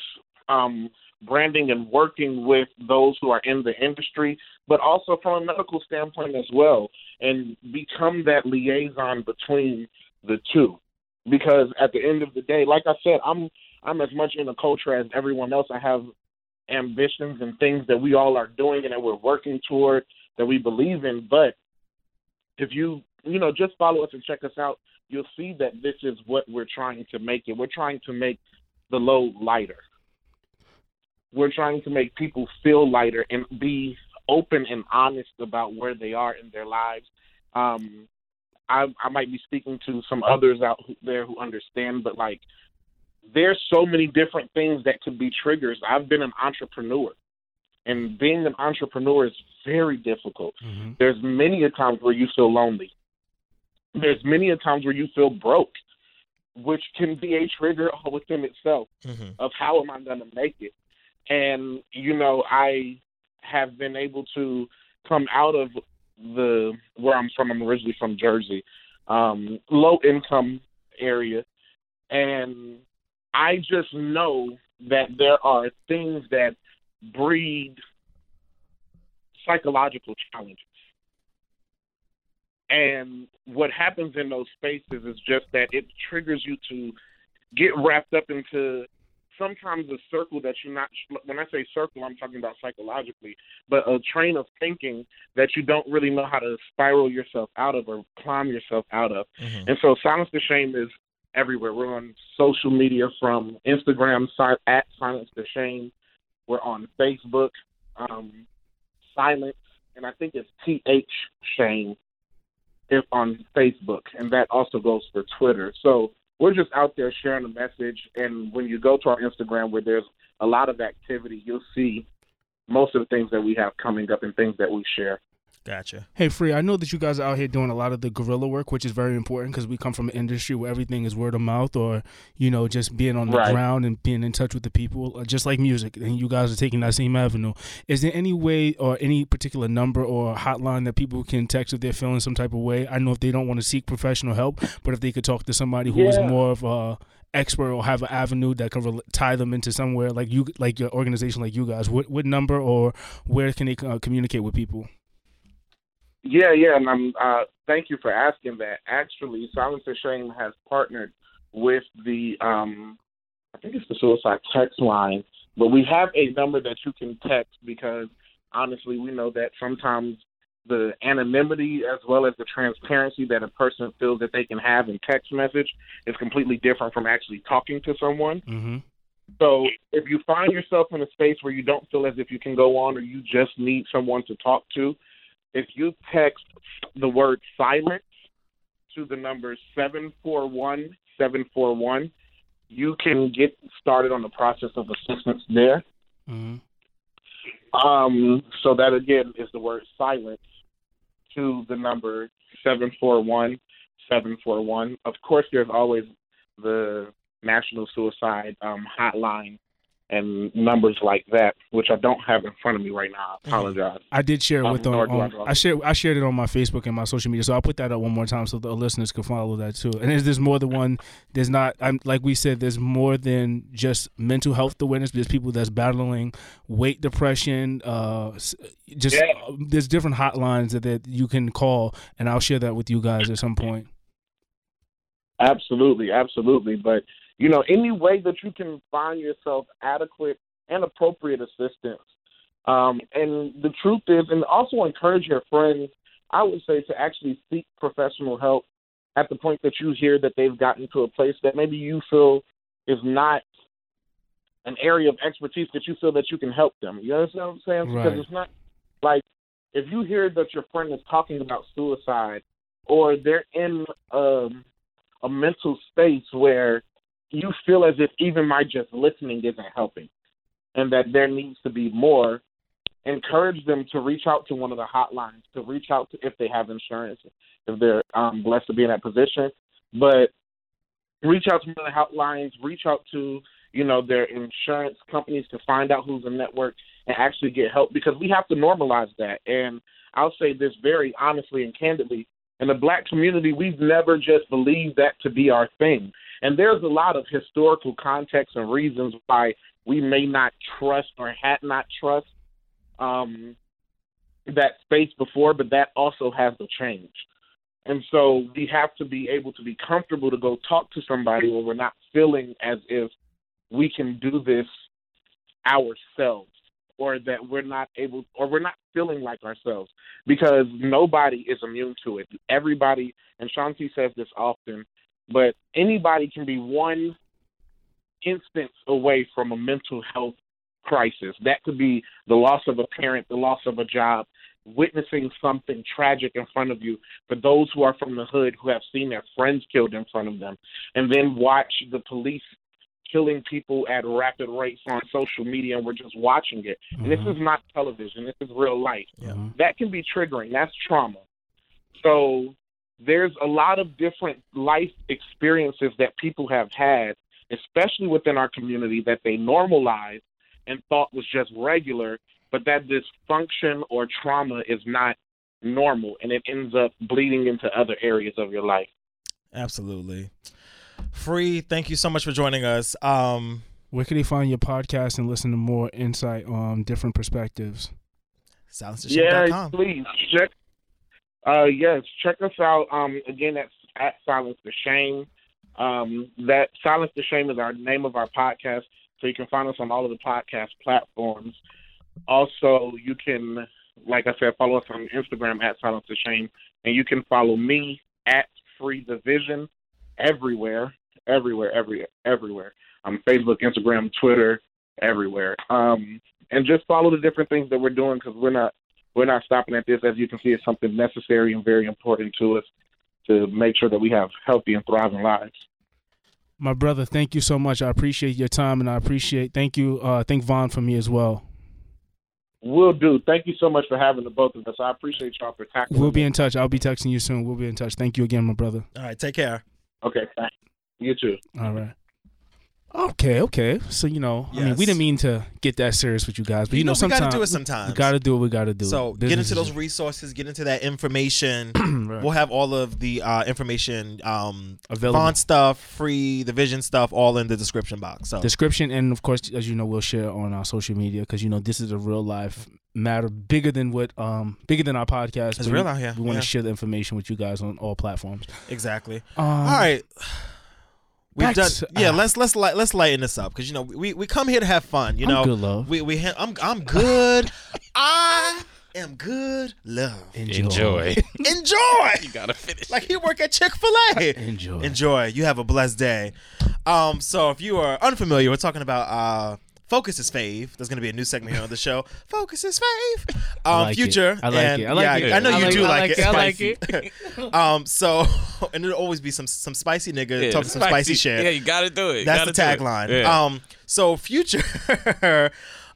Speaker 8: um branding and working with those who are in the industry, but also from a medical standpoint as well, and become that liaison between the two. Because at the end of the day, like I said, I'm I'm as much in the culture as everyone else. I have ambitions and things that we all are doing and that we're working toward that we believe in. But if you you know just follow us and check us out, you'll see that this is what we're trying to make it. We're trying to make the load lighter we're trying to make people feel lighter and be open and honest about where they are in their lives. Um, I, I might be speaking to some others out who- there who understand, but like, there's so many different things that could be triggers. I've been an entrepreneur, and being an entrepreneur is very difficult.
Speaker 5: Mhm.
Speaker 8: There's many a times where you feel lonely. There's many a times where you feel broke, which can be a trigger all within itself
Speaker 3: Mm-hmm.
Speaker 8: of how am I going to make it. and you know I have been able to come out of the where I'm from. I'm originally from Jersey, um, low income area, and I just know that there are things that breed psychological challenges. And what happens in those spaces is just that it triggers you to get wrapped up into sometimes a circle that you're not when i say circle i'm talking about psychologically but a train of thinking that you don't really know how to spiral yourself out of or climb yourself out of
Speaker 3: Mhm.
Speaker 8: and so silence the shame is everywhere we're on social media from instagram si- at silence the shame we're on facebook um, silence and i think it's th shame if on facebook and that also goes for twitter so we're just out there sharing a message. And when you go to our Instagram, where there's a lot of activity, you'll see most of the things that we have coming up and things that we share.
Speaker 3: Gotcha.
Speaker 5: Hey, Free, I know that you guys are out here doing a lot of the guerrilla work, which is very important because we come from an industry where everything is word of mouth or, you know, just being on the
Speaker 8: Right.
Speaker 5: ground and being in touch with the people, uh, just like music. And you guys are taking that same avenue. Is there any way or any particular number or hotline that people can text if they're feeling some type of way? I know if they don't want to seek professional help, but if they could talk to somebody who is
Speaker 8: Yeah.
Speaker 5: more of a expert or have an avenue that can rel tie them into somewhere like you, like your organization, like you guys, what, what number or where can they uh, communicate with people?
Speaker 8: Yeah, yeah, and I'm uh, thank you for asking that. Actually, Silence and Shame has partnered with the um, I think it's the suicide text line, but we have a number that you can text because honestly, we know that sometimes the anonymity as well as the transparency that a person feels that they can have in text message is completely different from actually talking to someone.
Speaker 5: Mm-hmm.
Speaker 8: So if you find yourself in a space where you don't feel as if you can go on or you just need someone to talk to, if you text the word silence to the number 741 741, you can get started on the process of assistance there.
Speaker 5: Mm-hmm.
Speaker 8: Um, so that again is the word silence to the number 741 741. Of course, there's always the National Suicide um, Hotline and numbers like that, which I don't have in front of me right now. I apologize.
Speaker 5: I did share it
Speaker 8: Um,
Speaker 5: with them.
Speaker 8: nor do I
Speaker 5: on-
Speaker 8: drop
Speaker 5: I
Speaker 8: it.
Speaker 5: shared I shared it on my Facebook and my social media, so I'll put that up one more time so the listeners can follow that too. And is there's more than one? There's not. I'm like we said. There's more than just mental health awareness. There's people that's battling weight depression. Uh, s- just
Speaker 8: Yeah.
Speaker 5: uh, there's different hotlines that, that you can call, and I'll share that with you guys at some point.
Speaker 8: Absolutely, absolutely. But you know, any way that you can find yourself adequate and appropriate assistance. Um, and the truth is, and also encourage your friends. I would say to actually seek professional help at the point that you hear that they've gotten to a place that maybe you feel is not an area of expertise that you feel that you can help them. You understand what I'm saying?
Speaker 5: Right.
Speaker 8: Because it's not like if you hear that your friend is talking about suicide or they're in um, a mental space where you feel as if even my just listening isn't helping and that there needs to be more, encourage them to reach out to one of the hotlines, to reach out to if they have insurance, if they're um, blessed to be in that position. But reach out to one of the hotlines, reach out to, you know, their insurance companies to find out who's a network and actually get help because we have to normalize that. And I'll say this very honestly and candidly. In the black community, we've never just believed that to be our thing. And there's a lot of historical context and reasons why we may not trust or had not trust um, that space before, but that also has to change. And so we have to be able to be comfortable to go talk to somebody when we're not feeling as if we can do this ourselves or that we're not able or we're not feeling like ourselves because nobody is immune to it. Everybody, and Shanti says this often, but anybody can be one instance away from a mental health crisis. That could be the loss of a parent, the loss of a job, witnessing something tragic in front of you. For those who are from the hood who have seen their friends killed in front of them, and then watch the police killing people at rapid rates on social media, and we're just watching it. And this is not television, this is real life
Speaker 5: Mhm.
Speaker 8: that can be triggering. That's trauma. So there's a lot of different life experiences that people have had, especially within our community, that they normalize
Speaker 9: and thought was just regular, but that dysfunction or trauma is not normal and it ends up bleeding into other areas of your life.
Speaker 3: Absolutely. Free, thank you so much for joining us. Um,
Speaker 5: Where can they find your podcast and listen to more insight on different perspectives?
Speaker 9: Yeah,
Speaker 3: silencetheship.com.
Speaker 9: please check. Uh, yes, check us out. Um, again, that's at Silence the Shame. Um, that Silence the Shame is our name of our podcast, so you can find us on all of the podcast platforms. Also, you can, like I said, follow us on Instagram at Silence the Shame, and you can follow me at Free the Vision everywhere, everywhere, every everywhere. Um, Facebook, Instagram, Twitter, everywhere. Um, and just follow the different things that we're doing because we're not we're not stopping at this. As you can see, it's something necessary and very important to us to make sure that we have healthy and thriving lives.
Speaker 5: My brother, thank you so much. I appreciate your time and I appreciate thank you uh thank Vaughn for me as well.
Speaker 9: Will do. Thank you so much for having the both of us. I appreciate y'all for tackling.
Speaker 5: We'll be
Speaker 9: it.
Speaker 5: in touch. I'll be texting you soon. We'll be in touch. Thank you again, my brother.
Speaker 3: All right, take care.
Speaker 9: okay. Thanks. You too.
Speaker 5: All right. Okay, okay. So you know, I mean,
Speaker 3: Yes.
Speaker 5: we didn't mean to get that serious with you guys, but you,
Speaker 3: You
Speaker 5: know,
Speaker 3: know, we gotta
Speaker 5: sometimes
Speaker 3: do it sometimes.
Speaker 5: We gotta do what we gotta do.
Speaker 3: So get
Speaker 5: Business
Speaker 3: into
Speaker 5: is-
Speaker 3: those resources, get into that information.
Speaker 5: Right.
Speaker 3: We'll have all of the uh, information, um,
Speaker 5: Available.
Speaker 3: font stuff, free, the vision stuff, all in the description box. So
Speaker 5: description and of course as you know we'll share on our social media because you know this is a real life matter bigger than what um bigger than our podcast
Speaker 3: It's
Speaker 5: but
Speaker 3: real
Speaker 5: we,
Speaker 3: out here,
Speaker 5: we want to
Speaker 3: yeah.
Speaker 5: share the information with you guys on all platforms
Speaker 3: exactly.
Speaker 5: um,
Speaker 3: all right. We've
Speaker 5: back
Speaker 3: done,
Speaker 5: to-
Speaker 3: yeah.
Speaker 5: ah.
Speaker 3: let's let's li- let's lighten this up because you know we, we come here to have fun. You
Speaker 5: I'm
Speaker 3: know,
Speaker 5: good, love.
Speaker 3: We we ha- I'm I'm good. I am good. Love.
Speaker 7: Enjoy.
Speaker 3: Enjoy.
Speaker 7: you gotta finish.
Speaker 3: like he work at Chick Fil A.
Speaker 5: Enjoy.
Speaker 3: enjoy. You have a blessed day. Um, so if you are unfamiliar, we're talking about uh, Focus is Fave. There's gonna be a new segment here on the show. Focus is Fave. Um,
Speaker 5: I like it.
Speaker 3: future.
Speaker 5: I like
Speaker 3: and-
Speaker 5: it. I like
Speaker 3: yeah,
Speaker 5: it.
Speaker 3: I know
Speaker 5: I
Speaker 3: you
Speaker 5: like
Speaker 3: do
Speaker 5: it. I
Speaker 3: like,
Speaker 5: like
Speaker 3: it.
Speaker 5: it. I like
Speaker 3: it. um, so and it'll always be some some spicy nigga
Speaker 7: Yeah,
Speaker 3: talking some spicy shit.
Speaker 7: Yeah, you gotta do it. You
Speaker 3: That's the
Speaker 7: gotta do it.
Speaker 3: tagline.
Speaker 7: Yeah.
Speaker 3: Um, so future.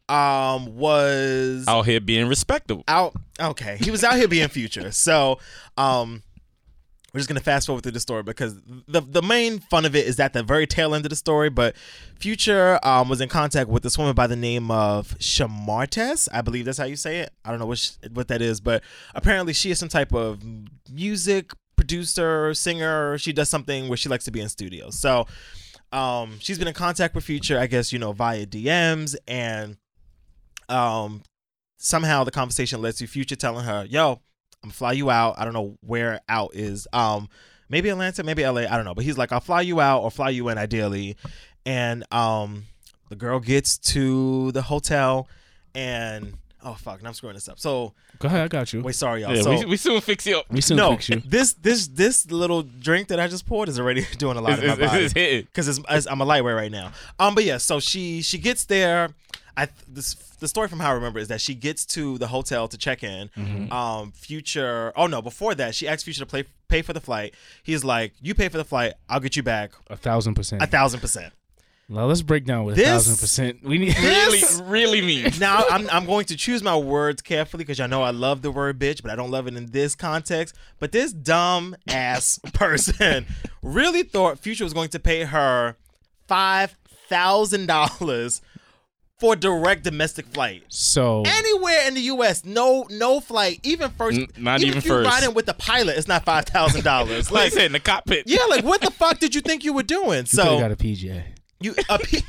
Speaker 3: um was
Speaker 7: out here being respectable.
Speaker 3: out okay he was out here being future so um we're just gonna fast forward through the story because the the main fun of it is at the very tail end of the story but future um was in contact with this woman by the name of shamartes i believe that's how you say it i don't know what sh- what that is but apparently she is some type of music producer singer she does something where she likes to be in studios so um she's been in contact with future i guess you know via dms and um somehow the conversation led to Future telling her, "Yo, I'm gonna fly you out. I don't know where out is. Um, maybe Atlanta, maybe LA. I don't know. But he's like, I'll fly you out or fly you in, ideally. And um, the girl gets to the hotel, and oh fuck, now I'm screwing this up. So
Speaker 5: go ahead i got you
Speaker 3: wait, sorry y'all.
Speaker 7: Yeah,
Speaker 3: so
Speaker 7: we, we soon fix you up.
Speaker 5: we soon
Speaker 3: no,
Speaker 5: fix you
Speaker 3: this this this little drink that I just poured is already doing a lot
Speaker 7: It's,
Speaker 3: of my
Speaker 7: it's,
Speaker 3: body
Speaker 7: it's hitting.
Speaker 3: because it's, it's, I'm a lightweight right now. Um, but yeah, so she she gets there. I this the story from how I remember is that she gets to the hotel to check in. Um, Future. Oh no, before that, she asks Future to play, pay for the flight. He's like, "You pay for the flight. I'll get you back
Speaker 5: a thousand percent
Speaker 3: a thousand percent."
Speaker 5: now let's break down with
Speaker 3: This-
Speaker 5: a thousand percent we need
Speaker 3: This.
Speaker 7: Really, really mean.
Speaker 3: Now I'm I'm going to choose my words carefully because y'all know I love the word bitch, but I don't love it in this context. But this dumb ass person really thought Future was going to pay her five thousand dollars for direct domestic flight
Speaker 5: so
Speaker 3: anywhere in the U.S. No, no flight, even first,
Speaker 7: N- not even
Speaker 3: if you
Speaker 7: first.
Speaker 3: riding with the pilot, it's not five thousand dollars.
Speaker 7: like I
Speaker 3: Like,
Speaker 7: said, in the cockpit.
Speaker 3: yeah, like what the fuck did you think you were doing?
Speaker 5: you could
Speaker 3: so
Speaker 5: have got a pj
Speaker 3: you a P-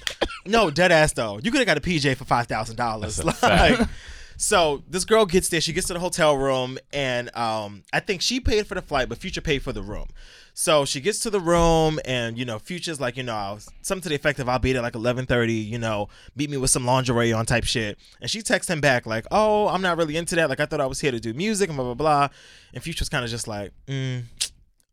Speaker 3: no dead ass though. You could have got a PJ for five thousand dollars.
Speaker 7: That's a
Speaker 3: Like, so this girl gets there. She gets to the hotel room, and um, I think she paid for the flight, but Future paid for the room. So she gets to the room, and you know, Future's like, you know, I'll- something to the effect of, "I'll be there like eleven thirty. You know, meet me with some lingerie on type shit." And she texts him back like, "Oh, I'm not really into that. Like, I thought I was here to do music and blah blah blah." And Future's kind of just like, mm,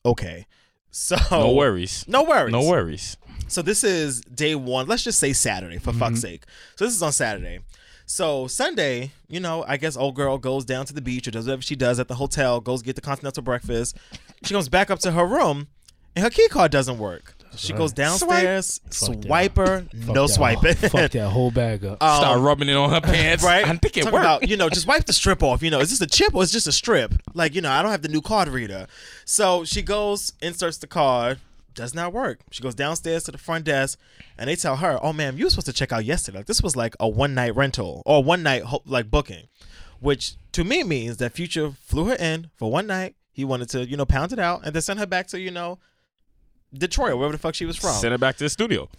Speaker 3: "Okay." So
Speaker 7: No worries.
Speaker 3: No worries.
Speaker 7: No worries.
Speaker 3: So this is day one. Let's just say Saturday for fuck's
Speaker 5: Mm-hmm.
Speaker 3: sake. So this is on Saturday. So Sunday, you know, I guess old girl goes down to the beach or does whatever she does at the hotel, goes get the continental breakfast. She comes back up to her room and her key card doesn't work. She goes downstairs,
Speaker 5: Fuck that.
Speaker 3: swiper,
Speaker 5: Fuck
Speaker 3: no
Speaker 5: that-
Speaker 3: swiping.
Speaker 5: fuck that whole bag up
Speaker 3: Um,
Speaker 7: Start rubbing it on her pants.
Speaker 3: Right?
Speaker 7: I think it
Speaker 3: Talk
Speaker 7: worked.
Speaker 3: about, you know, just wipe the strip off. You know, is this a chip or is this just a strip? Like, you know, I don't have the new card reader. So she goes, inserts the card, does not work. She goes downstairs to the front desk, and they tell her, "Oh, ma'am, you were supposed to check out yesterday. Like, this was like a one night rental or one night ho- like booking," which to me means that Future flew her in for one night. He wanted to, you know, pound it out and then send her back to, you know, Detroit, wherever the fuck she was from.
Speaker 7: Send it back to the studio.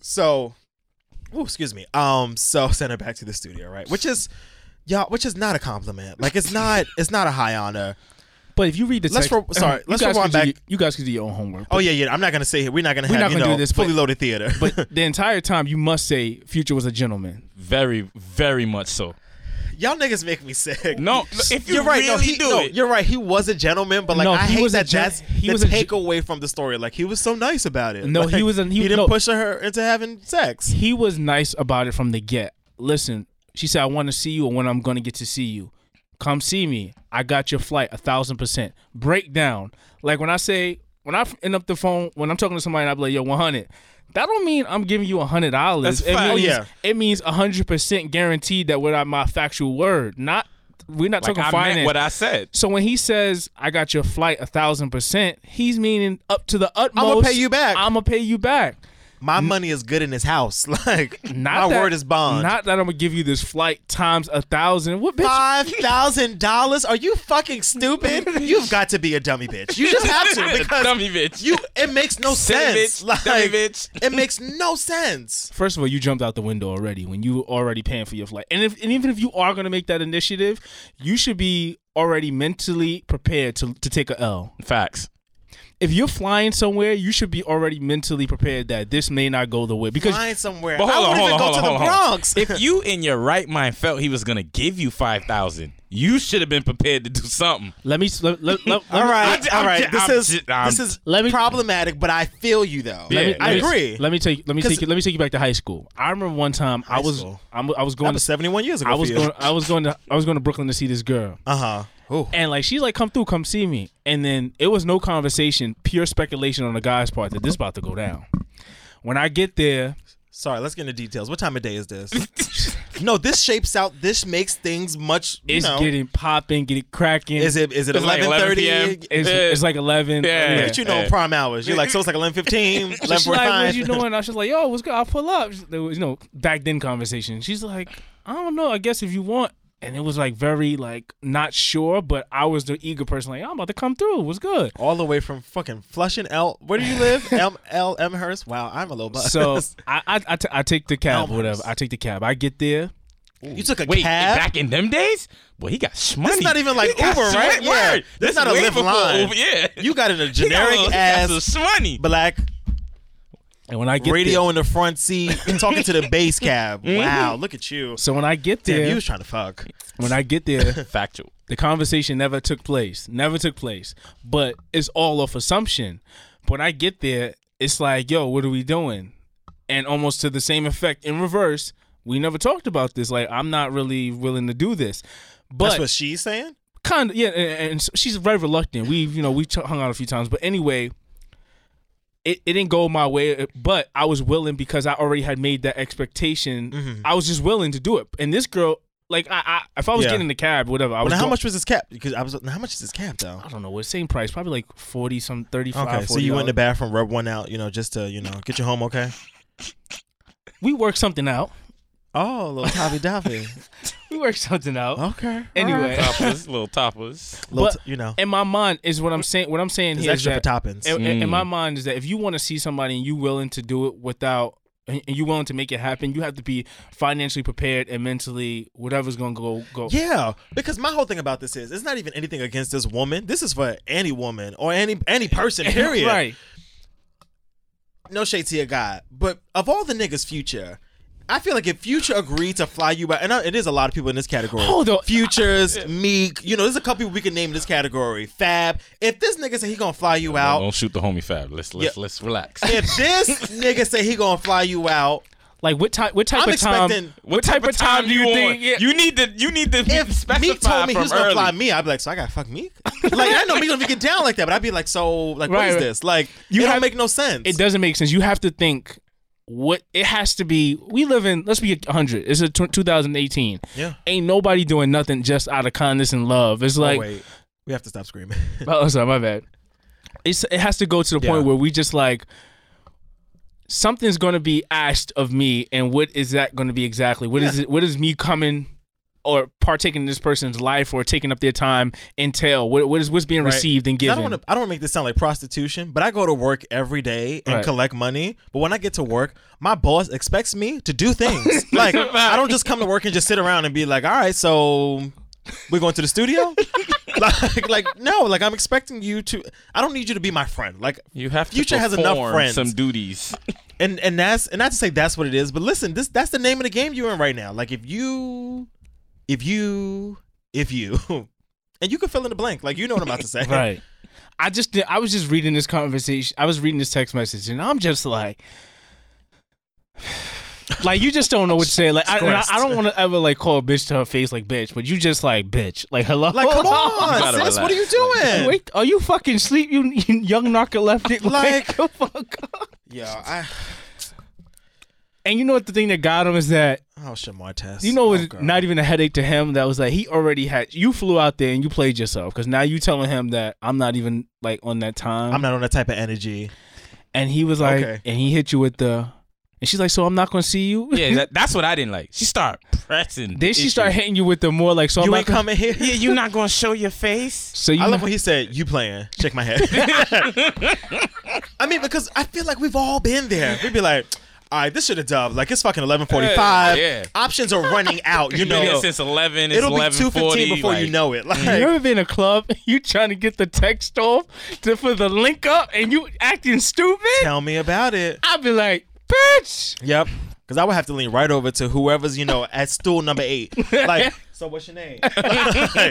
Speaker 3: So, ooh, excuse me. Um, so send her back to the studio, right? Which is, y'all, which is not a compliment. Like it's not, it's not a high honor.
Speaker 5: But if you read the
Speaker 3: Let's
Speaker 5: text,
Speaker 3: re- sorry,
Speaker 5: you
Speaker 3: let's
Speaker 5: guys
Speaker 3: rewind
Speaker 5: could do-
Speaker 3: back.
Speaker 5: You guys could do your own homework.
Speaker 3: Oh yeah, yeah. I'm not gonna say here. We're not gonna
Speaker 5: We're
Speaker 3: have
Speaker 5: not
Speaker 3: you
Speaker 5: gonna
Speaker 3: know
Speaker 5: do this,
Speaker 3: fully
Speaker 5: but-
Speaker 3: loaded theater.
Speaker 5: But the entire time, you must say Future was a gentleman.
Speaker 7: Very, very much so.
Speaker 3: y'all niggas make me sick.
Speaker 7: No, if you
Speaker 3: you're right. no,
Speaker 7: really
Speaker 3: he,
Speaker 7: do
Speaker 3: no,
Speaker 7: it.
Speaker 3: you're right. He was a gentleman, but like
Speaker 5: No,
Speaker 3: I
Speaker 5: he
Speaker 3: hate
Speaker 5: was a
Speaker 3: that.
Speaker 5: gen-
Speaker 3: that's
Speaker 5: he
Speaker 3: the
Speaker 5: was a gen-
Speaker 3: takeaway from the story. Like he was so nice about it.
Speaker 5: No, he
Speaker 3: Like,
Speaker 5: was a- he-
Speaker 3: he didn't
Speaker 5: no.
Speaker 3: push her into having sex.
Speaker 5: He was nice about it from the get. Listen, she said, "I want to see you, and when I'm going to get to see you, come see me. I got your flight, a thousand percent. Breakdown. Like when I say when I end up the phone when I'm talking to somebody, and I be like, yo, one hundred. That don't mean I'm giving you a hundred dollars.
Speaker 7: That's
Speaker 5: It
Speaker 7: fact.
Speaker 5: means
Speaker 3: Yeah.
Speaker 5: it means a hundred percent guaranteed that without my factual word, not we're not
Speaker 7: Like
Speaker 5: talking
Speaker 7: I
Speaker 5: finance.
Speaker 7: meant what I said.
Speaker 5: So when he says I got your flight a thousand percent, he's meaning up to the utmost.
Speaker 3: pay you back.
Speaker 5: I'm gonna pay you back.
Speaker 3: My money is good in his house. Like
Speaker 5: Not
Speaker 3: my
Speaker 5: that,
Speaker 3: word is bond.
Speaker 5: Not that I'm gonna give you this flight times a thousand. What bitch?
Speaker 3: Five thousand dollars? Are you fucking stupid? You've got to be a dummy bitch. You just have to because
Speaker 7: Dummy bitch.
Speaker 3: you. It makes no
Speaker 7: Silly
Speaker 3: sense.
Speaker 7: bitch, dummy bitch.
Speaker 3: It makes no sense.
Speaker 5: First of all, you jumped out the window already when you were already paying for your flight. And if and even if you are gonna make that initiative, you should be already mentally prepared to to take a L.
Speaker 7: Facts.
Speaker 5: If you're flying somewhere, you should be already mentally prepared that this may not go the way because
Speaker 3: Find somewhere.
Speaker 7: But hold
Speaker 3: I
Speaker 7: on,
Speaker 3: wouldn't
Speaker 7: hold on,
Speaker 3: even go
Speaker 7: hold on,
Speaker 3: to
Speaker 7: hold
Speaker 3: the
Speaker 7: on.
Speaker 3: Bronx.
Speaker 7: If you in your right mind felt he was gonna give you five thousand, you should have been prepared to do something.
Speaker 5: let me let, let, let,
Speaker 3: all right,
Speaker 7: I'm-
Speaker 3: all right.
Speaker 7: I'm-
Speaker 3: This
Speaker 7: I'm-
Speaker 3: is
Speaker 7: I'm-
Speaker 3: this is
Speaker 5: Let me-
Speaker 3: problematic, but I feel you though.
Speaker 7: Let me-
Speaker 3: I
Speaker 5: me-
Speaker 3: agree.
Speaker 5: Let me take let me
Speaker 3: 'Cause-
Speaker 5: take you, let me take you back to high school. I remember one time I was
Speaker 3: school.
Speaker 5: I'm, I was
Speaker 3: that
Speaker 5: going
Speaker 3: was
Speaker 5: to
Speaker 3: seventy-one years ago.
Speaker 5: I was
Speaker 3: for
Speaker 5: going I was going to I was going to Brooklyn to see this girl.
Speaker 3: Uh huh. Ooh.
Speaker 5: And like she's like come through come see me. And then it was no conversation, pure speculation on the guy's part that this about to go down. When I get there,
Speaker 3: Sorry, let's get into details. What time of day is this? no, this shapes out. This makes things much. You
Speaker 5: it's
Speaker 3: know,
Speaker 5: getting popping, getting cracking.
Speaker 3: Is it is it
Speaker 7: It's like
Speaker 3: eleven
Speaker 7: 11
Speaker 3: thirty?
Speaker 7: p.m.
Speaker 5: it's, it's like 11.
Speaker 7: Yeah.
Speaker 3: Look at you know
Speaker 7: Yeah.
Speaker 3: prime hours. You're like, so it's like 11.15,
Speaker 5: So she's like,
Speaker 3: 11.45.
Speaker 5: what you doing? I was just like, yo, what's good? I'll pull up. There was, you know, back then conversation. She's like, I don't know. I guess if you want. And it was like very like not sure, but I was the eager person. Like, I'm about to come through. What's good?
Speaker 3: All the way from fucking Flushing El. Where do you live? M L Amherst. Wow, I'm a little bus.
Speaker 5: So I I, I, t- I take the cab,
Speaker 3: Almost.
Speaker 5: whatever. I take the cab. I get there.
Speaker 3: you took a
Speaker 7: Wait,
Speaker 3: cab.
Speaker 7: back in them days, boy, he got shmoney.
Speaker 3: That's not even like
Speaker 7: He got
Speaker 3: Uber, right?
Speaker 7: shmoney.
Speaker 3: Yeah,
Speaker 7: Word.
Speaker 3: that's not a
Speaker 7: way
Speaker 3: Lyft
Speaker 7: before
Speaker 3: line.
Speaker 7: Uber, Yeah,
Speaker 3: You got in a
Speaker 7: He got a-
Speaker 3: generic
Speaker 7: he got
Speaker 3: ass
Speaker 7: some shmoney.
Speaker 3: black
Speaker 5: And when I get Mm-hmm.
Speaker 3: radio
Speaker 5: there,
Speaker 3: in the front seat talking to the base cab. Wow, look at you.
Speaker 5: so when I get
Speaker 3: Damn,
Speaker 5: there,
Speaker 3: you was trying to fuck.
Speaker 5: when I get there,
Speaker 7: Factual.
Speaker 5: the conversation never took place. Never took place. But it's all off assumption. When I get there, it's like, yo, what are we doing? And almost to the same effect in reverse, we never talked about this. Like, I'm not really willing to do this. But
Speaker 3: That's what she's saying?
Speaker 5: kind of yeah and, and so she's very reluctant we you know we ch- hung out a few times but anyway it, it didn't go my way uh, but i was willing because i already had made that expectation
Speaker 3: Mm-hmm.
Speaker 5: i was just willing to do it and this girl like i, I if i was
Speaker 3: Yeah.
Speaker 5: getting in the cab whatever i was
Speaker 3: Well, now how
Speaker 5: go-
Speaker 3: much was this cab? Because I was now how much is this cab though?
Speaker 5: i don't know what same price probably like 40 some 35
Speaker 3: Okay, so you went in the bathroom, rubbed one out, you know, just to, you know, get you home okay?
Speaker 5: we worked something out
Speaker 3: Oh, little Tavi Davi.
Speaker 5: we worked something out
Speaker 3: Okay.
Speaker 5: anyway
Speaker 7: toppers, little toppers.
Speaker 3: Little
Speaker 5: But-
Speaker 3: t- you know,
Speaker 5: in my mind is what i'm saying what i'm saying
Speaker 3: there's
Speaker 5: here is
Speaker 3: extra
Speaker 5: that
Speaker 3: for toppings.
Speaker 5: in, in- in my mind is that if you want to see somebody and you willing to do it without and you willing to make it happen, you have to be financially prepared and mentally whatever's gonna go go.
Speaker 3: yeah, because my whole thing about this is it's not even anything against this woman. This is for any woman or any any person. Period.
Speaker 5: right.
Speaker 3: No shade to your guy, but of all the niggas, Future. I feel like if Future agreed to fly you out, and I, it is a lot of people in this category.
Speaker 5: Hold on.
Speaker 3: Futures, Meek, you know, there's a couple people we can name in this category. Fab. If this nigga said he gonna fly you
Speaker 7: Don't-
Speaker 3: out,
Speaker 7: Don't shoot the homie Fab. Let's let's
Speaker 3: Yeah.
Speaker 7: let's relax.
Speaker 3: if this nigga say he gonna fly you out,
Speaker 5: Like what type? What type
Speaker 3: I'm
Speaker 5: of time?
Speaker 3: expecting-
Speaker 7: What type of time do you
Speaker 5: think?
Speaker 7: want?
Speaker 5: yeah.
Speaker 7: You need to you need to
Speaker 3: if
Speaker 7: specify
Speaker 3: Meek told me he
Speaker 7: from
Speaker 3: was gonna
Speaker 7: early.
Speaker 3: fly me, I'd be like, so I gotta fuck Meek. like I know Meek gonna get down like that, but I'd be like, so like what
Speaker 5: Right,
Speaker 3: is
Speaker 5: right.
Speaker 3: this? Like you
Speaker 5: You
Speaker 3: it
Speaker 5: have-
Speaker 3: don't make no sense.
Speaker 5: it doesn't make sense. You have to think what it has to be. We live in let's be hundred. It's a tw 2018.
Speaker 3: Yeah.
Speaker 5: Ain't nobody doing nothing just out of kindness and love. It's like
Speaker 3: oh, wait, we have to stop screaming.
Speaker 5: Oh, sorry, my bad. it's, it has to go to the
Speaker 3: Yeah.
Speaker 5: point where we just like something's going to be asked of me, and what is that going to be exactly? What is it? What is me coming? Or partaking in this person's life, or taking up their time entail what what is what's being
Speaker 7: Right.
Speaker 5: received and
Speaker 3: I
Speaker 5: given.
Speaker 3: don't want to. I don't wanna make this sound like prostitution, but I go to work every day and
Speaker 5: Right.
Speaker 3: collect money. But when I get to work, my boss expects me to do things. like I don't just come to work and just sit around and be like, "All right, so we're going to the studio." like, like no, like I'm expecting you to. I don't need you to be my friend. Like
Speaker 7: You have to
Speaker 3: Future has enough
Speaker 7: perform
Speaker 3: friends.
Speaker 7: some duties.
Speaker 3: and and that's and not to say that's what it is, but listen, this that's the name of the game you're in right now. Like if you, if you, if you, and you can fill in the blank. Like you know what I'm about to say,
Speaker 5: Right. I just did- I was just reading this conversation. I was reading this text message, and I'm just like, like you just don't know what to say. Like I, and I, I don't want to ever like call a bitch to her face like bitch, but you just like bitch. Like hello.
Speaker 3: Like come on,
Speaker 7: gotta
Speaker 3: sis, what are you
Speaker 7: relax.
Speaker 3: doing?
Speaker 5: Wait, are you fucking sleep? You, you young narcoleptic. Like, the fuck. up.
Speaker 3: Yeah, I.
Speaker 5: And you know what the thing that got him is that
Speaker 3: Oh shit, Martez.
Speaker 5: you know
Speaker 3: Oh,
Speaker 5: it was
Speaker 3: girl.
Speaker 5: not even a headache to him. That was like he already had. You flew out there and you played yourself because now you telling him that I'm not even like on that time.
Speaker 3: I'm not on that type of energy.
Speaker 5: And he was like,
Speaker 3: Okay.
Speaker 5: and he hit you with the, and she's like, so I'm not gonna see you.
Speaker 7: Yeah, that, that's what I didn't like. She started pressing.
Speaker 5: then she started hitting you with the more like, so I'm
Speaker 3: you
Speaker 5: not
Speaker 3: ain't
Speaker 5: gonna-
Speaker 3: coming here.
Speaker 7: Yeah, you not gonna show your face.
Speaker 5: So you,
Speaker 3: I love when he said, "You playing?" Shake my head. I mean, because I feel like we've all been there. We'd be like, "All right, this should have dubbed. Like it's fucking 11:45.
Speaker 7: Yeah, yeah.
Speaker 3: Options are running out. You
Speaker 7: You know,
Speaker 3: know,
Speaker 7: since eleven, it's
Speaker 3: it'll be
Speaker 7: eleven
Speaker 3: 2:15
Speaker 7: forty.
Speaker 3: before you know it. Like, mm.
Speaker 5: you ever been in a club, you trying to get the text off to for the link up, and you acting stupid.
Speaker 3: tell me about it.
Speaker 5: I'd be like, bitch.
Speaker 3: Yep. Because I would have to lean right over to whoever's, you know, at stool number eight. Like, so what's your name? oh,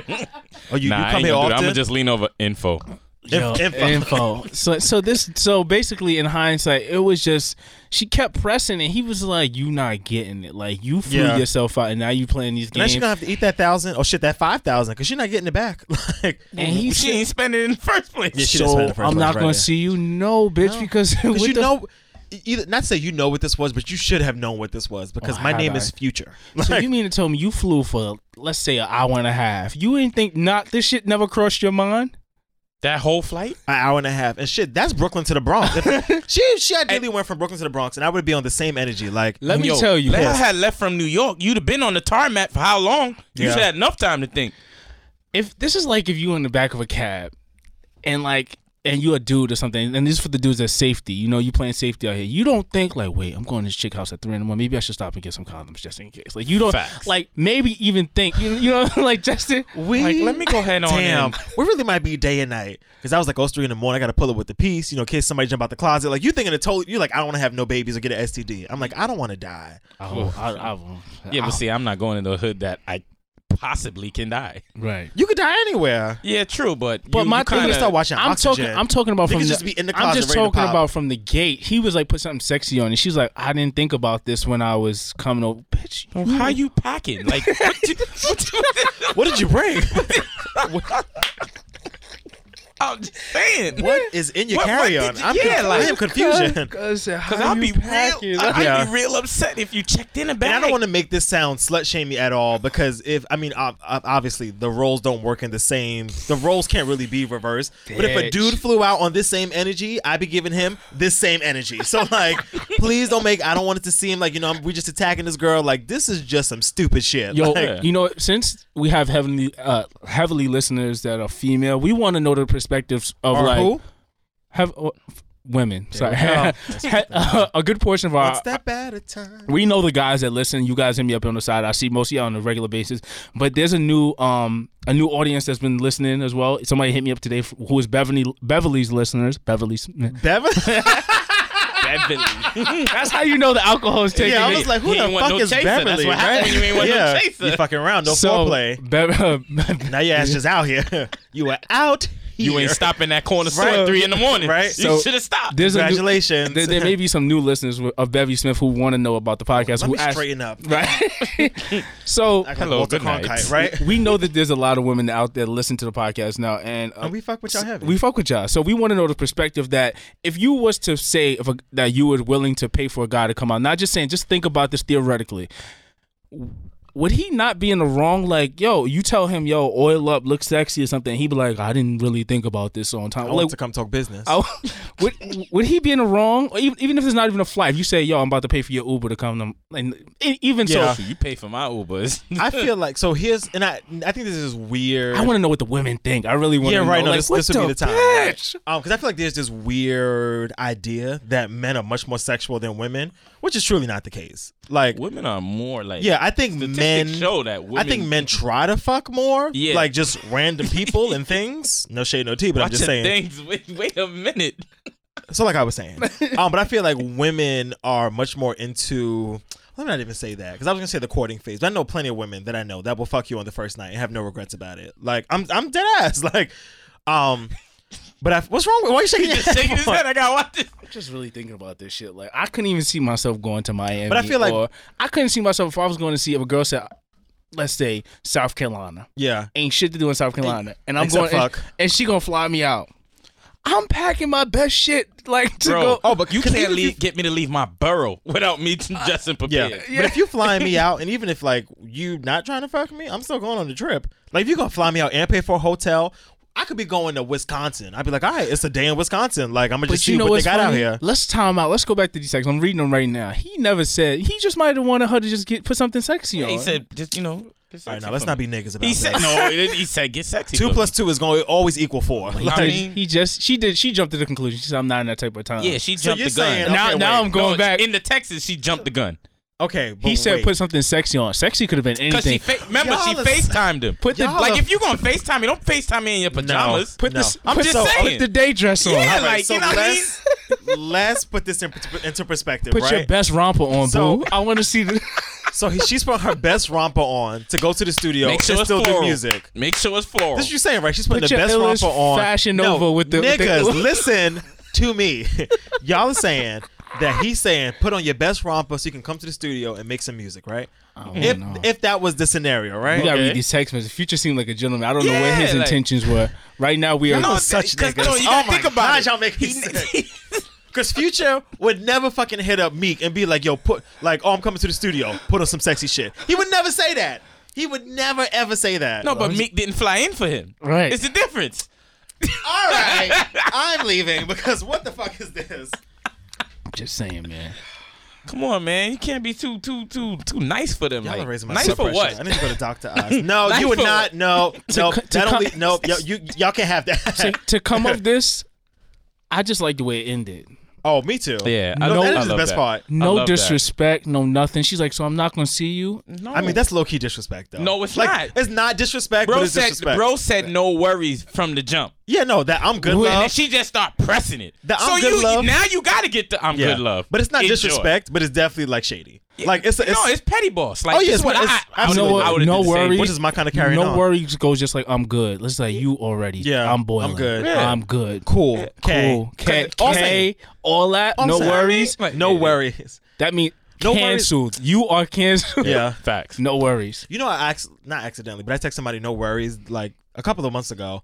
Speaker 3: you,
Speaker 7: Nah,
Speaker 3: you come here
Speaker 7: I'm
Speaker 3: often? uh,
Speaker 7: gonna just lean over info.
Speaker 3: Inf-
Speaker 5: Yo,
Speaker 3: info.
Speaker 5: info. So so this so basically in hindsight, it was just she kept pressing, and he was like, you not getting it. Like you flew
Speaker 3: Yeah.
Speaker 5: yourself out, and now you playing these
Speaker 3: And then
Speaker 5: games.
Speaker 3: she's gonna have to eat that thousand, or shit, that five thousand, because she's not getting it back. like,
Speaker 5: and he
Speaker 7: she
Speaker 5: said-
Speaker 7: ain't spend it in the first place.
Speaker 3: Yeah, she- didn't
Speaker 5: so
Speaker 3: spend the first
Speaker 5: I'm
Speaker 3: place,
Speaker 5: not
Speaker 3: right
Speaker 5: gonna
Speaker 3: there.
Speaker 5: see you, no, bitch, because what
Speaker 3: because you
Speaker 5: the-
Speaker 3: know, e, either not to say you know what this was, but you should have known what this was because
Speaker 5: Oh,
Speaker 3: my
Speaker 5: had
Speaker 3: name
Speaker 5: I?
Speaker 3: is Future.
Speaker 5: So
Speaker 3: Like,
Speaker 5: you mean to tell me you flew for let's say an hour and a half? You ain't think not this shit never crossed your mind?
Speaker 7: that whole flight.
Speaker 3: an hour and a half, and shit, that's Brooklyn to the Bronx. If- she she ideally went from Brooklyn to the Bronx, and I would be on the same energy. Like,
Speaker 5: Let me
Speaker 7: Yo,
Speaker 5: tell you,
Speaker 7: If I had left from New York, you'd have been on the tarmac for how long? You
Speaker 3: Yeah.
Speaker 7: should have had enough time to think.
Speaker 5: if this is like if you in the back of a cab and like and you a dude or something, and this is for the dudes that's safety. You know, you playing safety out here. You don't think like, wait, I'm going to this chick house at three in the morning. Maybe I should stop and get some condoms just in case. Like you don't
Speaker 7: Facts.
Speaker 5: like maybe even think you, you know like Justin.
Speaker 3: we
Speaker 7: Like, let me go ahead on
Speaker 3: Damn,
Speaker 7: in.
Speaker 3: we really might be day and night because I was like, oh, it's three in the morning. I got to pull it with the piece, you know, in case somebody jump out the closet. Like you thinking it told you, like I don't want to have no babies or get an STD. I'm like, I don't want to die.
Speaker 5: Oh, I, I, I,
Speaker 7: Yeah, but see, I'm not going into a hood that I possibly can die.
Speaker 5: right.
Speaker 3: You could die anywhere.
Speaker 7: Yeah, true, but
Speaker 5: But
Speaker 7: you-
Speaker 5: my
Speaker 7: you
Speaker 5: thing
Speaker 7: kinda-
Speaker 3: is, start watching
Speaker 5: I'm
Speaker 3: Oxygen.
Speaker 5: talking. I'm talking about from
Speaker 3: Niggas
Speaker 5: the,
Speaker 3: just be in the
Speaker 5: I'm
Speaker 3: closet
Speaker 5: just
Speaker 3: ready to
Speaker 5: talking
Speaker 3: pop.
Speaker 5: about from the gate. He was like, put something sexy on, and she's like, I didn't think about this when I was coming over. Bitch,
Speaker 7: Well, how you packing? Like, what you, what you-
Speaker 3: What did you bring?
Speaker 7: I'm just saying.
Speaker 3: what is in your
Speaker 7: What- what
Speaker 3: carry on?
Speaker 7: did you-
Speaker 3: I'm,
Speaker 7: yeah,
Speaker 3: conf- I
Speaker 7: like-
Speaker 3: am confusion.
Speaker 5: Because
Speaker 7: Because I'd be real. I- I'd
Speaker 3: Yeah.
Speaker 7: be real upset if you checked in a bag.
Speaker 3: And I don't want to make this sound slut shamey at all because if I mean ob- ob- obviously the roles don't work in the same the roles can't really be reversed. But if a
Speaker 5: Bitch.
Speaker 3: dude flew out on this same energy, I'd be giving him this same energy. So like, please don't make I don't want it to seem like you know I'm, we just attacking this girl. Like this is just some stupid shit.
Speaker 5: Yo,
Speaker 3: Like,
Speaker 5: you know, since we have heavily uh, heavily listeners that are female, we want to know the perspectives of
Speaker 3: or
Speaker 5: like
Speaker 3: who?
Speaker 5: have uh, f- women. Sorry,
Speaker 3: go.
Speaker 5: a good portion of our
Speaker 3: One step at a time.
Speaker 5: we know the guys that listen. You guys hit me up on the side. I see most of y'all on a regular basis. But there's a new um a new audience that's been listening as well. Somebody hit me up today f- who is Beverly Beverly's listeners. Beverly Smith.
Speaker 3: Bevan?
Speaker 5: That's how you know the alcohol is taking.
Speaker 3: yeah, I
Speaker 5: it.
Speaker 3: was like, who
Speaker 7: He
Speaker 3: the
Speaker 7: ain't want
Speaker 3: fuck
Speaker 7: no
Speaker 3: is
Speaker 7: chaser.
Speaker 3: Beverly?
Speaker 7: That's what happened
Speaker 3: right?
Speaker 7: when you ain't want no
Speaker 3: yeah,
Speaker 7: chaser.
Speaker 3: You fucking around, no
Speaker 5: so
Speaker 3: foreplay.
Speaker 5: Bev-
Speaker 3: Now your ass just out here. you were out here.
Speaker 7: You ain't stopping that corner store
Speaker 3: Right.
Speaker 7: at three in the morning.
Speaker 3: Right.
Speaker 7: You
Speaker 5: So-
Speaker 7: should have stopped.
Speaker 5: there's a new,
Speaker 3: Congratulations.
Speaker 5: there, there may be some new listeners with- of Bevy Smith who want to know about the
Speaker 3: Let
Speaker 5: podcast. who
Speaker 3: me
Speaker 5: asked,
Speaker 3: straighten up.
Speaker 5: right? so
Speaker 3: Like
Speaker 7: Hello,
Speaker 3: Walter
Speaker 7: good night.
Speaker 3: Cronkite, right?
Speaker 5: we know that there's a lot of women out there that listen to the podcast now, and, uh,
Speaker 3: And we fuck with y'all heavy.
Speaker 5: We fuck with y'all, so we want to know the perspective that if you was to say if a, that you were willing to pay for a guy to come out, not just saying, just think about this theoretically. would he not be in the wrong? Like, yo, you tell him, yo, oil up, look sexy or something. He'd be like, I didn't really think about this on time.
Speaker 3: I
Speaker 5: Like,
Speaker 3: want to come talk business.
Speaker 5: I, would would he be in the wrong? Or even, even if it's not even a flight, if you say, yo, I'm about to pay for your Uber to come, to, and e- even
Speaker 7: Yeah.
Speaker 5: so,
Speaker 7: you pay for my Ubers.
Speaker 3: I feel like so here's and I I think this is weird.
Speaker 5: I want to know what the women think. I really want
Speaker 3: yeah,
Speaker 5: to know.
Speaker 3: right. No,
Speaker 5: like,
Speaker 3: this,
Speaker 5: what
Speaker 3: this would be the time.
Speaker 5: bitch?
Speaker 3: Um, because I feel like there's this weird idea that men are much more sexual than women, which is truly not the case. Like,
Speaker 7: women are more like
Speaker 3: yeah, I think
Speaker 7: statistics
Speaker 3: men
Speaker 7: show that women,
Speaker 3: I think men try to fuck more.
Speaker 7: Yeah.
Speaker 3: like just random people and things. No shade, no tea. But I'm just
Speaker 7: watching
Speaker 3: saying.
Speaker 7: things. Wait, wait a minute.
Speaker 3: So, like I was saying, um, but I feel like women are much more into. Let me not even say that because I was gonna say the courting phase. But I know plenty of women that I know that will fuck you on the first night and have no regrets about it. Like I'm, I'm dead ass. Like, um, but I, what's wrong with why are you shaking your
Speaker 7: Just
Speaker 3: head?
Speaker 7: shaking his
Speaker 3: for?
Speaker 7: head. I gotta watch this.
Speaker 5: I'm just really thinking about this shit. Like, I couldn't even see myself going to Miami.
Speaker 3: But I feel like-
Speaker 5: or- I couldn't see myself if I was going to see if a girl said, let's say South Carolina.
Speaker 3: Yeah,
Speaker 5: Ain't shit to do in South Carolina, and I'm
Speaker 3: except
Speaker 5: going, and,
Speaker 3: fuck.
Speaker 5: and she gonna fly me out. I'm packing my best shit, like to
Speaker 7: Bro,
Speaker 5: go.
Speaker 7: oh, but you
Speaker 3: 'cause
Speaker 7: can't
Speaker 3: even if you-
Speaker 7: leave, get me to leave my burrow without me Justin
Speaker 3: yeah.
Speaker 7: prepared.
Speaker 3: But if you flying me out, and even if like you not trying to fuck me, I'm still going on the trip. Like if you gonna fly me out and pay for a hotel, I could be going to Wisconsin. I'd be like, all right, it's a day in Wisconsin. Like I'm gonna just
Speaker 5: But you
Speaker 3: see
Speaker 5: know
Speaker 3: what they
Speaker 5: what's
Speaker 3: got out
Speaker 5: funny?
Speaker 3: here.
Speaker 5: Let's time out. Let's go back to these texts. I'm reading them right now. He never said he just might have wanted her to just get put something sexy on.
Speaker 7: He said, just you know.
Speaker 3: All right, now let's not be niggas about
Speaker 7: He
Speaker 3: this.
Speaker 7: said no. He didn't- he said get sexy.
Speaker 3: Two
Speaker 7: for
Speaker 3: plus two is going to always equal four.
Speaker 7: me.
Speaker 3: Like,
Speaker 7: I
Speaker 5: He-
Speaker 7: mean,
Speaker 5: he just she did she jumped to the conclusion. She said I'm not in that type of time.
Speaker 7: yeah, she
Speaker 3: So
Speaker 7: jumped
Speaker 3: you're
Speaker 7: the gun.
Speaker 3: saying-
Speaker 5: now
Speaker 3: okay,
Speaker 5: now
Speaker 3: wait.
Speaker 5: I'm going
Speaker 7: No,
Speaker 5: back.
Speaker 7: in the Texas. She jumped the gun
Speaker 3: okay, but
Speaker 5: he said
Speaker 3: wait.
Speaker 5: put something sexy on. Sexy could have been
Speaker 7: because she
Speaker 5: anything.
Speaker 7: fa- remember she
Speaker 3: Y'all are-
Speaker 7: FaceTimed him.
Speaker 5: Put the- Y'all
Speaker 7: like
Speaker 3: are-
Speaker 7: if you gonna FaceTime me, don't FaceTime me in your pajamas.
Speaker 3: put this-
Speaker 7: I'm
Speaker 3: put
Speaker 7: just
Speaker 3: so-
Speaker 5: Put
Speaker 7: saying.
Speaker 5: the day dress on.
Speaker 7: yeah,
Speaker 3: All right,
Speaker 7: like
Speaker 3: so
Speaker 7: you know what I mean?
Speaker 3: let's, let's put this in, pers- into perspective,
Speaker 5: Put your
Speaker 3: right?
Speaker 5: best romper on,
Speaker 3: So-
Speaker 5: boo. I want to see the.
Speaker 3: so he, she's put her best romper on to go to the studio
Speaker 7: Make sure
Speaker 3: and
Speaker 7: it's
Speaker 3: still do
Speaker 7: floral.
Speaker 3: music.
Speaker 7: Make sure it's floral.
Speaker 3: This is what you're saying, right? She's putting
Speaker 5: Put
Speaker 3: the
Speaker 5: your
Speaker 3: best
Speaker 5: illest
Speaker 3: romper on.
Speaker 5: Fashion
Speaker 3: no,
Speaker 5: Nova with the- with the-
Speaker 3: niggas, listen to me. Y'all are saying that he's saying put on your best romper so you can come to the studio and make some music, right? If
Speaker 5: know.
Speaker 3: if that was the scenario, right?
Speaker 5: We gotta
Speaker 3: Okay.
Speaker 5: read these text messages. Future seemed like a gentleman. I don't know what
Speaker 7: Yeah,
Speaker 5: his
Speaker 7: like-
Speaker 5: intentions were. Right now we are.
Speaker 7: No,
Speaker 3: such
Speaker 7: because-
Speaker 3: niggas.
Speaker 7: no, you
Speaker 3: oh
Speaker 7: gotta
Speaker 3: my
Speaker 7: think about
Speaker 3: God,
Speaker 7: it.
Speaker 3: y'all make me sick. Cause Future would never fucking hit up Meek and be like, "Yo, put like, oh, I'm coming to the studio, put on some sexy shit." He would never say that. He would never ever say that.
Speaker 7: no, but Meek didn't fly in for him.
Speaker 5: Right.
Speaker 7: It's the difference.
Speaker 3: all right, I'm leaving because what the fuck is this?
Speaker 5: Just saying, man.
Speaker 7: Come on, man. You can't be too too too too nice for them.
Speaker 3: Y'all
Speaker 7: like,
Speaker 3: are raising my
Speaker 7: nice
Speaker 3: blood
Speaker 7: for
Speaker 3: pressure.
Speaker 7: what?
Speaker 3: I need to go to Doctor Oz. No,
Speaker 7: Nice
Speaker 3: you would
Speaker 7: for
Speaker 3: not.
Speaker 7: what?
Speaker 3: No, no,
Speaker 5: co- to
Speaker 3: that
Speaker 5: co-
Speaker 3: only. No, yo, you y'all can't have
Speaker 5: to,
Speaker 3: that.
Speaker 5: to come up this, I just like the way it ended.
Speaker 3: oh, me too.
Speaker 7: Yeah, I
Speaker 3: no,
Speaker 7: know-
Speaker 3: that
Speaker 7: I
Speaker 3: is the
Speaker 7: love
Speaker 3: best
Speaker 7: that.
Speaker 3: part.
Speaker 5: No
Speaker 7: love that.
Speaker 5: disrespect, no nothing. She's like, so I'm not gonna see you.
Speaker 7: No.
Speaker 3: I mean, that's low key disrespect though.
Speaker 7: No, it's
Speaker 3: Like,
Speaker 7: not.
Speaker 3: It's not disrespect. but
Speaker 7: bro
Speaker 3: it's
Speaker 7: said.
Speaker 3: disrespect.
Speaker 7: Bro said no worries from the jump,
Speaker 3: Yeah, no, that I'm good
Speaker 7: and then
Speaker 3: love.
Speaker 7: she just start pressing it.
Speaker 3: The
Speaker 7: so
Speaker 3: I'm good
Speaker 7: you
Speaker 3: love-
Speaker 7: now you gotta get the I'm
Speaker 3: Yeah.
Speaker 7: good love,
Speaker 3: but it's not
Speaker 7: Enjoy.
Speaker 3: disrespect. But it's definitely like shady. Like it's, it's,
Speaker 7: no, it's petty boss. Like
Speaker 3: Oh, yeah,
Speaker 7: this
Speaker 3: it's-
Speaker 7: what
Speaker 3: it's-
Speaker 7: I, I, would-
Speaker 3: absolutely.
Speaker 7: I would've
Speaker 5: No
Speaker 7: did the same
Speaker 5: worries.
Speaker 7: thing.
Speaker 3: which is my kind of carrying
Speaker 5: no
Speaker 3: on.
Speaker 5: worries goes just like I'm good. Let's like you already.
Speaker 3: Yeah,
Speaker 5: I'm boiling.
Speaker 3: I'm good. Yeah.
Speaker 5: I'm good.
Speaker 3: Cool. K.
Speaker 5: Cool. K.
Speaker 3: All
Speaker 5: K. All that.
Speaker 3: I'm
Speaker 5: no
Speaker 3: saying.
Speaker 5: worries.
Speaker 7: Like,
Speaker 3: No
Speaker 7: yeah.
Speaker 3: worries.
Speaker 5: That means
Speaker 3: No worries.
Speaker 5: canceled. You are canceled.
Speaker 3: Yeah.
Speaker 7: Facts.
Speaker 5: No worries.
Speaker 3: You know, I ac- not accidentally, but I text somebody no worries like a couple of months ago,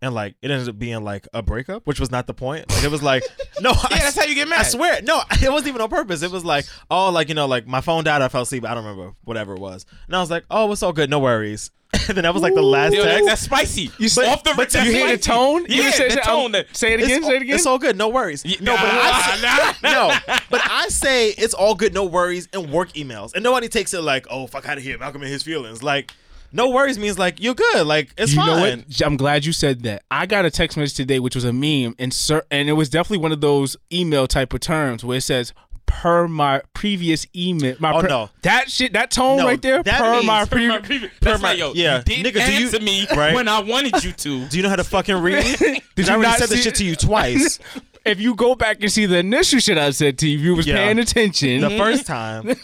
Speaker 3: and like it ended up being like a breakup, which was not the point. Like it was like no. Yeah,
Speaker 7: that's how you get mad.
Speaker 3: I swear, no, it wasn't even on purpose. It was like oh, like you know, like my phone died, I fell asleep, I don't remember whatever it was, and I was like, oh, it's all good, no worries. and then that was like the last
Speaker 7: Yo, that-
Speaker 3: text.
Speaker 7: that's spicy.
Speaker 5: You
Speaker 3: said-
Speaker 7: off the
Speaker 3: but
Speaker 7: that's
Speaker 5: you hear the
Speaker 7: spicy.
Speaker 5: tone? You
Speaker 7: Yeah,
Speaker 5: say,
Speaker 7: the
Speaker 5: say- I'm-
Speaker 7: tone. That,
Speaker 5: say it again.
Speaker 3: it's,
Speaker 5: say it again.
Speaker 3: It's all good, no worries. no, but I,
Speaker 7: nah, nah.
Speaker 3: no, but I say it's all good, no worries, in work emails, and nobody takes it like, oh, fuck out of here, Malcolm and his feelings. Like, no worries means like you're good, like it's
Speaker 5: you
Speaker 3: fine.
Speaker 5: know what? J- I'm glad you said that. I got a text message today, which was a meme, and cer- and it was definitely one of those email type of terms where it says per my previous email. My
Speaker 3: Oh,
Speaker 5: pre-"
Speaker 3: no.
Speaker 5: that shit, that tone
Speaker 3: No,
Speaker 5: right there.
Speaker 3: that
Speaker 5: per
Speaker 3: means-
Speaker 5: my
Speaker 7: Per my
Speaker 5: previous.
Speaker 7: previous,
Speaker 3: per
Speaker 7: per
Speaker 3: my-
Speaker 7: my, yo,
Speaker 3: yeah.
Speaker 7: you didn't
Speaker 3: Nigga, do you-
Speaker 7: answer me
Speaker 3: right?
Speaker 7: when I wanted you to.
Speaker 3: Do you know how to fucking read? Did I
Speaker 5: you
Speaker 3: already
Speaker 5: not
Speaker 3: said this
Speaker 5: see-
Speaker 3: shit to you twice?
Speaker 5: if you go back and see the initial shit I said to you, if you was
Speaker 3: Yeah.
Speaker 5: paying attention.
Speaker 3: the first time.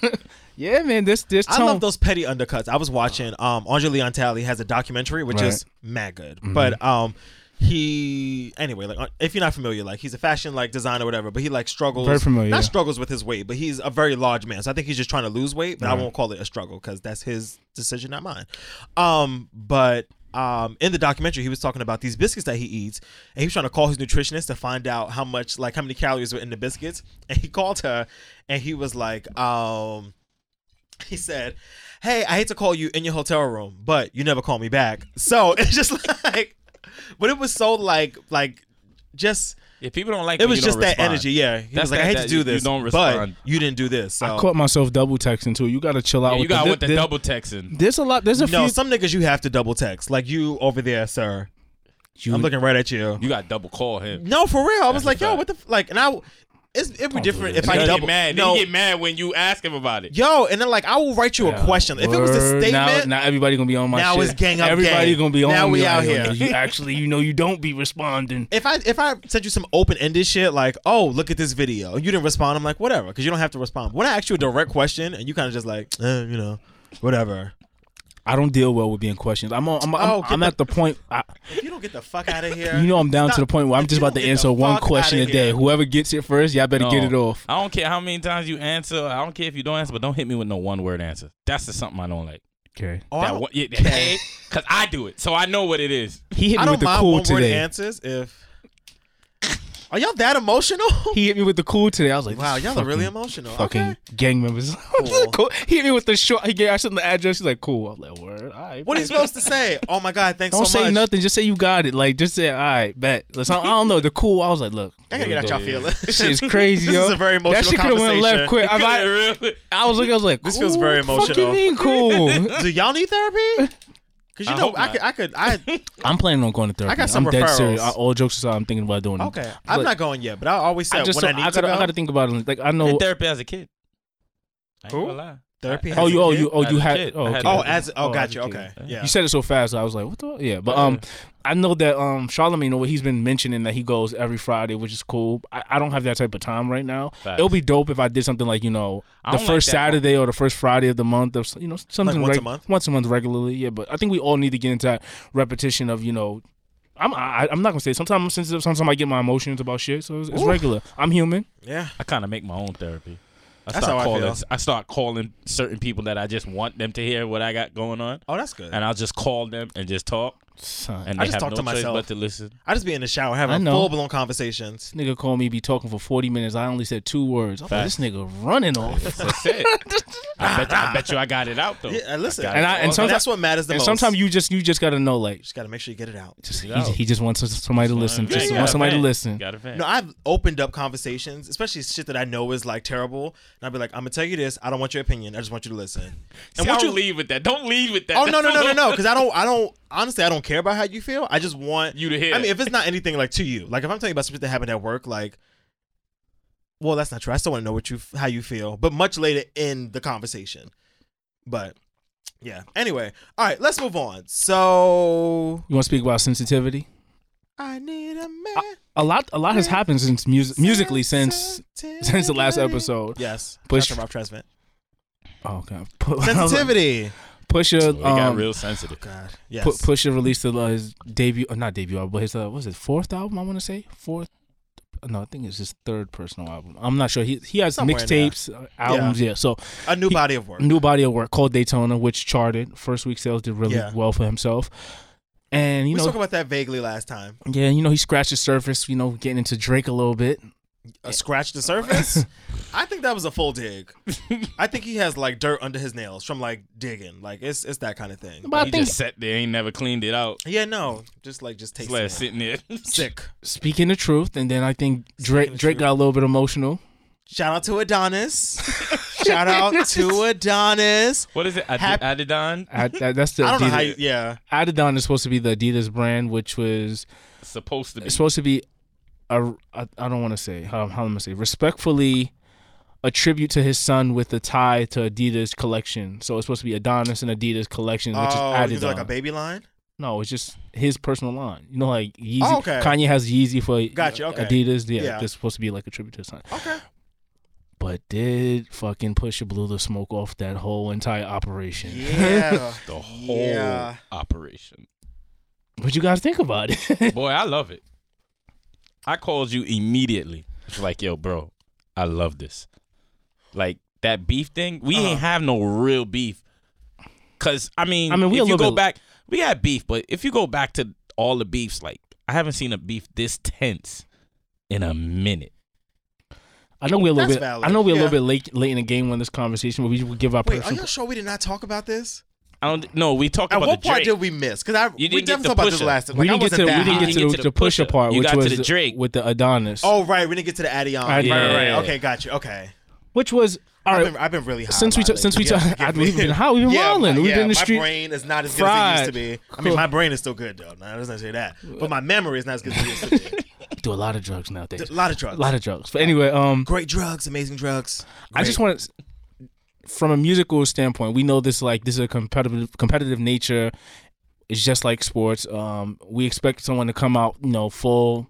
Speaker 5: yeah, man, this this
Speaker 3: I
Speaker 5: tone.
Speaker 3: love those petty undercuts. I was watching um Andre Leon Talley has a documentary which is mad good.
Speaker 5: Mm-hmm.
Speaker 3: But um he anyway, like uh, if you're not familiar, like he's a fashion like designer, whatever, but he like struggles
Speaker 5: Very familiar,
Speaker 3: not
Speaker 5: yeah.
Speaker 3: struggles with his weight, but he's a very large man. So I think he's just trying to lose weight, but I won't call it a struggle because that's his decision, not mine. Um but um, in the documentary, he was talking about these biscuits that he eats, and he was trying to call his nutritionist to find out how much, like, how many calories were in the biscuits. And he called her, and he was like, um, He said, "Hey, I hate to call you in your hotel room, but you never call me back." So it's just like, but it was so like like just
Speaker 7: Yeah, people don't like
Speaker 3: it
Speaker 7: when
Speaker 3: was
Speaker 7: you
Speaker 3: just
Speaker 7: don't
Speaker 3: that
Speaker 7: respond.
Speaker 3: energy. Yeah, he
Speaker 7: That's
Speaker 3: was like,
Speaker 7: that-
Speaker 3: "I hate
Speaker 7: that
Speaker 3: to
Speaker 7: you-
Speaker 3: do
Speaker 7: you
Speaker 3: this,
Speaker 7: don't
Speaker 3: but
Speaker 7: respond.
Speaker 3: you didn't do this." So
Speaker 5: I caught myself double texting too. You got to chill out.
Speaker 7: Yeah,
Speaker 5: with
Speaker 7: you got
Speaker 5: the,
Speaker 7: with the
Speaker 5: there-
Speaker 7: double texting.
Speaker 5: There's a lot. There's a
Speaker 3: no,
Speaker 5: few.
Speaker 3: some niggas you have to double text. Like you over there, sir.
Speaker 5: You-
Speaker 3: I'm looking right at you.
Speaker 7: You got double call him.
Speaker 3: No, for real. I was
Speaker 7: That's a
Speaker 3: like, yo,
Speaker 7: fact.
Speaker 3: what the f-? like? And I, it's it'd be different if
Speaker 5: that.
Speaker 7: He
Speaker 3: I
Speaker 7: get
Speaker 3: double.
Speaker 7: mad.
Speaker 3: No,
Speaker 7: He get mad when you ask him about it.
Speaker 3: yo, and then like I will write you a question. If it was a
Speaker 5: Word.
Speaker 3: statement,
Speaker 5: now, now everybody gonna be on my.
Speaker 3: Now
Speaker 5: shit.
Speaker 3: it's gang up
Speaker 5: Everybody
Speaker 3: gang.
Speaker 5: gonna be on.
Speaker 3: Now
Speaker 5: me
Speaker 3: we
Speaker 5: like,
Speaker 3: out
Speaker 5: yo,
Speaker 3: here.
Speaker 5: nigga, You actually, you know, you don't be responding.
Speaker 3: if I if I sent you some open ended shit like, oh, look at this video, and you didn't respond, I'm like, whatever, because you don't have to respond. When I ask you a direct question and you kind of just like, eh, you know, whatever.
Speaker 5: I don't deal well with being questioned. I'm on, I'm, I'm,
Speaker 3: Oh, get
Speaker 5: I'm
Speaker 3: the-
Speaker 5: at the point. I,
Speaker 3: If you don't get the fuck out of here,
Speaker 5: you know, I'm down to the point where I'm
Speaker 3: If
Speaker 5: just
Speaker 3: you
Speaker 5: about to
Speaker 3: don't get
Speaker 5: answer
Speaker 3: the
Speaker 5: one
Speaker 3: fuck
Speaker 5: question a
Speaker 3: outta
Speaker 5: day.
Speaker 3: here.
Speaker 5: Whoever gets it first, y'all better get
Speaker 7: No.
Speaker 5: it off.
Speaker 7: I don't care how many times you answer. I don't care if you don't answer, but don't hit me with no one word answer. That's just something I don't like.
Speaker 5: Okay.
Speaker 3: Oh, I
Speaker 7: that
Speaker 3: don't-
Speaker 7: one, yeah, that hey, cause I do it, so I know what it is.
Speaker 5: He hit
Speaker 3: I
Speaker 5: me
Speaker 3: don't
Speaker 5: with the
Speaker 3: mind
Speaker 5: cool
Speaker 3: one word
Speaker 5: today.
Speaker 3: answers if. Are y'all that emotional?
Speaker 5: He hit me with the cool today. I was like,
Speaker 3: wow,
Speaker 5: this
Speaker 3: y'all are really
Speaker 5: fucking-
Speaker 3: emotional.
Speaker 5: fucking
Speaker 3: Okay.
Speaker 5: gang members.
Speaker 3: Cool.
Speaker 5: cool. He hit me with the short. He gave I sent him the address. He's like, cool. I'm like, word. All right.
Speaker 3: What are you
Speaker 5: bet.
Speaker 3: supposed to say? Oh my god, thanks
Speaker 5: Don't
Speaker 3: so
Speaker 5: say
Speaker 3: much.
Speaker 5: nothing. Just say you got it. Like, just say, all right, bet. Let's, I, I don't know. The cool. I was like, look.
Speaker 3: I gotta
Speaker 5: here
Speaker 3: get out
Speaker 5: we
Speaker 3: y'all
Speaker 5: go.
Speaker 3: feelings.
Speaker 5: This shit is crazy,
Speaker 3: this
Speaker 5: yo.
Speaker 3: is a very emotional
Speaker 5: That shit coulda
Speaker 3: conversation.
Speaker 5: went left quick. I, I,
Speaker 7: really?
Speaker 5: I was looking. I was like,
Speaker 3: This
Speaker 5: cool?
Speaker 3: feels very
Speaker 5: What the fuck you
Speaker 3: emotional.
Speaker 5: mean cool?
Speaker 3: Do y'all need therapy? Because you
Speaker 7: I
Speaker 3: know,
Speaker 7: hope
Speaker 3: I
Speaker 7: not.
Speaker 3: could, I could, I
Speaker 5: I'm planning on going to therapy.
Speaker 3: I got some
Speaker 5: am dead
Speaker 3: referrals.
Speaker 5: serious. I- all jokes aside, I'm thinking about doing it.
Speaker 3: okay. I'm
Speaker 5: But
Speaker 3: not going yet, but I always say
Speaker 5: I just
Speaker 3: when I
Speaker 5: don't-
Speaker 3: need
Speaker 5: I gotta
Speaker 3: to go.
Speaker 5: I gotta think about it. Like I
Speaker 7: I
Speaker 5: know.
Speaker 7: did therapy as a kid. I ain't
Speaker 3: Who?
Speaker 7: gonna lie.
Speaker 3: Therapy
Speaker 7: I-
Speaker 3: as
Speaker 5: Oh,
Speaker 3: a
Speaker 5: you. Oh, you.
Speaker 3: kid?
Speaker 5: Oh,
Speaker 7: As
Speaker 5: you
Speaker 7: a
Speaker 5: had.
Speaker 7: kid.
Speaker 5: Oh,
Speaker 7: I had
Speaker 5: okay.
Speaker 7: a
Speaker 3: Oh,
Speaker 7: kid.
Speaker 3: as oh,
Speaker 5: Oh, as
Speaker 3: gotcha.
Speaker 5: a kid.
Speaker 3: Okay, yeah.
Speaker 5: You said it so fast. I was like, "What the?" Yeah, but um, I know that um, Charlamagne, what he's been mentioning that he goes every Friday, which is cool. I, I don't have that type of time right now.
Speaker 7: Facts.
Speaker 5: It'll be dope if I did something like you know
Speaker 7: I
Speaker 5: the
Speaker 7: don't like
Speaker 5: first
Speaker 7: that
Speaker 5: Saturday or the first Friday of the month, or s- you know something
Speaker 3: once
Speaker 5: reg-
Speaker 3: a month?
Speaker 5: once a month regularly. Yeah, but I think we all need to get into that repetition of you know. I'm I, I'm not gonna say. Sometimes I'm sensitive. Sometimes I get my emotions about shit. So it's, it's regular. I'm human.
Speaker 3: yeah.
Speaker 7: I kind of make my own therapy. I
Speaker 3: That's
Speaker 7: start
Speaker 3: how I
Speaker 7: calling.
Speaker 3: feel.
Speaker 7: I start calling certain people that I just want them to hear what I got going on,
Speaker 3: Oh, that's good.
Speaker 7: and I'll just call them and just talk,
Speaker 5: Son.
Speaker 7: and
Speaker 3: I
Speaker 7: they
Speaker 3: just
Speaker 7: have
Speaker 3: talk
Speaker 7: no
Speaker 3: to
Speaker 7: choice
Speaker 3: myself.
Speaker 7: but to listen.
Speaker 3: I just be in the shower
Speaker 5: I
Speaker 3: having
Speaker 5: know.
Speaker 3: full blown conversations.
Speaker 5: This nigga called me, be talking for 40 minutes. I only said two words. I'm like, this
Speaker 7: Facts.
Speaker 5: nigga running off.
Speaker 7: That's it. I bet. I bet you I got it out though.
Speaker 3: Yeah, and listen,
Speaker 7: I got
Speaker 5: And
Speaker 7: it
Speaker 5: I- and
Speaker 7: all
Speaker 5: sometimes-
Speaker 3: that's what matters the
Speaker 5: and
Speaker 3: most.
Speaker 5: sometimes you just you just gotta know like
Speaker 3: just gotta make sure you get it out.
Speaker 5: just, he,
Speaker 7: Yeah.
Speaker 5: he just wants us- somebody to listen.
Speaker 7: Yeah,
Speaker 5: Just
Speaker 7: you got
Speaker 5: wants
Speaker 7: a
Speaker 5: somebody to
Speaker 7: fan.
Speaker 5: listen.
Speaker 7: Got a fan.
Speaker 3: No, I've opened up conversations, especially shit that I know is like terrible, and I'll be like, "I'm gonna tell you this. I don't want your opinion. I just want you to listen."
Speaker 7: and
Speaker 3: And
Speaker 7: See, I
Speaker 3: once
Speaker 7: don't
Speaker 3: you
Speaker 7: leave with that. Don't leave with that.
Speaker 3: Oh no no
Speaker 7: That's
Speaker 3: no no
Speaker 7: all.
Speaker 3: no! Because I don't I don't honestly I don't care about how you feel. I just want
Speaker 7: You to hear.
Speaker 3: I mean, if it's not anything like to you, like if I'm telling you about something that happened at work, like, well, that's not true. I still want to know what you how you feel, but much later in the conversation. But yeah. Anyway, all right, let's move on. So
Speaker 5: You want to speak about sensitivity?
Speaker 3: I need a man.
Speaker 5: A lot a lot has happened since music musically since since the last
Speaker 3: Sensitivity.
Speaker 5: episode.
Speaker 3: Yes,
Speaker 5: Push-
Speaker 3: Dr. Rob Tresvant.
Speaker 5: Oh god.
Speaker 3: Sensitivity.
Speaker 5: Pusha
Speaker 7: we got
Speaker 5: um,
Speaker 7: real sensitive.
Speaker 3: God. Yes.
Speaker 5: Pu- Pusha released the, uh, his debut, uh, not debut album, but his uh, what was it fourth album? I want to say fourth. No, I think it's his third personal album. I'm not sure. He he has
Speaker 3: Somewhere in there.
Speaker 5: mixtapes, uh, albums. Yeah. So
Speaker 3: a new
Speaker 5: he-
Speaker 3: body of work.
Speaker 5: new body of work called Daytona, which charted. First week sales did really
Speaker 3: Yeah.
Speaker 5: well for himself. And you
Speaker 3: we
Speaker 5: know,
Speaker 3: spoke about that vaguely last time.
Speaker 5: yeah, you know, he scratched the surface. You know, getting into Drake a little bit.
Speaker 3: uh, scratch the surface. I think that was a full dig. I think he has like dirt under his nails from like digging. Like it's it's that kind of thing.
Speaker 5: But I
Speaker 7: he
Speaker 5: think
Speaker 7: just sat there, ain't never cleaned it out.
Speaker 3: Yeah, no, just like just taste
Speaker 7: Just let
Speaker 3: it.
Speaker 7: it sitting there.
Speaker 3: sick.
Speaker 5: speaking the truth, and then I think Drake
Speaker 3: the
Speaker 5: Drake
Speaker 3: truth.
Speaker 5: got a little bit emotional.
Speaker 3: Shout out to Adonis. Shout out to Adonis.
Speaker 7: What is it? Ad-
Speaker 3: Hap-
Speaker 7: Adidon
Speaker 5: I, that, that's the
Speaker 3: I don't know how.
Speaker 5: Adidas.
Speaker 3: You, yeah,
Speaker 5: Adidon is supposed to be the Adidas brand, which was
Speaker 7: supposed to be.
Speaker 5: it's supposed to be a I, I don't want to say how, how am I say respectfully a tribute to his son with a tie to Adidas collection. So it's supposed to be Adonis and Adidas collection, which
Speaker 3: oh, you
Speaker 5: is
Speaker 3: can do,
Speaker 5: Adidon.
Speaker 3: like a baby line.
Speaker 5: No, it's just his personal line. You know, like Yeezy.
Speaker 3: Oh, okay.
Speaker 5: Kanye has Yeezy for
Speaker 3: Gotcha, okay.
Speaker 5: Adidas. Yeah,
Speaker 3: Yeah.
Speaker 5: that's supposed to be like a tribute to his son.
Speaker 3: Okay,
Speaker 5: But did fucking Pusha blew the smoke off that whole entire operation?
Speaker 3: yeah.
Speaker 7: the whole
Speaker 3: Yeah.
Speaker 7: operation.
Speaker 5: What you guys think about it?
Speaker 7: Boy, I love it. I called you immediately. It's like, yo, bro, I love this. Like that beef thing, we ain't have no real beef. Cause I mean,
Speaker 5: Uh-huh. I mean, we a
Speaker 7: if you
Speaker 5: little
Speaker 7: go
Speaker 5: bit-
Speaker 7: back, we had beef, but if you go back to all the beefs, like I haven't seen a beef this tense in a minute.
Speaker 5: I know we're a little
Speaker 3: That's
Speaker 5: bit.
Speaker 3: valid.
Speaker 5: I know we're a
Speaker 3: Yeah.
Speaker 5: little bit late late in the game on this conversation, but we will give our
Speaker 3: Wait, are
Speaker 5: personal.
Speaker 3: y'all sure we did not talk about this?
Speaker 7: I don't. No, we talked
Speaker 3: At
Speaker 7: about
Speaker 3: what
Speaker 7: the
Speaker 3: part
Speaker 7: Drake.
Speaker 3: did we miss? Because I
Speaker 7: You
Speaker 3: we
Speaker 7: didn't get
Speaker 3: definitely
Speaker 7: the
Speaker 3: talked about this
Speaker 7: pusher.
Speaker 3: last time.
Speaker 5: we
Speaker 3: Like, I
Speaker 5: didn't get to
Speaker 3: wasn't
Speaker 5: we
Speaker 3: that
Speaker 5: didn't
Speaker 3: high.
Speaker 5: get to the, the pusher
Speaker 7: pusher.
Speaker 5: part,
Speaker 7: You
Speaker 5: which
Speaker 7: got to
Speaker 5: was
Speaker 7: the Drake.
Speaker 5: with the Adonis,
Speaker 3: Oh right, we didn't get to the Addion.
Speaker 5: I did.
Speaker 3: Right, right, right.
Speaker 7: Yeah.
Speaker 3: Okay, got you. Okay,
Speaker 5: which was all
Speaker 3: I've
Speaker 5: right.
Speaker 3: been, I've been really high
Speaker 5: Since we
Speaker 3: lately.
Speaker 5: t- since we t-
Speaker 3: Yeah, forgive me.
Speaker 5: we've been high, we've been
Speaker 3: yeah,
Speaker 5: wildin'.
Speaker 3: my-
Speaker 5: We've
Speaker 3: yeah,
Speaker 5: been in the
Speaker 3: my
Speaker 5: street
Speaker 3: brain is not as good as it used
Speaker 5: fried.
Speaker 3: to be. I
Speaker 5: Cool.
Speaker 3: mean, my brain is still good though. No, let's not say that. But my memory is not as good as it used to be.
Speaker 5: do a lot of drugs nowadays.
Speaker 3: A lot of drugs.
Speaker 5: A lot of drugs. But anyway, um,
Speaker 3: great drugs, amazing drugs.
Speaker 5: I just want to, from a musical standpoint, we know this like this is a competitive competitive nature. It's just like sports. Um, we expect someone to come out, you know, full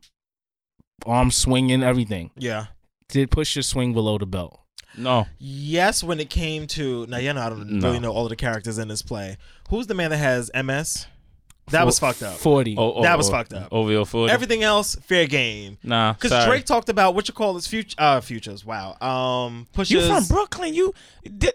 Speaker 5: arm swinging, everything.
Speaker 3: Yeah.
Speaker 5: Did push your swing below the belt?
Speaker 7: No,
Speaker 3: Yes, when it came to now, you know, I don't
Speaker 7: No.
Speaker 3: really know all of the characters in this play. Who's the man that has MS? That
Speaker 5: Fo-
Speaker 3: was fucked up.
Speaker 5: Forty.
Speaker 7: oh, oh,
Speaker 3: That was
Speaker 7: oh,
Speaker 3: fucked up.
Speaker 7: OVO forty.
Speaker 3: Everything else, fair game.
Speaker 7: Nah,
Speaker 3: Because
Speaker 7: sorry.
Speaker 3: Drake talked about what you call his future uh, futures. Wow. Um, pushes.
Speaker 7: You from Brooklyn? You, di-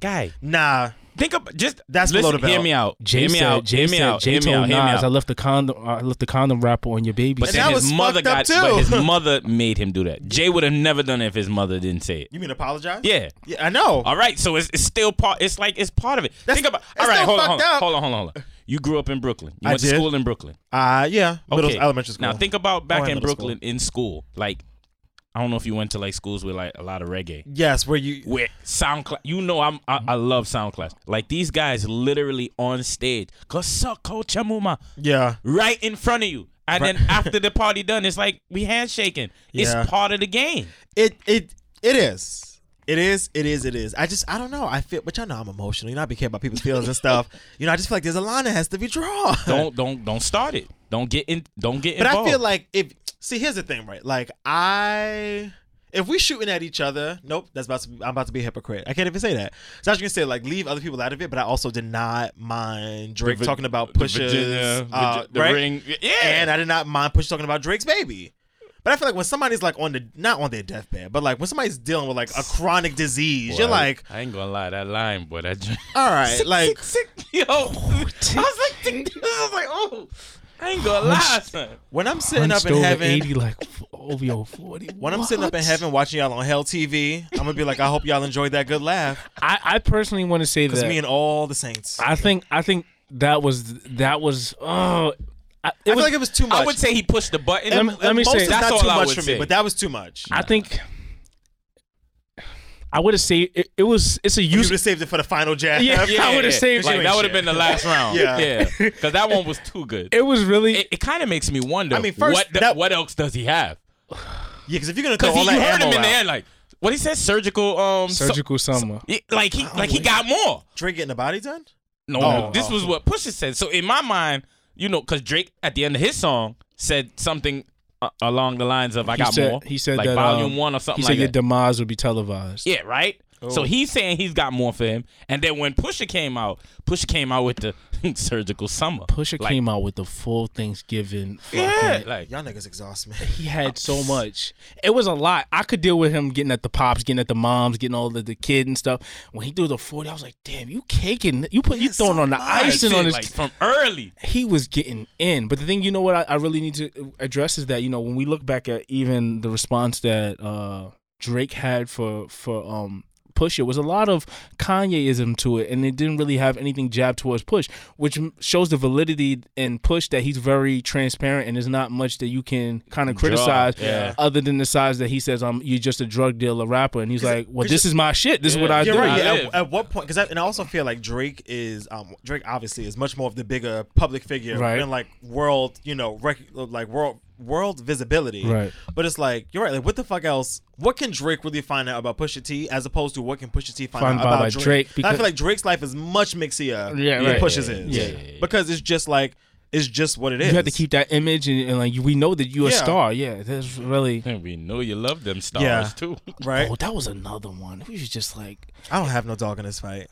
Speaker 7: guy.
Speaker 3: Nah.
Speaker 7: Think about just
Speaker 3: That's
Speaker 7: listen,
Speaker 3: below the
Speaker 7: Hear
Speaker 3: belt.
Speaker 7: me out.
Speaker 5: Jay
Speaker 7: hear me
Speaker 5: said,
Speaker 7: out.
Speaker 5: Jay
Speaker 7: hear
Speaker 5: said,
Speaker 7: me out.
Speaker 5: Jay
Speaker 7: hear me
Speaker 5: told
Speaker 7: out. Hear me
Speaker 5: Nas,
Speaker 7: out.
Speaker 5: I left the condom. I left the condom wrapper on your baby.
Speaker 7: but
Speaker 3: And that
Speaker 7: then his
Speaker 3: was
Speaker 7: mother
Speaker 3: fucked up,
Speaker 7: got. But
Speaker 3: too.
Speaker 7: his mother made him do that. Jay would have never done it if his mother didn't say it.
Speaker 3: You mean apologize?
Speaker 7: Yeah.
Speaker 3: Yeah, I know.
Speaker 7: All right. So it's, it's still part. It's like it's part of it.
Speaker 3: That's-
Speaker 7: Think about.
Speaker 3: it's
Speaker 7: All right.
Speaker 3: still
Speaker 7: Hold on. Hold
Speaker 3: fucked
Speaker 7: on,
Speaker 3: up.
Speaker 7: hold on. Hold on. You grew up in Brooklyn. You
Speaker 3: I
Speaker 7: went to
Speaker 3: did.
Speaker 7: school in Brooklyn.
Speaker 3: Uh, yeah. Middle
Speaker 7: Okay.
Speaker 3: elementary school.
Speaker 7: Now think about
Speaker 3: Oh,
Speaker 7: back
Speaker 3: and
Speaker 7: in
Speaker 3: middle school.
Speaker 7: Brooklyn in school. Like, I don't know if you went to like schools with like a lot of reggae.
Speaker 3: Yes, where you.
Speaker 7: With sound class, you know I'm I, I love sound class. Like these guys literally on stage, "Kasa Kocha Muma,"
Speaker 3: Yeah.
Speaker 7: right in front of you, and then after the party done, it's like we handshaking.
Speaker 3: Yeah.
Speaker 7: It's part of the game.
Speaker 3: It it it is. It is. It is. It is. I just. I don't know. I feel. But y'all know I'm emotional. You know I be caring about people's feelings and stuff. You know I just feel like there's a line that has to be drawn.
Speaker 7: Don't don't don't start it. Don't get in. Don't get
Speaker 3: But
Speaker 7: involved.
Speaker 3: I feel like if see, here's the thing, right? Like I, if we shooting at each other, nope, that's about to. Be, I'm about to be a hypocrite. I can't even say that. So I was gonna say like leave other people out of it, but I also did not mind Drake
Speaker 7: vi-
Speaker 3: talking about
Speaker 7: the
Speaker 3: pushes,
Speaker 7: Virginia,
Speaker 3: uh,
Speaker 7: Virgi- the
Speaker 3: right?
Speaker 7: ring, yeah.
Speaker 3: And I did not mind push talking about Drake's baby. But I feel like when somebody's like on the not on their deathbed, but like when somebody's dealing with like a chronic disease, you're
Speaker 7: Boy,
Speaker 3: like,
Speaker 7: I ain't gonna lie, that line, boy, that. joint-
Speaker 3: all right, like
Speaker 7: sick, sick. yo. I was like, think- I was like, oh, I ain't gonna lie, son.
Speaker 3: when I'm sitting up
Speaker 5: Hunched
Speaker 3: in
Speaker 5: over
Speaker 3: heaven,
Speaker 5: eighty, like OVO forty.
Speaker 3: when I'm sitting up in
Speaker 5: What?
Speaker 3: heaven watching y'all on Hell TV, I'm gonna be like, I hope y'all enjoyed that good laugh.
Speaker 5: I, I personally want to say
Speaker 3: Because
Speaker 5: that
Speaker 3: me and all the Saints. I,
Speaker 5: I think I think that was that was oh. I, it
Speaker 3: feel
Speaker 5: was,
Speaker 3: like it was too much.
Speaker 7: I would say he pushed the button.
Speaker 5: Let me- let me
Speaker 3: most
Speaker 5: say-
Speaker 3: is
Speaker 7: that's
Speaker 3: not
Speaker 7: all
Speaker 3: too
Speaker 7: I
Speaker 3: much
Speaker 7: would
Speaker 3: for
Speaker 7: say.
Speaker 3: me, but that was too much.
Speaker 5: I think I would have say it, it was. It's a
Speaker 3: you would
Speaker 5: use.
Speaker 3: have saved it for the final jab.
Speaker 5: Yeah, I would've saved
Speaker 7: Like
Speaker 5: you.
Speaker 7: that would have been the last round.
Speaker 3: Yeah.
Speaker 7: yeah, because that one was too good. It,
Speaker 5: It was really.
Speaker 7: it, kind of makes me wonder.
Speaker 3: I mean, first,
Speaker 7: what the-
Speaker 3: that-
Speaker 7: what else does he have?
Speaker 3: Yeah, because if you're gonna throw
Speaker 7: Because
Speaker 3: all
Speaker 7: you
Speaker 3: that
Speaker 7: heard
Speaker 3: ammo
Speaker 7: him in the
Speaker 3: out,
Speaker 7: air, like what he said, surgical, um, so-
Speaker 5: Surgical summer.
Speaker 7: Yeah, like he like he got more.
Speaker 3: Drake getting the body done.
Speaker 7: No,
Speaker 5: Oh.
Speaker 7: this was what Pusha said. So in my mind, you know, because Drake at the end of his song said something uh, along the lines of "I
Speaker 5: he
Speaker 7: got
Speaker 5: said,
Speaker 7: more."
Speaker 5: He said
Speaker 7: like
Speaker 5: that
Speaker 7: volume
Speaker 5: um,
Speaker 7: one or something
Speaker 5: He said Oh.
Speaker 7: like
Speaker 5: your
Speaker 7: that.
Speaker 5: demise would be televised.
Speaker 7: Yeah, right. So he's saying he's got more for him, and then when Pusha came out, Pusha came out with the surgical summer.
Speaker 5: Pusha
Speaker 7: Like,
Speaker 5: came out with the full Thanksgiving.
Speaker 7: Yeah,
Speaker 5: fucking-
Speaker 7: like
Speaker 3: Y'all niggas exhaust me.
Speaker 5: He had so much. It was a lot. I could deal with him getting at the pops, getting at the moms, getting all the, the kid and stuff. When he threw the forty, I was like, "Damn, you caking! You put you throwing on the icing
Speaker 7: shit,
Speaker 5: on his
Speaker 7: like from early.
Speaker 5: he was getting in. But the thing, you know, what I, I really need to address is that you know when we look back at even the response that uh, Drake had for for um, Push, it was a lot of Kanyeism to it, and it didn't really have anything jabbed towards Push, which m- shows the validity in Push that he's very transparent and there's not much that you can kind of criticize
Speaker 7: yeah.
Speaker 5: other than the size that he says, "I'm you're just a drug dealer rapper," and he's like, "Well, this is my shit. This is what I
Speaker 3: You're
Speaker 5: do."
Speaker 3: right.
Speaker 7: I
Speaker 3: yeah,
Speaker 7: live.
Speaker 3: at, at what point? Because I, and I also feel like Drake is um, Drake obviously is much more of the bigger public figure
Speaker 5: Right.
Speaker 3: and like world, you know, rec- like world world visibility.
Speaker 5: Right.
Speaker 3: But it's like you're right. Like what the fuck else? What can Drake really find out about Pusha T as opposed to what can Pusha T find,
Speaker 5: Find
Speaker 3: out about
Speaker 5: about
Speaker 3: Drake?
Speaker 5: Drake,
Speaker 3: And I
Speaker 5: because-
Speaker 3: feel like Drake's life is much mixier
Speaker 5: Yeah,
Speaker 3: than
Speaker 5: right.
Speaker 3: Pusha's
Speaker 7: Yeah,
Speaker 3: is.
Speaker 7: yeah, yeah, yeah.
Speaker 3: Because it's just like it's just what it is.
Speaker 5: You have to keep that image, and, and like you- we know that you're a
Speaker 3: Yeah.
Speaker 5: star. Yeah, that's really.
Speaker 7: And we know you love them stars
Speaker 3: Yeah.
Speaker 7: too.
Speaker 3: right.
Speaker 5: Oh, that was another one. We was just like,
Speaker 3: I don't have no dog in this fight.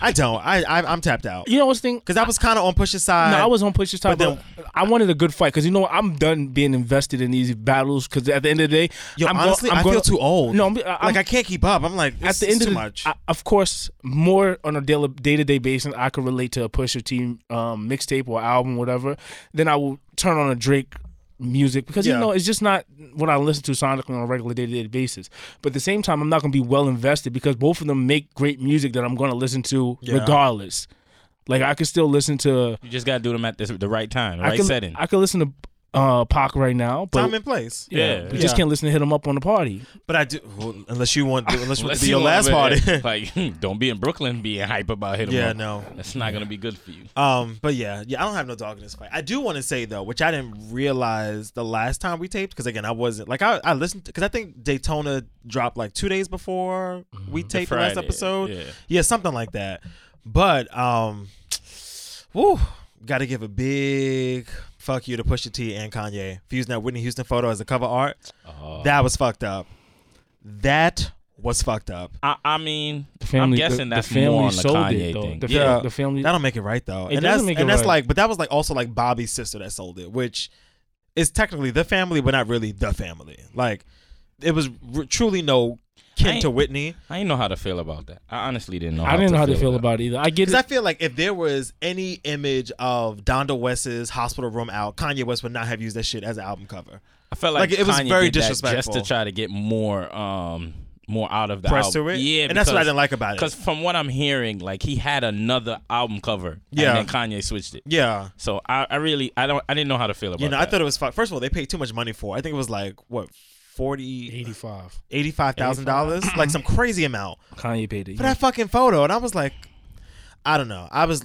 Speaker 3: I don't. I, I I'm tapped out.
Speaker 5: you know what's the thing?
Speaker 3: Because I was kind of on Pusha's side.
Speaker 5: No, I was on Pusha's top.
Speaker 3: But
Speaker 5: But I wanted a good fight because you know what? I'm done being invested in these battles. Because at the end of the day,
Speaker 3: Yo,
Speaker 5: I'm go-
Speaker 3: honestly,
Speaker 5: I'm
Speaker 3: i
Speaker 5: gonna-
Speaker 3: feel too old.
Speaker 5: No, I'm, I'm-
Speaker 3: like I can't keep up. I'm like,
Speaker 5: at the end
Speaker 3: too
Speaker 5: of the,
Speaker 3: much.
Speaker 5: I, of course, more on a day to day basis, I could relate to a Pusha T um, mixtape or album, whatever. Then I will turn on a Drake music because
Speaker 3: Yeah.
Speaker 5: you know it's just not what I listen to sonically on a regular day to day basis. But at the same time, I'm not going to be well invested because both of them make great music that I'm going to listen to
Speaker 3: Yeah.
Speaker 5: regardless. Like I could still listen to
Speaker 7: You just gotta do them at this, the right time, the
Speaker 5: I
Speaker 7: right
Speaker 5: can
Speaker 7: setting.
Speaker 5: I could listen to uh Pac right now, but
Speaker 3: Time and place.
Speaker 5: yeah,
Speaker 7: Yeah.
Speaker 5: but just
Speaker 3: Yeah.
Speaker 5: can't listen to hit him up on the party.
Speaker 3: But I do well, unless you want unless you want
Speaker 7: Unless
Speaker 3: to be
Speaker 7: you
Speaker 3: your
Speaker 7: wanna
Speaker 3: last
Speaker 7: be-
Speaker 3: party.
Speaker 7: like, hmm, don't be in Brooklyn being hype about hitting.
Speaker 3: yeah,
Speaker 7: up.
Speaker 3: no.
Speaker 7: that's not gonna be good for you.
Speaker 3: Um, but yeah, yeah, I don't have no dog in this fight. I do want to say though, which I didn't realize the last time we taped, because again, I wasn't like I, I listened because I think Daytona dropped like two days before we taped the last
Speaker 7: Mm-hmm. Friday,
Speaker 3: episode.
Speaker 7: yeah.
Speaker 3: something like that. But um, woo, got to give a big fuck you to Pusha T and Kanye for using that Whitney Houston photo as a cover art.
Speaker 7: Uh-huh.
Speaker 3: That was fucked up. That was fucked up.
Speaker 7: I, I mean,
Speaker 5: The family,
Speaker 7: I'm
Speaker 5: the-
Speaker 7: guessing
Speaker 5: the
Speaker 7: that's
Speaker 5: family
Speaker 7: more on the
Speaker 5: sold
Speaker 7: Kanye
Speaker 5: it, though.
Speaker 7: thing.
Speaker 5: The,
Speaker 7: yeah,
Speaker 5: yeah.
Speaker 3: Yeah.
Speaker 5: the family.
Speaker 3: That'll make it right though.
Speaker 5: It
Speaker 3: and
Speaker 5: doesn't
Speaker 3: that's
Speaker 5: make it
Speaker 3: and that's
Speaker 5: right.
Speaker 3: like but that was like also like Bobby's sister that sold it, which is technically the family, but not really the family. Like it was r- truly no
Speaker 7: I
Speaker 3: kin
Speaker 7: ain't-
Speaker 3: to Whitney.
Speaker 7: I didn't know how to feel about that. I honestly didn't know.
Speaker 5: I didn't know how to feel
Speaker 7: about.
Speaker 5: about it either. I get
Speaker 3: Because I
Speaker 5: it.
Speaker 3: feel like if there was any image of Donda West's hospital room out, Kanye West would not have used that shit as an album cover.
Speaker 7: I felt like,
Speaker 3: Like, it was
Speaker 7: Kanye
Speaker 3: very
Speaker 7: did that
Speaker 3: disrespectful.
Speaker 7: just to try to get more, um, more out of the
Speaker 3: Press
Speaker 7: album.
Speaker 3: to it.
Speaker 7: Yeah,
Speaker 3: and that's what I
Speaker 7: because-
Speaker 3: didn't like about
Speaker 7: Because
Speaker 3: it.
Speaker 7: from what I'm hearing, like he had another album cover,
Speaker 3: Yeah.
Speaker 7: and then Kanye switched it.
Speaker 3: Yeah.
Speaker 7: So I, I really, I don't, I didn't know how to feel about.
Speaker 3: You know, I
Speaker 7: that.
Speaker 3: thought it was fu- first of all they paid too much money for. it. I think it was like what 40
Speaker 5: 85.
Speaker 3: dollars, like some crazy amount.
Speaker 5: Kanye paid it.
Speaker 3: for
Speaker 5: yeah.
Speaker 3: that fucking photo. And I was like, I don't know. I was,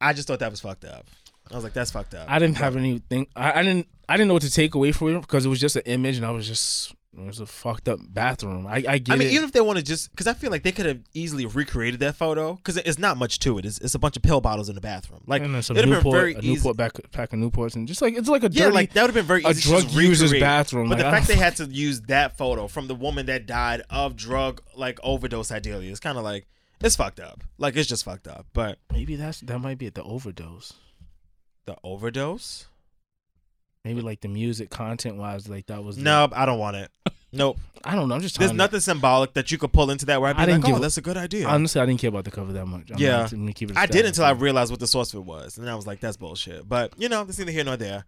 Speaker 3: I just thought that was fucked up. I was like, that's fucked up.
Speaker 5: I didn't have anything. I, I didn't. I didn't know what to take away from it because it was just an image, and I was just it was a fucked up bathroom. I, I get
Speaker 3: I mean,
Speaker 5: it.
Speaker 3: even if they want to just, because I feel like they could have easily recreated that photo, because it's not much to it. It's, it's a bunch of pill bottles in the bathroom. Like,
Speaker 5: and then
Speaker 3: it'd
Speaker 5: some
Speaker 3: have been
Speaker 5: Newport,
Speaker 3: very
Speaker 5: a
Speaker 3: easy.
Speaker 5: Newport back, pack of Newports, and just like it's like a
Speaker 3: Yeah,
Speaker 5: dirty,
Speaker 3: like that would have been very
Speaker 5: a
Speaker 3: easy. to
Speaker 5: drug
Speaker 3: just
Speaker 5: user's
Speaker 3: recreate.
Speaker 5: bathroom.
Speaker 3: But
Speaker 5: Like,
Speaker 3: the
Speaker 5: I
Speaker 3: fact
Speaker 5: don't-
Speaker 3: they had to use that photo from the woman that died of drug like overdose, ideally, it's kind of like it's fucked up. Like it's just fucked up. But
Speaker 5: maybe that's that might be at the overdose.
Speaker 3: the overdose?
Speaker 5: Maybe like the music content wise, like that was the-
Speaker 3: No, I don't want it. Nope.
Speaker 5: I don't know. I'm just trying
Speaker 3: There's
Speaker 5: to-
Speaker 3: nothing symbolic that you could pull into that where I'd be
Speaker 5: I didn't
Speaker 3: like,
Speaker 5: give
Speaker 3: oh,
Speaker 5: a-
Speaker 3: that's a good idea.
Speaker 5: Honestly, I didn't care about the cover that much. I'm
Speaker 3: Yeah.
Speaker 5: not- I'm gonna keep it a
Speaker 3: I did
Speaker 5: stack.
Speaker 3: until I realized what the source of it was. And then I was like, that's bullshit. But, you know, this neither here nor there.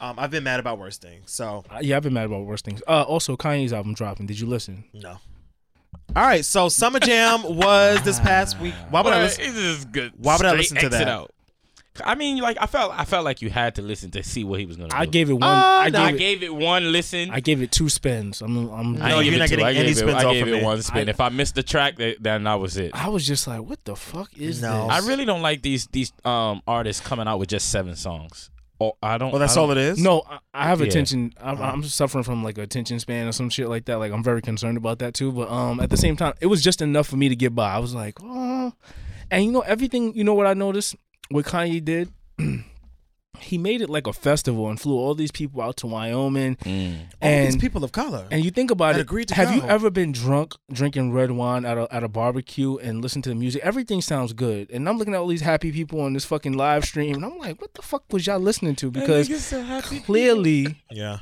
Speaker 3: Um, I've been mad about worse things. So,
Speaker 5: Uh, Yeah, I've been mad about worse things. Uh, also Kanye's album dropping. Did you listen?
Speaker 3: no. All right. So, Summer Jam was this past week. Why would I
Speaker 7: Well,
Speaker 3: listen?
Speaker 7: it's just good.
Speaker 3: Why would I
Speaker 7: straight
Speaker 3: listen to
Speaker 7: exit
Speaker 3: that?
Speaker 7: Out. I mean, like I felt, I felt like you had to listen to see what he was gonna.
Speaker 5: I
Speaker 7: do.
Speaker 5: gave it one.
Speaker 3: Uh,
Speaker 5: I,
Speaker 7: I
Speaker 5: gave it,
Speaker 7: gave it one listen.
Speaker 5: I gave it two spins. I'm. I'm
Speaker 7: I
Speaker 3: No,
Speaker 7: gave
Speaker 3: you're
Speaker 7: it
Speaker 3: not
Speaker 7: two.
Speaker 3: getting
Speaker 7: I
Speaker 3: any
Speaker 7: gave
Speaker 3: spins
Speaker 7: it,
Speaker 3: off
Speaker 7: I gave
Speaker 3: of
Speaker 7: it
Speaker 3: me.
Speaker 7: one spin. if I missed the track, th- then that was it. I,
Speaker 5: I was just like, what the fuck is
Speaker 3: No.
Speaker 5: this?
Speaker 3: I
Speaker 7: really don't like these these um artists coming out with just seven songs. Oh, I don't.
Speaker 3: Well, that's
Speaker 7: I
Speaker 3: all
Speaker 7: don't-
Speaker 3: it is?
Speaker 5: No, I, I have
Speaker 7: Yeah.
Speaker 5: attention. I'm,
Speaker 3: Uh-huh.
Speaker 5: I'm suffering from like attention span or some shit like that. Like I'm very concerned about that too. But um, at the same time, it was just enough for me to get by. I was like, oh, and you know everything. You know what I noticed? What Kanye did. He made it like a festival and flew all these people out to Wyoming,
Speaker 3: All
Speaker 5: and
Speaker 3: these people of color.
Speaker 5: and you think about
Speaker 3: that
Speaker 5: it.
Speaker 3: agreed to
Speaker 5: have you
Speaker 3: go.
Speaker 5: ever been drunk drinking red wine at a at a barbecue and listen to the music? Everything sounds good, and I'm looking at all these happy people on this fucking live stream, and I'm like, what the fuck was y'all listening to? Because clearly,
Speaker 3: yeah.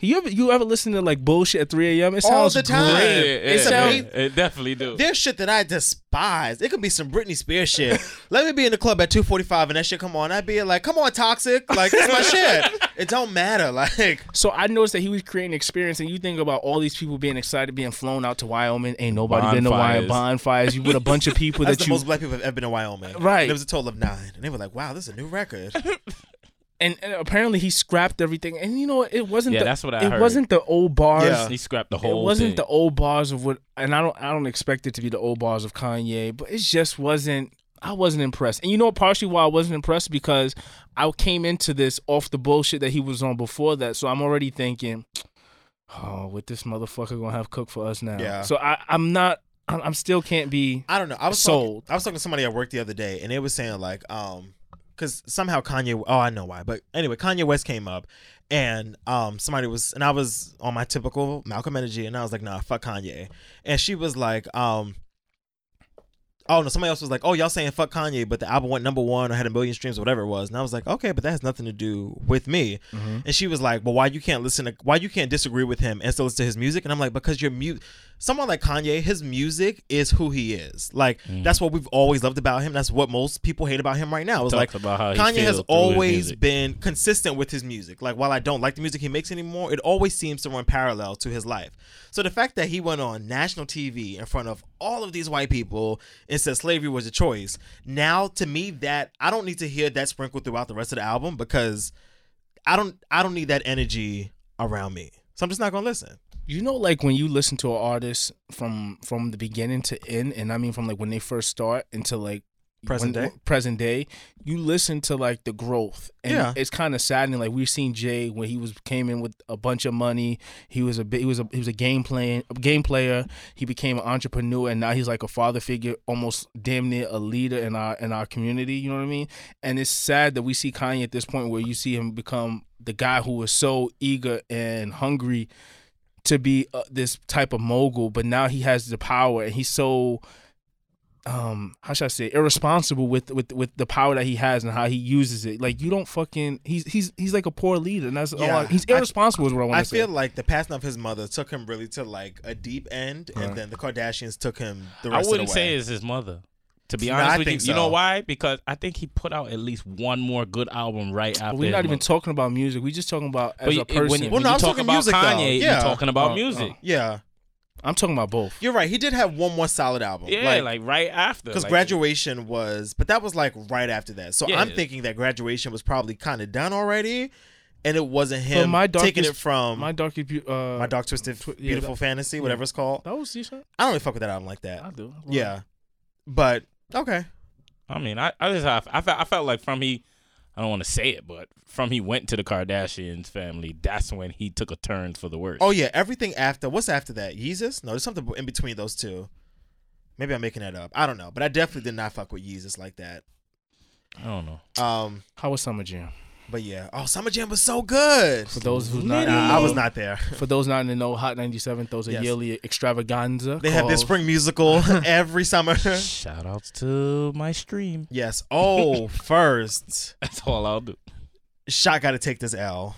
Speaker 5: you ever you ever listen to like bullshit at 3 a.m. It
Speaker 3: All
Speaker 5: sounds
Speaker 3: the time.
Speaker 7: Yeah,
Speaker 5: great.
Speaker 7: yeah,
Speaker 5: It
Speaker 7: yeah,
Speaker 5: sounds
Speaker 7: yeah, it definitely do.
Speaker 3: There's shit that I despise. It could be some Britney Spears shit. Let me be in the club at 2:45 and that shit come on. I'd be like, "Come on, toxic!" Like it's my shit. It don't matter. Like
Speaker 5: so. I noticed that he was creating experience, and you think about all these people being excited, being flown out to Wyoming. Ain't nobody been to Wyoming
Speaker 7: Bonfires.
Speaker 5: bonfires. You with a bunch of people
Speaker 3: That's
Speaker 5: that
Speaker 3: the
Speaker 5: you
Speaker 3: most black people have ever been in Wyoming.
Speaker 5: Right.
Speaker 3: There was a total of nine. And they were like, wow, this is a new record.
Speaker 5: and, and apparently he scrapped everything. And you know what? it wasn't.
Speaker 7: Yeah,
Speaker 5: the,
Speaker 7: that's what I
Speaker 5: It
Speaker 7: heard.
Speaker 5: wasn't the old bars.
Speaker 3: Yeah.
Speaker 7: he scrapped the
Speaker 5: It
Speaker 7: whole.
Speaker 5: wasn't
Speaker 7: thing.
Speaker 5: the old bars of what, and I don't, I don't expect it to be the old bars of Kanye, but it just wasn't. I wasn't impressed, and you know, what, partially why I wasn't impressed because I came into this off the bullshit that he was on before that, so I'm already thinking, oh, what this motherfucker gonna have cooked for us now?
Speaker 3: Yeah.
Speaker 5: So I, I'm not, I'm, I'm still can't be.
Speaker 3: I don't know. I was
Speaker 5: Sold.
Speaker 3: Talking, I was talking to somebody at work the other day, and they was saying like, um, because somehow Kanye. Oh, I know why. But anyway, Kanye West came up, and um, somebody was, and I was on my typical Malcolm energy, and I was like, nah, fuck Kanye. And she was like, um, oh no, somebody else was like, oh y'all saying fuck Kanye, but the album went number one or had a million streams or whatever it was, and I was like, okay, but that has nothing to do with me.
Speaker 7: Mm-hmm.
Speaker 3: And she was like, well, why you can't listen to why you can't disagree with him and still listen to his music? And I'm like, because your mute someone like Kanye, his music is who he is. Like
Speaker 7: Mm.
Speaker 3: that's what we've always loved about him. That's what most people hate about him right now. It's like
Speaker 7: Talks about how he
Speaker 3: Kanye
Speaker 7: feels
Speaker 3: has
Speaker 7: through his
Speaker 3: always
Speaker 7: music.
Speaker 3: been consistent with his music. Like while I don't like the music he makes anymore, it always seems to run parallel to his life. So the fact that he went on national TV in front of all of these white people and said slavery was a choice, now to me that I don't need to hear that sprinkled throughout the rest of the album because I don't I don't need that energy around me. So I'm just not gonna listen.
Speaker 5: You know, like when you listen to an artist from from the beginning to end, and I mean from like when they first start until like
Speaker 3: Present
Speaker 5: when-
Speaker 3: day?
Speaker 5: present day, you listen to like the growth, and
Speaker 3: Yeah.
Speaker 5: it's kind of saddening. Like we've seen Jay when he was came in with a bunch of money, he was a bi- he was a he was a game playing a game player. He became an entrepreneur, and now he's like a father figure, almost damn near a leader in our in our community. You know what I mean? And it's sad that we see Kanye at this point where you see him become the guy who was so eager and hungry to be uh, this type of mogul, but now he has the power and he's so um how should I say irresponsible with with with the power that he has and how he uses it. Like you don't fucking he's he's he's like a poor leader and that's all I,
Speaker 3: Yeah.
Speaker 5: he's
Speaker 3: I-
Speaker 5: irresponsible is what I want
Speaker 3: I
Speaker 5: to say.
Speaker 3: feel like the passing of his mother took him really to like a deep end,
Speaker 5: Right.
Speaker 3: and then the Kardashians took him the
Speaker 7: I
Speaker 3: rest
Speaker 7: wouldn't
Speaker 3: of the way.
Speaker 7: say it's his mother. To be
Speaker 3: No,
Speaker 7: honest
Speaker 3: I
Speaker 7: with you,
Speaker 3: think
Speaker 7: you know
Speaker 3: so.
Speaker 7: why? Because I think he put out at least one more good album right after.
Speaker 5: We're not
Speaker 7: his
Speaker 5: even
Speaker 7: mother.
Speaker 5: talking about music. We're just talking about as a
Speaker 7: But you-
Speaker 5: person.
Speaker 7: when, you-
Speaker 3: Well,
Speaker 7: when
Speaker 3: no, I
Speaker 7: you
Speaker 3: was
Speaker 7: talk
Speaker 3: talking
Speaker 7: about
Speaker 3: music, though.
Speaker 7: Kanye,
Speaker 3: Yeah.
Speaker 7: you're talking about
Speaker 5: Oh,
Speaker 7: music.
Speaker 3: yeah,
Speaker 5: I'm talking about both.
Speaker 3: you're right. He did have one more solid album.
Speaker 7: Yeah, like, right after.
Speaker 3: oh. because
Speaker 7: like,
Speaker 3: graduation was, but that was like right after that. So I'm
Speaker 7: Yeah.
Speaker 3: thinking that graduation was probably kind of done already, and it wasn't
Speaker 5: But
Speaker 3: him
Speaker 5: my
Speaker 3: taking
Speaker 5: Darkest-
Speaker 3: it from
Speaker 5: My
Speaker 3: my,
Speaker 5: dark Beau- uh
Speaker 3: my dark twisted
Speaker 5: Twi- yeah,
Speaker 3: beautiful
Speaker 5: that-
Speaker 3: fantasy, whatever it's called.
Speaker 5: That was decent.
Speaker 3: I don't really fuck with that album like that.
Speaker 5: I do.
Speaker 3: yeah, but okay,
Speaker 7: I mean, I, I just I, I, felt, I felt like from he, I don't want to say it, but from he went to the Kardashians family, that's when he took a turn for the worse.
Speaker 3: Oh yeah, everything after what's after that? Yeezus? No, there's something in between those two. Maybe I'm making that up. I don't know, but I definitely did not fuck with Yeezus like that.
Speaker 7: I don't know.
Speaker 3: Um,
Speaker 5: How was Summer Jam?
Speaker 3: but yeah. Oh, Summer Jam was so good.
Speaker 5: For those who's
Speaker 3: Nah,
Speaker 5: not,
Speaker 3: I was not there.
Speaker 5: For those not in the know, Hot 97 throws a
Speaker 3: Yes.
Speaker 5: yearly extravaganza.
Speaker 3: They have their
Speaker 5: called-
Speaker 3: spring musical every summer.
Speaker 7: Shout outs to my stream.
Speaker 3: yes. Oh, first,
Speaker 7: That's all I'll do.
Speaker 3: Shot got to take this L.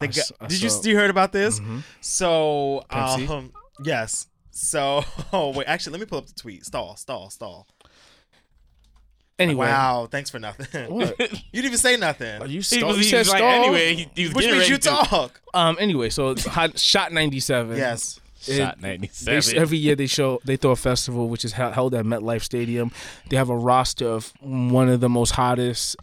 Speaker 3: They
Speaker 5: I
Speaker 3: got-
Speaker 5: s- I
Speaker 3: did you
Speaker 5: saw-
Speaker 3: you heard about this?
Speaker 5: Mhm.
Speaker 3: So
Speaker 5: Pepsi?
Speaker 3: um, yes. So oh, wait, actually, let me pull up the tweet. Stall, stall, stall.
Speaker 5: Anyway.
Speaker 3: Wow, thanks for nothing.
Speaker 5: What?
Speaker 3: You didn't even say nothing.
Speaker 5: Are you
Speaker 7: He
Speaker 5: star-
Speaker 7: was,
Speaker 5: you
Speaker 7: he
Speaker 5: said
Speaker 7: was like,
Speaker 5: star?
Speaker 7: anyway, he, he was
Speaker 3: Which
Speaker 7: getting
Speaker 3: means
Speaker 7: ready
Speaker 3: you
Speaker 7: to-
Speaker 3: talk.
Speaker 5: Um. Anyway, so hot, shot ninety seven.
Speaker 3: Yes.
Speaker 7: Shot
Speaker 5: They,
Speaker 7: 97.
Speaker 5: every year they show they throw a festival which is hel- held at MetLife Stadium. They have a roster of one of the most hottest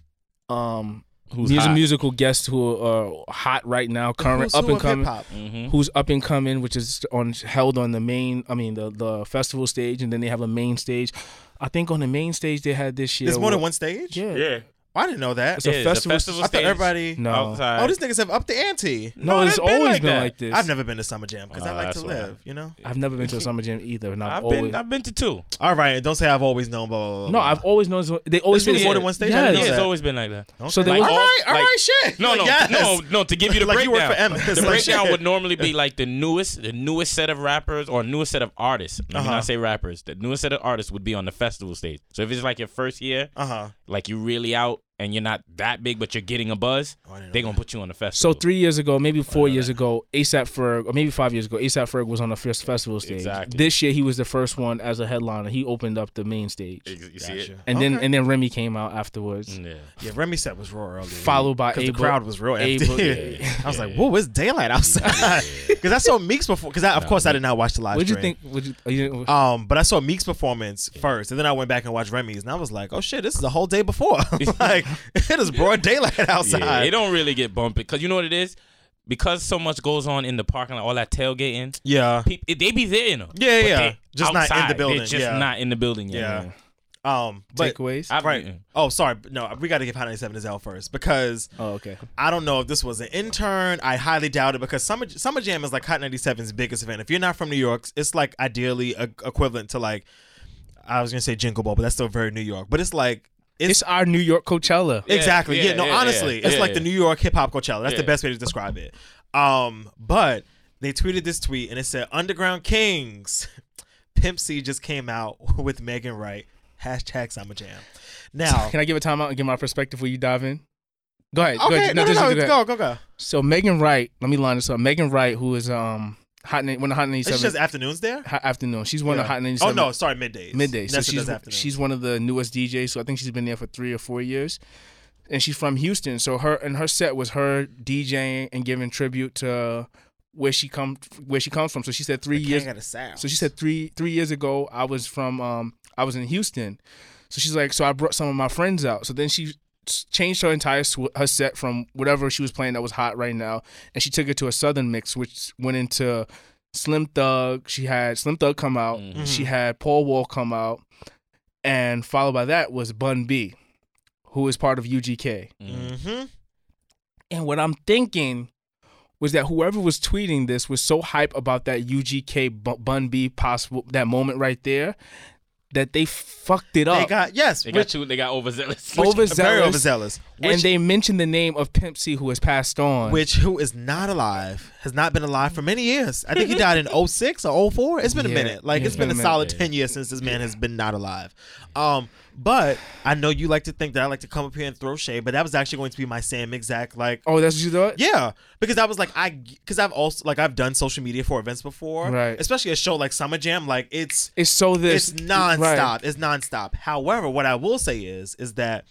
Speaker 5: um
Speaker 7: Who's
Speaker 5: music,
Speaker 7: hot?
Speaker 5: musical guests who are hot right now, current
Speaker 3: Who's
Speaker 5: up
Speaker 3: who
Speaker 5: and
Speaker 3: of
Speaker 5: coming.
Speaker 3: hip-hop?
Speaker 7: Mhm.
Speaker 5: who's up and coming, which is on held on the main, I mean the the festival stage, and then they have a main stage. I think on the main stage they had this year.
Speaker 3: There's more than
Speaker 5: wa-
Speaker 3: one stage.
Speaker 5: Yeah.
Speaker 7: Yeah.
Speaker 3: Oh, I didn't know that.
Speaker 5: It's a
Speaker 7: Yeah, it's a
Speaker 5: festival.
Speaker 7: festival
Speaker 3: I thought
Speaker 7: stage.
Speaker 3: everybody.
Speaker 5: No.
Speaker 7: Outside.
Speaker 3: Oh, these niggas have up the ante.
Speaker 5: No,
Speaker 7: No,
Speaker 5: it's
Speaker 7: it's been
Speaker 5: always
Speaker 7: like
Speaker 5: been
Speaker 7: that.
Speaker 5: like this.
Speaker 3: I've never been to summer jam because I
Speaker 7: Oh,
Speaker 3: like to
Speaker 7: that's why.
Speaker 3: live. You know.
Speaker 5: I've never been to a summer jam either, and I've,
Speaker 7: I've
Speaker 5: always
Speaker 7: been I've been to two.
Speaker 3: All right, and don't say I've always known. Blah blah blah.
Speaker 5: no,
Speaker 3: blah.
Speaker 5: I've always known they always
Speaker 3: been
Speaker 5: do
Speaker 3: more
Speaker 5: it.
Speaker 3: than one stage? I
Speaker 5: Yes.
Speaker 3: didn't
Speaker 7: Yeah,
Speaker 3: know
Speaker 7: it's
Speaker 3: that.
Speaker 7: always been like that.
Speaker 3: Don't
Speaker 5: so
Speaker 3: say
Speaker 5: there
Speaker 3: that.
Speaker 5: was-
Speaker 3: all right, all
Speaker 7: like-
Speaker 3: right, shit.
Speaker 7: No,
Speaker 3: Like,
Speaker 7: no,
Speaker 3: yes.
Speaker 7: no, no. To give you the
Speaker 3: Like you work
Speaker 7: breakdown,
Speaker 3: for Emmys.
Speaker 7: the
Speaker 3: Like,
Speaker 7: breakdown
Speaker 3: shit.
Speaker 7: would normally be like the newest, the newest set of rappers or newest set of artists. Let me
Speaker 3: Uh-huh.
Speaker 7: not say rappers. The newest set of artists would be on the festival stage. So if it's like your first year,
Speaker 3: Uh
Speaker 5: Uh-huh.
Speaker 3: huh.
Speaker 7: like you really out and you're not that big, but you're getting a buzz,
Speaker 3: Oh, I didn't know
Speaker 7: they're gonna put you on the
Speaker 5: So
Speaker 7: festival.
Speaker 5: three years ago, maybe four years ago, ASAP Ferg, or maybe five years ago, ASAP Ferg was on the first festival stage.
Speaker 7: Exactly.
Speaker 5: This year, he was the first one as a headliner. He opened up the main stage,
Speaker 7: you see it?
Speaker 5: and then and then Remy came out afterwards.
Speaker 3: Mm,
Speaker 7: Yeah.
Speaker 3: Yeah, Remy said was raw early.
Speaker 5: Followed by
Speaker 3: 'Cause the
Speaker 5: Able-
Speaker 3: crowd was real empty.
Speaker 5: Able- yeah,
Speaker 3: I was like, "Whoa, it's daylight outside." Because I saw Meeks before. Because of course I did not watch the live.
Speaker 5: What'd you
Speaker 3: stream.
Speaker 5: think? What'd you, are you, uh,
Speaker 3: Um, but I saw Meek's performance first, and then I went back and watched Remy's, and I was like, "Oh shit, this is a whole day before. like it is broad daylight outside."
Speaker 7: Yeah, it don't really get bumpy because you know what it is, because so much goes on in the parking lot, all that tailgating.
Speaker 3: Yeah.
Speaker 7: Peop they be there, you know.
Speaker 3: Yeah,
Speaker 7: but
Speaker 3: yeah.
Speaker 7: they
Speaker 3: Just not in the
Speaker 7: outside. They
Speaker 3: building,
Speaker 7: just
Speaker 3: yeah.
Speaker 7: not in the building yet.
Speaker 3: Yeah. Um, but
Speaker 5: takeaways?
Speaker 7: I've-
Speaker 3: right. Oh, sorry. No, we got to give Hot 97 his L first because
Speaker 5: oh, okay.
Speaker 3: I don't know if this was an intern. I highly doubt it because Summer Summer Jam is like Hot 97's biggest event. If you're not from New York, it's like ideally a, equivalent to like I was gonna say Jingle Ball, but that's still very New York. But it's like
Speaker 5: It's, our New York Coachella.
Speaker 3: Exactly. Yeah.
Speaker 7: yeah,
Speaker 3: no.
Speaker 7: yeah,
Speaker 3: honestly,
Speaker 7: yeah,
Speaker 3: it's
Speaker 7: yeah.
Speaker 3: like the New York hip hop Coachella. That's the
Speaker 7: Yeah.
Speaker 3: best way to describe it. Um, but they tweeted this tweet and it said, "Underground Kings, Pimp C just came out with Megan Wright Hashtag Summer Jam. Now,
Speaker 5: Can I give a timeout and give my perspective before you dive in? Go ahead. go
Speaker 3: okay,
Speaker 5: ahead.
Speaker 3: no, no,
Speaker 5: just-
Speaker 3: no,
Speaker 5: ahead.
Speaker 3: go, go, go.
Speaker 5: So Megan Wright, let me line this up. Megan Wright, who is um hot Na- one of the hot
Speaker 3: It's
Speaker 5: 97
Speaker 3: just afternoons there.
Speaker 5: hot afternoon. She's one of the hot
Speaker 3: Oh
Speaker 5: 97
Speaker 3: no, sorry, middays.
Speaker 5: midday. So
Speaker 3: Nessa does
Speaker 5: she's
Speaker 3: afternoons.
Speaker 5: she's one of the newest DJs. So I think she's been there for three or four years, and she's from Houston. So her and her set was her DJing and giving tribute to where she come where she comes from. So she said three years.
Speaker 3: got a sound.
Speaker 5: So she said three three years ago I was from um I was in Houston. So she's like, so I brought some of my friends out. So then she s- changed her entire sw- her set from whatever she was playing that was hot right now, and she took it to a southern mix, which went into Slim Thug. She had Slim Thug come out. She had Paul Wall come out, and followed by that was Bun B, who is part of UGK.
Speaker 3: Mm-hmm.
Speaker 5: And what I'm thinking was that whoever was tweeting this was so hype about that UGK Bu- Bun B possible that moment right there that they fucked it
Speaker 3: They
Speaker 5: up.
Speaker 3: got yes,
Speaker 7: They
Speaker 3: which-
Speaker 7: got too. They got overzealous.
Speaker 5: overzealous,
Speaker 3: very overzealous. Which,
Speaker 5: and they mentioned the name of Pimp C who has passed on.
Speaker 3: which who is not alive has not been alive for many years. I think he died in 06 or 04. It's been a
Speaker 5: Yeah,
Speaker 3: minute. Like
Speaker 5: yeah,
Speaker 3: it's been, a,
Speaker 5: minute.
Speaker 3: solid 10 years since this man has been not alive. Um but I know you like to think that I like to come up here and throw shade, but that was actually going to be my same exact like
Speaker 5: oh, that's what you thought?
Speaker 3: yeah, because I was like, I because I've also like I've done social media for events before,
Speaker 5: Right.
Speaker 3: Especially a show like Summer Jam, like it's
Speaker 5: It's so this.
Speaker 3: it's nonstop.
Speaker 5: Right.
Speaker 3: It's nonstop. However, what I will say is, is that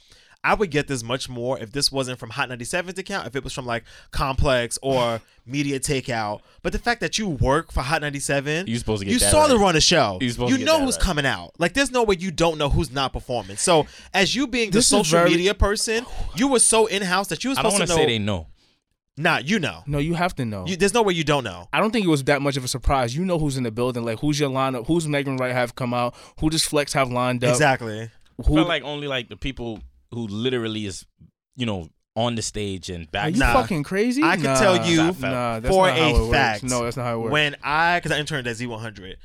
Speaker 3: I would get this much more if this wasn't from Hot 97's account, if it was from like Complex or Media Takeout. But the fact that you work for Hot 97,
Speaker 7: You're supposed to get
Speaker 3: you
Speaker 7: that
Speaker 3: saw the
Speaker 7: right.
Speaker 3: run of show.
Speaker 7: You're supposed
Speaker 3: you
Speaker 7: to get
Speaker 3: know
Speaker 7: that
Speaker 3: who's
Speaker 7: right.
Speaker 3: coming out. Like, there's no way you don't know who's not performing. So, as you being
Speaker 5: This is
Speaker 3: the social
Speaker 5: very-
Speaker 3: media person, you were so in house that you were
Speaker 7: I don't
Speaker 3: supposed
Speaker 7: want
Speaker 3: to
Speaker 7: to
Speaker 3: know.
Speaker 7: say they know.
Speaker 3: nah, you know.
Speaker 5: No, you have to know.
Speaker 3: You, there's no way you don't know.
Speaker 5: I don't think it was that much of a surprise. You know who's in the building. Like, who's your lineup? Who's Megan Wright have come out? Who does Flex have lined up?
Speaker 3: Exactly.
Speaker 5: Who,
Speaker 7: felt like only like the people who literally is, you know, on the stage and
Speaker 5: are
Speaker 7: back.
Speaker 5: you
Speaker 3: Nah.
Speaker 5: fucking crazy?
Speaker 3: I can
Speaker 5: Nah.
Speaker 3: tell you
Speaker 5: Nah, that's
Speaker 3: for
Speaker 5: not how
Speaker 3: a
Speaker 5: it works.
Speaker 3: fact
Speaker 5: No, that's not how it works.
Speaker 3: When I, because I interned at Z100,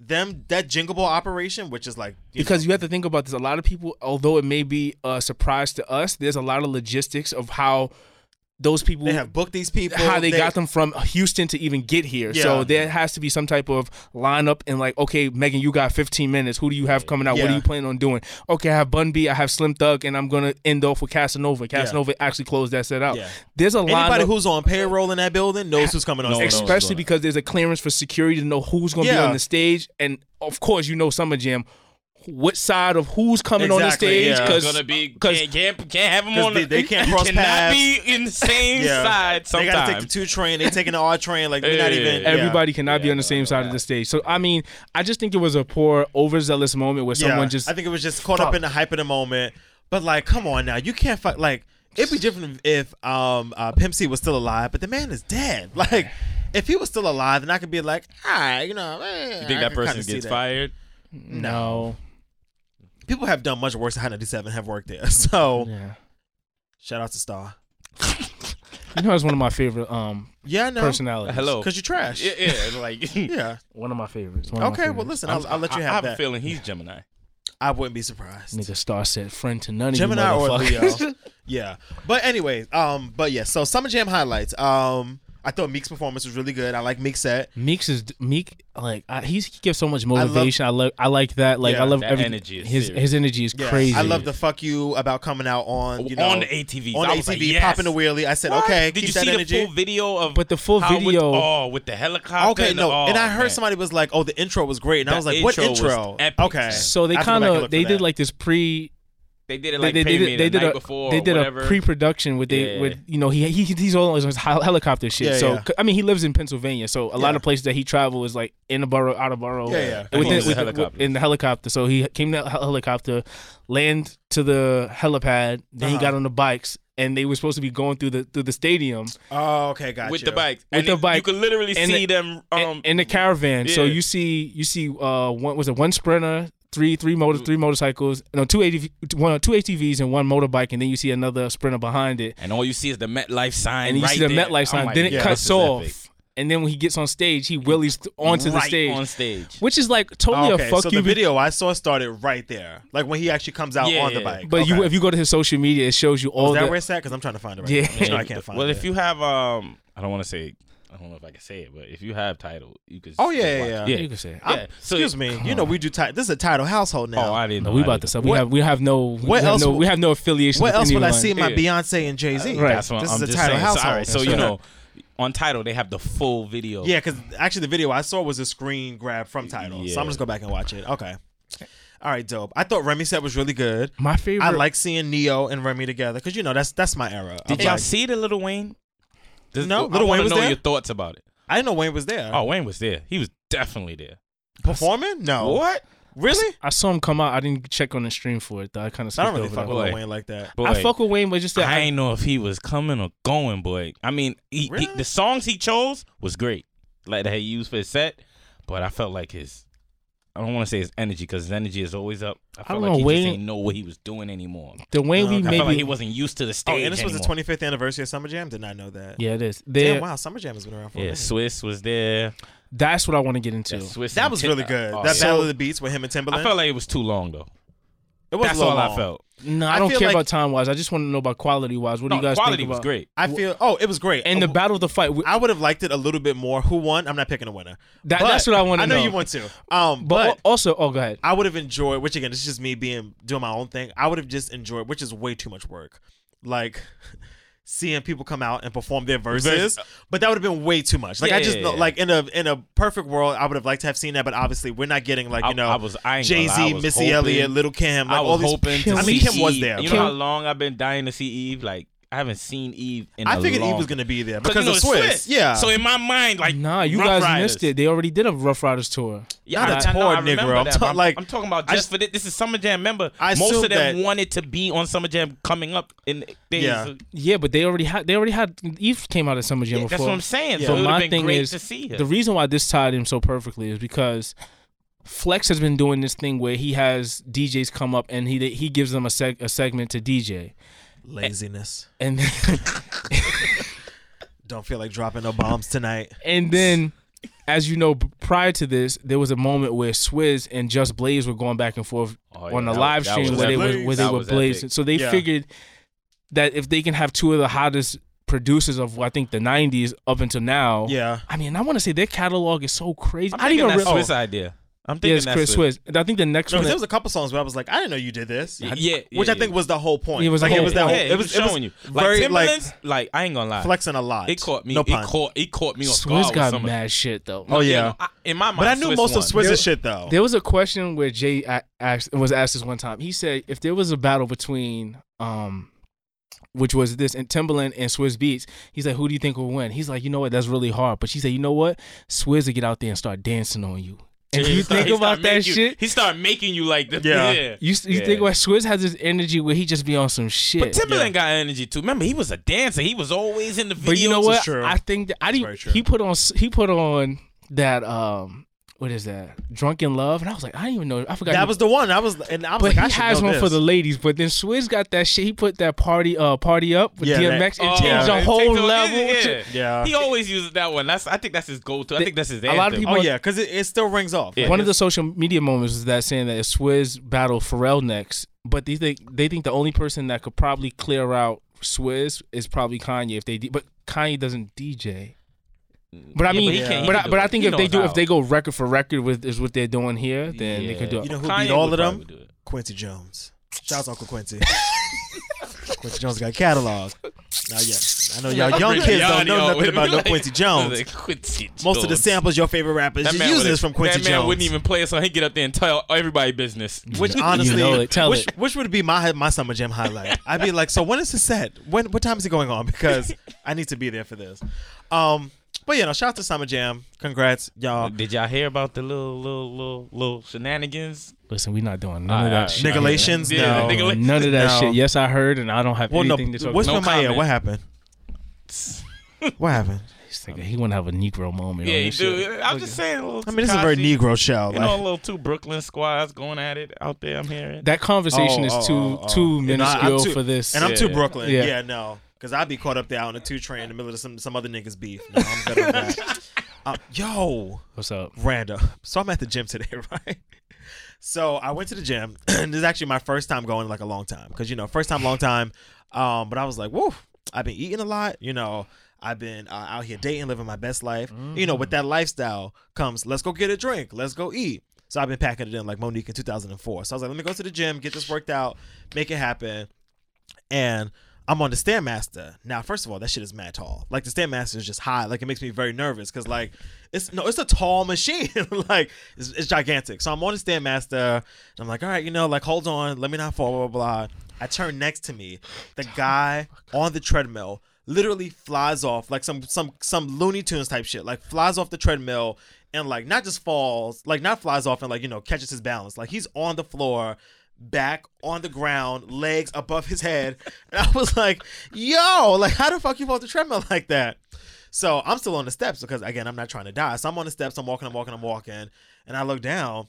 Speaker 3: them that Jingle Ball operation, which is like you
Speaker 5: because
Speaker 3: know,
Speaker 5: you have to think about this. A lot of people, although it may be a surprise to us, there's a lot of logistics of how those people,
Speaker 3: they have booked these people,
Speaker 5: how they, got them from Houston to even get here.
Speaker 3: Yeah.
Speaker 5: So there has to be some type of lineup and like, okay, Megan, you got 15 minutes. Who do you have coming out? What
Speaker 3: Yeah.
Speaker 5: are you planning on doing? Okay, I have Bun B, I have Slim Thug, and I'm gonna end off with Casanova. Casanova actually closed that set out.
Speaker 3: Yeah.
Speaker 5: There's a lineup.
Speaker 3: Anybody who's on payroll in that building knows who's coming on.
Speaker 7: No,
Speaker 3: stage.
Speaker 7: no.
Speaker 5: especially because there's a clearance for security to know who's going to be
Speaker 3: Yeah.
Speaker 5: on the stage, and of course, you know Summer Jam, what side of who's coming on the
Speaker 3: Exactly,
Speaker 5: stage
Speaker 3: yeah.
Speaker 7: It's
Speaker 5: because
Speaker 7: gonna be
Speaker 5: because
Speaker 7: can't, can't can't have them
Speaker 3: 'Cause
Speaker 7: on.
Speaker 3: they-
Speaker 7: the,
Speaker 3: they can't
Speaker 7: you
Speaker 3: cross
Speaker 7: cannot
Speaker 3: paths.
Speaker 7: be in the
Speaker 3: They
Speaker 7: same side.
Speaker 3: gotta take the
Speaker 7: Sometimes
Speaker 3: two train. They taking the R train. Like we're not
Speaker 7: Yeah.
Speaker 3: even.
Speaker 5: everybody cannot be on the same side of the stage. So I mean, I just think it was a poor, overzealous moment where
Speaker 3: Yeah.
Speaker 5: someone
Speaker 3: Yeah.
Speaker 5: just
Speaker 3: I think it was just caught up
Speaker 5: Fuck.
Speaker 3: in the hype of the moment. But like, come on now, you can't fuck like. It'd be different if um uh, Pimp C was still alive, but the man is dead. Like, if he was still alive, then I could be like, all right, you know, eh,
Speaker 7: you think
Speaker 3: I can
Speaker 7: that
Speaker 3: kinda
Speaker 7: person
Speaker 3: see
Speaker 7: gets
Speaker 3: that.
Speaker 7: fired.
Speaker 5: no.
Speaker 3: people have done much worse than Hot 97 have worked there. So
Speaker 5: Yeah.
Speaker 3: shout out to Star.
Speaker 5: You know, it's one of my favorite um
Speaker 3: Yeah, I know.
Speaker 5: personalities.
Speaker 7: Hello.
Speaker 3: Because you're trash.
Speaker 7: Yeah, yeah, like
Speaker 3: Yeah.
Speaker 5: one of my favorites. One of my
Speaker 3: Okay, well,
Speaker 5: favorites.
Speaker 3: listen, I'll, I'll let you
Speaker 7: I-
Speaker 3: have,
Speaker 7: I have a
Speaker 3: that.
Speaker 7: feeling he's Gemini.
Speaker 3: I wouldn't be surprised.
Speaker 5: Nigga Star said friend to none of
Speaker 3: Gemini
Speaker 5: you
Speaker 3: or Leo.
Speaker 5: motherfuckers.
Speaker 3: yeah. But anyways, um, but yeah, so Summer Jam highlights. Um, I thought Meek's performance was really good. I like Meek's set.
Speaker 5: Meeks is Meek like I, he's, he gives so much motivation. I love I, like that. Like
Speaker 3: Yeah,
Speaker 5: I love
Speaker 7: that
Speaker 5: every
Speaker 7: energy is
Speaker 5: his
Speaker 7: serious.
Speaker 5: his energy is
Speaker 3: Yeah.
Speaker 5: crazy.
Speaker 3: I love the fuck you about coming out on you know
Speaker 7: on the ATVs.
Speaker 3: on
Speaker 7: I
Speaker 3: the
Speaker 7: was
Speaker 3: ATV,
Speaker 7: like, yes.
Speaker 3: popping the wheelie. I said,
Speaker 7: What?
Speaker 3: okay,
Speaker 7: Did
Speaker 3: keep
Speaker 7: you
Speaker 3: that
Speaker 7: see
Speaker 3: energy.
Speaker 7: the full video of?
Speaker 5: But the full
Speaker 7: how with-
Speaker 5: video-
Speaker 7: oh, with the helicopter.
Speaker 3: Okay,
Speaker 7: and
Speaker 3: no,
Speaker 7: the- oh,
Speaker 3: and I heard
Speaker 7: man.
Speaker 3: somebody was like, "Oh, the intro was great," and I
Speaker 7: The
Speaker 3: was like, "What
Speaker 7: intro was
Speaker 3: intro?"
Speaker 7: epic.
Speaker 3: Okay,
Speaker 5: So they
Speaker 3: I have to go back and
Speaker 5: kind of
Speaker 3: look
Speaker 5: they
Speaker 3: for
Speaker 5: did
Speaker 3: that.
Speaker 5: like this pre
Speaker 7: they did it like
Speaker 5: they, they
Speaker 7: Pay
Speaker 5: did
Speaker 7: Me
Speaker 5: they
Speaker 7: the
Speaker 5: did
Speaker 7: night
Speaker 5: a
Speaker 7: before.
Speaker 5: they did
Speaker 7: or
Speaker 5: a
Speaker 7: whatever.
Speaker 5: pre production with they
Speaker 7: Yeah.
Speaker 5: with you know he, he he's all on his hel- helicopter shit.
Speaker 3: Yeah,
Speaker 5: so
Speaker 3: yeah.
Speaker 5: c- I mean he lives in Pennsylvania, so a lot
Speaker 3: Yeah.
Speaker 5: of places that he travel is like in the borough, out of borough.
Speaker 3: Yeah, yeah.
Speaker 5: And
Speaker 7: He uses
Speaker 5: within,
Speaker 7: a
Speaker 5: with,
Speaker 7: helicopter.
Speaker 5: in the helicopter, so he came to the hel- helicopter, land to the helipad, then he
Speaker 3: Uh-huh.
Speaker 5: got on the bikes, and they were supposed to be going through the through the stadium.
Speaker 3: oh, okay, got
Speaker 7: with
Speaker 3: you.
Speaker 7: the bikes.
Speaker 5: With
Speaker 7: And
Speaker 5: the
Speaker 7: it- you
Speaker 5: bike.
Speaker 7: could literally
Speaker 5: And
Speaker 7: see
Speaker 5: the-
Speaker 7: them.
Speaker 5: in-
Speaker 7: Um,
Speaker 5: in the caravan. So
Speaker 7: yeah.
Speaker 5: you see, you see, uh, one was it one sprinter, three three motor three motorcycles, no two ATV, one two ATVs and one motorbike, and then you see another sprinter behind it,
Speaker 7: and all you see is the MetLife sign.
Speaker 5: and you see
Speaker 7: right
Speaker 5: the
Speaker 7: there.
Speaker 5: MetLife
Speaker 7: I'm
Speaker 5: sign.
Speaker 7: like,
Speaker 5: then it
Speaker 7: yeah, this
Speaker 5: cuts
Speaker 7: is
Speaker 5: off,
Speaker 7: epic.
Speaker 5: and then when he gets on stage, he wheelies th- onto the
Speaker 7: Right
Speaker 5: stage,
Speaker 7: on stage.
Speaker 5: which is like totally
Speaker 3: okay,
Speaker 5: a fuck
Speaker 3: so
Speaker 5: you.
Speaker 3: the
Speaker 5: be-
Speaker 3: video I saw started right there, like when he actually comes out
Speaker 7: Yeah,
Speaker 3: on the
Speaker 7: yeah,
Speaker 3: bike.
Speaker 5: but you,
Speaker 3: Okay.
Speaker 5: if you go to his social media, it shows you all
Speaker 3: is that
Speaker 5: the
Speaker 3: where it's at? Because I'm trying to find it. Right
Speaker 5: Yeah.
Speaker 3: now. No, I can't find
Speaker 7: well,
Speaker 3: it.
Speaker 7: if you have um, I don't want to say I don't know if I can say it, but if you have title, you could.
Speaker 3: Oh,
Speaker 7: still
Speaker 3: yeah,
Speaker 7: watch.
Speaker 3: yeah,
Speaker 5: Yeah, you can say it.
Speaker 3: I'm-
Speaker 7: Yeah, so-
Speaker 3: excuse me. You know we do. Ti- this is a title household now.
Speaker 7: Oh, I didn't
Speaker 5: No,
Speaker 7: know.
Speaker 5: we
Speaker 7: I
Speaker 5: about
Speaker 7: didn't-
Speaker 5: to sub. We
Speaker 3: What-
Speaker 5: have we have no
Speaker 3: what
Speaker 5: we have
Speaker 3: else
Speaker 5: no
Speaker 3: will-
Speaker 5: we have no affiliation.
Speaker 3: What
Speaker 5: with
Speaker 3: else would I
Speaker 5: anyone.
Speaker 3: see my
Speaker 7: Yeah.
Speaker 3: Beyonce and Jay Z?
Speaker 5: Right.
Speaker 7: That's what
Speaker 3: This
Speaker 7: I'm
Speaker 3: is a
Speaker 7: just
Speaker 3: title
Speaker 7: saying.
Speaker 3: household.
Speaker 7: So, all Uh, right, so you
Speaker 3: Sure.
Speaker 7: know, on title they have the full video.
Speaker 3: Yeah, because actually the video I saw was a screen grab from title. So I'm
Speaker 7: Yeah.
Speaker 3: just go back and watch it. Okay. All right, dope. I thought Remy set was really good.
Speaker 5: My favorite.
Speaker 3: I like seeing Neo and Remy together because you know that's that's my era.
Speaker 7: Did
Speaker 3: I'm
Speaker 7: y'all
Speaker 3: like-
Speaker 7: see the Little Wayne? This-
Speaker 3: No,
Speaker 7: I
Speaker 3: Lil
Speaker 7: wanna
Speaker 3: Wayne was
Speaker 7: know
Speaker 3: there?
Speaker 7: Your thoughts about it?
Speaker 3: I didn't know Wayne was there.
Speaker 7: Oh, Wayne was there. He was definitely there.
Speaker 3: performing? No.
Speaker 7: What?
Speaker 3: Really?
Speaker 5: I saw him come out. I didn't check on the stream for it. Though. I kind of.
Speaker 3: I don't really
Speaker 5: over
Speaker 3: fuck
Speaker 5: that.
Speaker 3: with Lil
Speaker 7: Boy.
Speaker 3: Wayne like that.
Speaker 7: Boy,
Speaker 5: I fuck with Wayne, but just that
Speaker 7: I ain't know if he was coming or going, boy. I mean, he, he,
Speaker 3: Really?
Speaker 7: the songs he chose was great, like that he used for his set. But I felt like his, I don't want to say his energy because his energy is always up. I felt
Speaker 5: don't
Speaker 7: like
Speaker 5: know,
Speaker 7: he
Speaker 5: Wayne-
Speaker 7: just didn't know what he was doing anymore.
Speaker 5: the Wayne
Speaker 3: Okay.
Speaker 5: we
Speaker 3: I
Speaker 7: I
Speaker 5: maybe.
Speaker 7: felt like he wasn't used to the
Speaker 3: Oh,
Speaker 7: stage.
Speaker 3: and this was the
Speaker 7: anymore.
Speaker 3: 25th anniversary of Summer Jam. Did not know that.
Speaker 5: yeah, it is. There-
Speaker 3: Damn, wow, Summer Jam has been around for a
Speaker 7: Yeah,
Speaker 3: minute.
Speaker 7: Swiss was there.
Speaker 5: That's what I want to get into.
Speaker 7: Yeah, Swiss
Speaker 3: That
Speaker 7: and
Speaker 3: was
Speaker 7: Tim-
Speaker 3: really good.
Speaker 7: Oh,
Speaker 3: that
Speaker 7: yeah.
Speaker 3: Battle of the Beats with him and Timbaland.
Speaker 7: I felt like it was too long though.
Speaker 3: it was
Speaker 7: That's
Speaker 3: a little
Speaker 7: all I
Speaker 3: long.
Speaker 7: felt.
Speaker 5: No, I,
Speaker 3: I
Speaker 5: don't
Speaker 3: feel
Speaker 5: care
Speaker 3: like-
Speaker 5: about time wise. I just want to know about quality wise. What do
Speaker 7: No,
Speaker 5: you guys
Speaker 7: quality
Speaker 5: think
Speaker 7: was
Speaker 5: about?
Speaker 7: great.
Speaker 3: I feel. Oh, it was great.
Speaker 5: And the battle of the fight. we-
Speaker 3: I would have liked it a little bit more. Who won? I'm not picking a winner.
Speaker 5: That-
Speaker 3: But-
Speaker 5: that's what I wanna
Speaker 3: I know,
Speaker 5: know.
Speaker 3: you want to. Um,
Speaker 5: but
Speaker 3: but
Speaker 5: al- also, oh, go ahead.
Speaker 3: I would have enjoyed, which again, this is just me being doing my own thing. I would have just enjoyed, which is way too much work. Like seeing people come out and perform their verses, but that would have been way too much. Like I just know,
Speaker 7: Yeah.
Speaker 3: like in a in a perfect world, I would have liked to have seen that, but obviously we're not getting like
Speaker 7: I-
Speaker 3: you know
Speaker 7: I was- I ain't gonna
Speaker 3: Jay
Speaker 7: lie, I
Speaker 3: Z,
Speaker 7: was
Speaker 3: Missy
Speaker 7: hoping-
Speaker 3: Elliott, Little Kim, like
Speaker 7: I
Speaker 3: all
Speaker 7: was
Speaker 3: these.
Speaker 7: hoping to
Speaker 3: I mean,
Speaker 7: see
Speaker 3: Kim was
Speaker 7: Eve.
Speaker 3: there.
Speaker 7: You
Speaker 3: but-
Speaker 7: know how long I've been dying to see Eve? Like I haven't seen Eve in
Speaker 3: I
Speaker 7: a
Speaker 3: figured Eve
Speaker 7: long-
Speaker 3: was gonna be there
Speaker 7: 'Cause,
Speaker 3: because
Speaker 7: you
Speaker 3: of
Speaker 7: know,
Speaker 3: Swiss. Yeah.
Speaker 7: So in my mind, like
Speaker 5: Nah, you
Speaker 7: Rough
Speaker 5: guys
Speaker 7: Riders.
Speaker 5: missed it. They already did a Rough Riders tour.
Speaker 7: Yeah,
Speaker 3: Not
Speaker 7: I-
Speaker 3: a
Speaker 7: I know,
Speaker 3: tour,
Speaker 7: I remember
Speaker 3: nigga, I'm
Speaker 7: that,
Speaker 3: ta-
Speaker 7: but I'm,
Speaker 3: like-
Speaker 7: I'm talking about
Speaker 3: I
Speaker 7: just
Speaker 3: s-
Speaker 7: for this. This is Summer Jam. Remember,
Speaker 3: I
Speaker 7: most
Speaker 3: assume
Speaker 7: of them
Speaker 3: that-
Speaker 7: wanted to be on Summer Jam coming up in days.
Speaker 3: Yeah.
Speaker 5: Yeah, but they already had. They already had. Eve came out at Summer Jam
Speaker 7: Yeah,
Speaker 5: before.
Speaker 7: that's what I'm saying.
Speaker 3: Yeah.
Speaker 5: But
Speaker 7: So it would
Speaker 5: my
Speaker 7: have been
Speaker 5: thing
Speaker 7: great
Speaker 5: is,
Speaker 7: to see her.
Speaker 5: The reason why this tied him so perfectly is because Flex has been doing this thing where he has DJs come up and he he gives them a seg- a segment to DJ
Speaker 3: laziness.
Speaker 5: and
Speaker 3: Don't feel like dropping no bombs tonight.
Speaker 5: and then as you know b- prior to this there was a moment where Swizz and Just Blaze were going back and forth
Speaker 7: Oh, yeah,
Speaker 5: on the
Speaker 7: that-
Speaker 5: live
Speaker 7: that
Speaker 5: stream
Speaker 7: was
Speaker 5: where they
Speaker 3: epic.
Speaker 5: were where they
Speaker 7: That
Speaker 5: were
Speaker 7: was
Speaker 5: blazing.
Speaker 7: epic.
Speaker 5: So they
Speaker 3: Yeah.
Speaker 5: figured that if they can have two of the hottest producers of I think the '90s up until now,
Speaker 3: Yeah.
Speaker 5: I mean, I want to say their catalog is so crazy.
Speaker 7: I'm
Speaker 5: I didn't
Speaker 7: thinking
Speaker 5: even
Speaker 7: that
Speaker 5: realize.
Speaker 7: Swiss idea. I'm
Speaker 5: Yeah,
Speaker 7: thinking
Speaker 5: it's
Speaker 7: that
Speaker 5: Chris Swiss. I think the next
Speaker 3: No, 'cause
Speaker 5: one.
Speaker 3: there was a couple songs where I was like, I didn't know you did this.
Speaker 7: Yeah, yeah,
Speaker 3: which
Speaker 7: yeah,
Speaker 3: I think
Speaker 7: yeah.
Speaker 3: was the whole point.
Speaker 5: It was
Speaker 3: like,
Speaker 5: the
Speaker 3: it
Speaker 5: whole
Speaker 3: was that.
Speaker 5: point.
Speaker 3: Whole,
Speaker 7: Yeah,
Speaker 3: it was
Speaker 7: showing
Speaker 3: it was
Speaker 7: you. Like
Speaker 3: very
Speaker 7: Timberland's,
Speaker 3: like
Speaker 7: like, I ain't gonna lie,
Speaker 3: flexing a lot.
Speaker 7: It caught me.
Speaker 3: No
Speaker 7: it
Speaker 3: pun.
Speaker 7: caught. It caught me off
Speaker 5: Swiss
Speaker 7: guard.
Speaker 5: got
Speaker 7: with some of-
Speaker 5: mad shit though.
Speaker 3: Oh yeah.
Speaker 7: no, I- in my mind,
Speaker 3: but I knew
Speaker 7: Swiss
Speaker 3: most
Speaker 7: won.
Speaker 3: of Swizz's shit though.
Speaker 5: There was a question where Jay a- asked was asked this one time. He said if there was a battle between um which was this and Timberland and Swizz Beats, he's like, Who do you think will win? He's like, you know what, that's really hard. But she said, You know what? Swizz will get out there and start dancing on you. And
Speaker 7: He
Speaker 5: you
Speaker 7: start-
Speaker 5: think
Speaker 7: he start
Speaker 5: about that
Speaker 7: making you-
Speaker 5: shit.
Speaker 7: He started making you like the
Speaker 3: Yeah.
Speaker 7: yeah.
Speaker 5: You, s- you
Speaker 7: Yeah.
Speaker 5: think about Swizz has this energy where he just be on some shit.
Speaker 7: But Timberland got energy too. Remember, he was a dancer. He was always in the video.
Speaker 5: But you know what?
Speaker 3: true.
Speaker 5: I think that I
Speaker 3: very
Speaker 5: didn't.
Speaker 3: true.
Speaker 5: He put on s- he put on that um what is that? Drunken Love, and I was like, I didn't even know. I forgot.
Speaker 3: that
Speaker 5: he-
Speaker 3: was the one. I was and I was
Speaker 5: but
Speaker 3: like, I
Speaker 5: he
Speaker 3: should
Speaker 5: has
Speaker 3: know
Speaker 5: one
Speaker 3: this.
Speaker 5: for the ladies. But then Swizz got that shit. He put that party uh party up with
Speaker 3: Yeah, that-
Speaker 5: DMX and
Speaker 7: Oh,
Speaker 5: changed
Speaker 7: it
Speaker 5: the
Speaker 7: takes
Speaker 5: whole
Speaker 7: over-
Speaker 5: level.
Speaker 7: Yeah.
Speaker 3: Yeah.
Speaker 7: He always uses that one. That's I think that's his go-to. I
Speaker 5: The-
Speaker 7: think that's his
Speaker 5: a
Speaker 7: anthem.
Speaker 5: lot of people-
Speaker 3: Oh yeah, because it, it still rings off.
Speaker 7: Yeah.
Speaker 5: One of the social media moments was that saying that if Swizz battled Pharrell next, but they think they think the only person that could probably clear out Swizz is probably Kanye if they de- but Kanye doesn't DJ. But I
Speaker 7: Yeah,
Speaker 5: mean,
Speaker 7: he can't- he
Speaker 5: but
Speaker 7: can
Speaker 5: I,
Speaker 7: do
Speaker 5: but
Speaker 7: it.
Speaker 5: I think
Speaker 7: He
Speaker 5: if they
Speaker 7: knows
Speaker 5: do,
Speaker 7: how.
Speaker 5: if they go record for record with is what they're doing here, then they can do it.
Speaker 3: You know who
Speaker 7: Kanye
Speaker 3: beat all
Speaker 7: would
Speaker 3: of them?
Speaker 7: probably do it.
Speaker 3: Quincy Jones. Shouts Uncle Quincy. Quincy Jones got a catalog. Now yeah, I know y'all young kids don't know nothing about no Quincy Jones.
Speaker 7: Quincy
Speaker 3: Most of the
Speaker 7: Jones.
Speaker 3: samples your favorite rappers
Speaker 7: That
Speaker 3: you're
Speaker 7: man
Speaker 3: using
Speaker 7: would've-
Speaker 3: is from Quincy
Speaker 7: That man
Speaker 3: Jones.
Speaker 7: wouldn't even play a song. He'd get up there and tell everybody business.
Speaker 3: Which
Speaker 5: You
Speaker 3: honestly,
Speaker 5: know it. Tell
Speaker 3: which,
Speaker 5: it.
Speaker 3: which would be my my summer jam highlight? I'd be like, so when is the set? When what time is it going on? Because I need to be there for this. Um, but you know, shout out to summer jam. Congrats, y'all.
Speaker 7: Did y'all hear about the little little little little shenanigans?
Speaker 5: Listen, we're not doing none of
Speaker 7: All
Speaker 5: that
Speaker 7: right,
Speaker 5: shit.
Speaker 7: all right.
Speaker 3: Niggalations?
Speaker 7: Yeah,
Speaker 3: No.
Speaker 7: the niggala-
Speaker 5: Oh, None of that
Speaker 3: No.
Speaker 5: shit. Yes, I heard, and I don't have
Speaker 3: Well, no,
Speaker 5: anything to talk
Speaker 3: what's
Speaker 5: about.
Speaker 7: no
Speaker 3: with my ear?
Speaker 7: comment.
Speaker 3: What happened? What happened?
Speaker 5: This nigga, He want to have a Negro moment.
Speaker 7: Yeah,
Speaker 5: on
Speaker 7: you
Speaker 5: this shit.
Speaker 7: do. I'm just saying. a little
Speaker 3: I mean, this is a very
Speaker 7: Tekashi.
Speaker 3: Negro show.
Speaker 7: You
Speaker 3: like-
Speaker 7: know, a little two Brooklyn squads going at it out there. I'm hearing.
Speaker 5: That conversation
Speaker 3: Oh,
Speaker 5: is
Speaker 3: oh,
Speaker 5: too
Speaker 3: oh, oh.
Speaker 5: too
Speaker 3: And I- I'm
Speaker 5: minuscule
Speaker 3: too-
Speaker 5: for this.
Speaker 3: And I'm too Brooklyn.
Speaker 5: Yeah.
Speaker 3: Yeah, no, because I'd be caught up there on the two train in the middle of some some other niggas beef. No, I'm good on that. Uh, yo,
Speaker 5: What's up?
Speaker 3: Random. So I'm at the gym today, right? So I went to the gym. and this is actually my first time going in like a long time. Cause you know, first time, long time. Um, but I was like, woof, I've been eating a lot, you know. I've been uh, out here dating, living my best life. You know, with that lifestyle comes, let's go get a drink, let's go eat. So I've been packing it in like Monique in 2004. So I was like, let me go to the gym, get this worked out, make it happen. And I'm on the Stairmaster. Now, first of all, that shit is mad tall. Like the Stairmaster is just high. Like it makes me very nervous because like it's no, it's a tall machine. like it's, it's gigantic. So I'm on the Stairmaster. And I'm like, all right, you know, like hold on, let me not fall, blah blah blah. I turn next to me, the guy on the treadmill literally flies off like some some some Looney Tunes type shit. Like flies off the treadmill and like not just falls, like not flies off and like you know catches his balance. Like he's on the floor, back on the ground, legs above his head. And I was like, yo, like how the fuck you fall off the treadmill like that? So I'm still on the steps because again I'm not trying to die. So I'm on the steps. I'm walking. I'm walking. I'm walking. And I look down.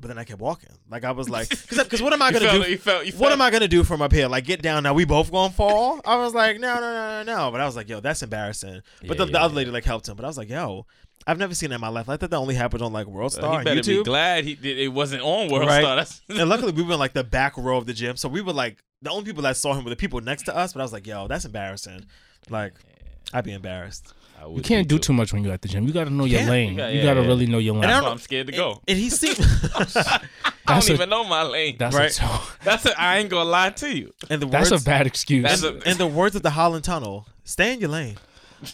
Speaker 3: But then I kept walking. Like I was like, because what am I
Speaker 7: You
Speaker 3: gonna
Speaker 7: felt
Speaker 3: do?
Speaker 7: it, you felt- you
Speaker 3: What
Speaker 7: felt
Speaker 3: am I gonna do from up here? Like get down now. We both gonna fall. I was like, no, no, no, no, no. But I was like, yo, that's embarrassing. But
Speaker 7: Yeah,
Speaker 3: the, the
Speaker 7: yeah,
Speaker 3: other lady like helped him. But I was like, yo, I've never seen that in my life. I thought that only happened on like World
Speaker 7: Well,
Speaker 3: Star
Speaker 7: Uh, he
Speaker 3: and
Speaker 7: better be
Speaker 3: YouTube.
Speaker 7: glad he did, it wasn't on World
Speaker 3: Right.
Speaker 7: Star. That's,
Speaker 3: and luckily, we were in like the back row of the gym, so we were like the only people that saw him were the people next to us. But I was like, yo, that's embarrassing. Like, I'd be embarrassed.
Speaker 7: I would
Speaker 5: You can't
Speaker 7: be
Speaker 5: do
Speaker 7: too.
Speaker 5: too much when you're at the gym. You gotta know your
Speaker 3: can't.
Speaker 5: lane.
Speaker 7: Yeah,
Speaker 5: you
Speaker 7: yeah,
Speaker 5: gotta
Speaker 7: yeah.
Speaker 5: really know your lane.
Speaker 7: That's
Speaker 3: I
Speaker 7: why
Speaker 3: don't-
Speaker 7: I'm scared to go.
Speaker 3: And he seemed.
Speaker 7: I
Speaker 5: That's
Speaker 7: don't
Speaker 5: a-
Speaker 7: even know my lane.
Speaker 5: That's
Speaker 3: Right.
Speaker 5: a tough-
Speaker 7: That's a, I ain't gonna lie to you.
Speaker 3: and the
Speaker 5: that's a
Speaker 3: words,
Speaker 5: bad excuse.
Speaker 7: That's a,
Speaker 3: in the words of the Holland Tunnel, stay in your lane.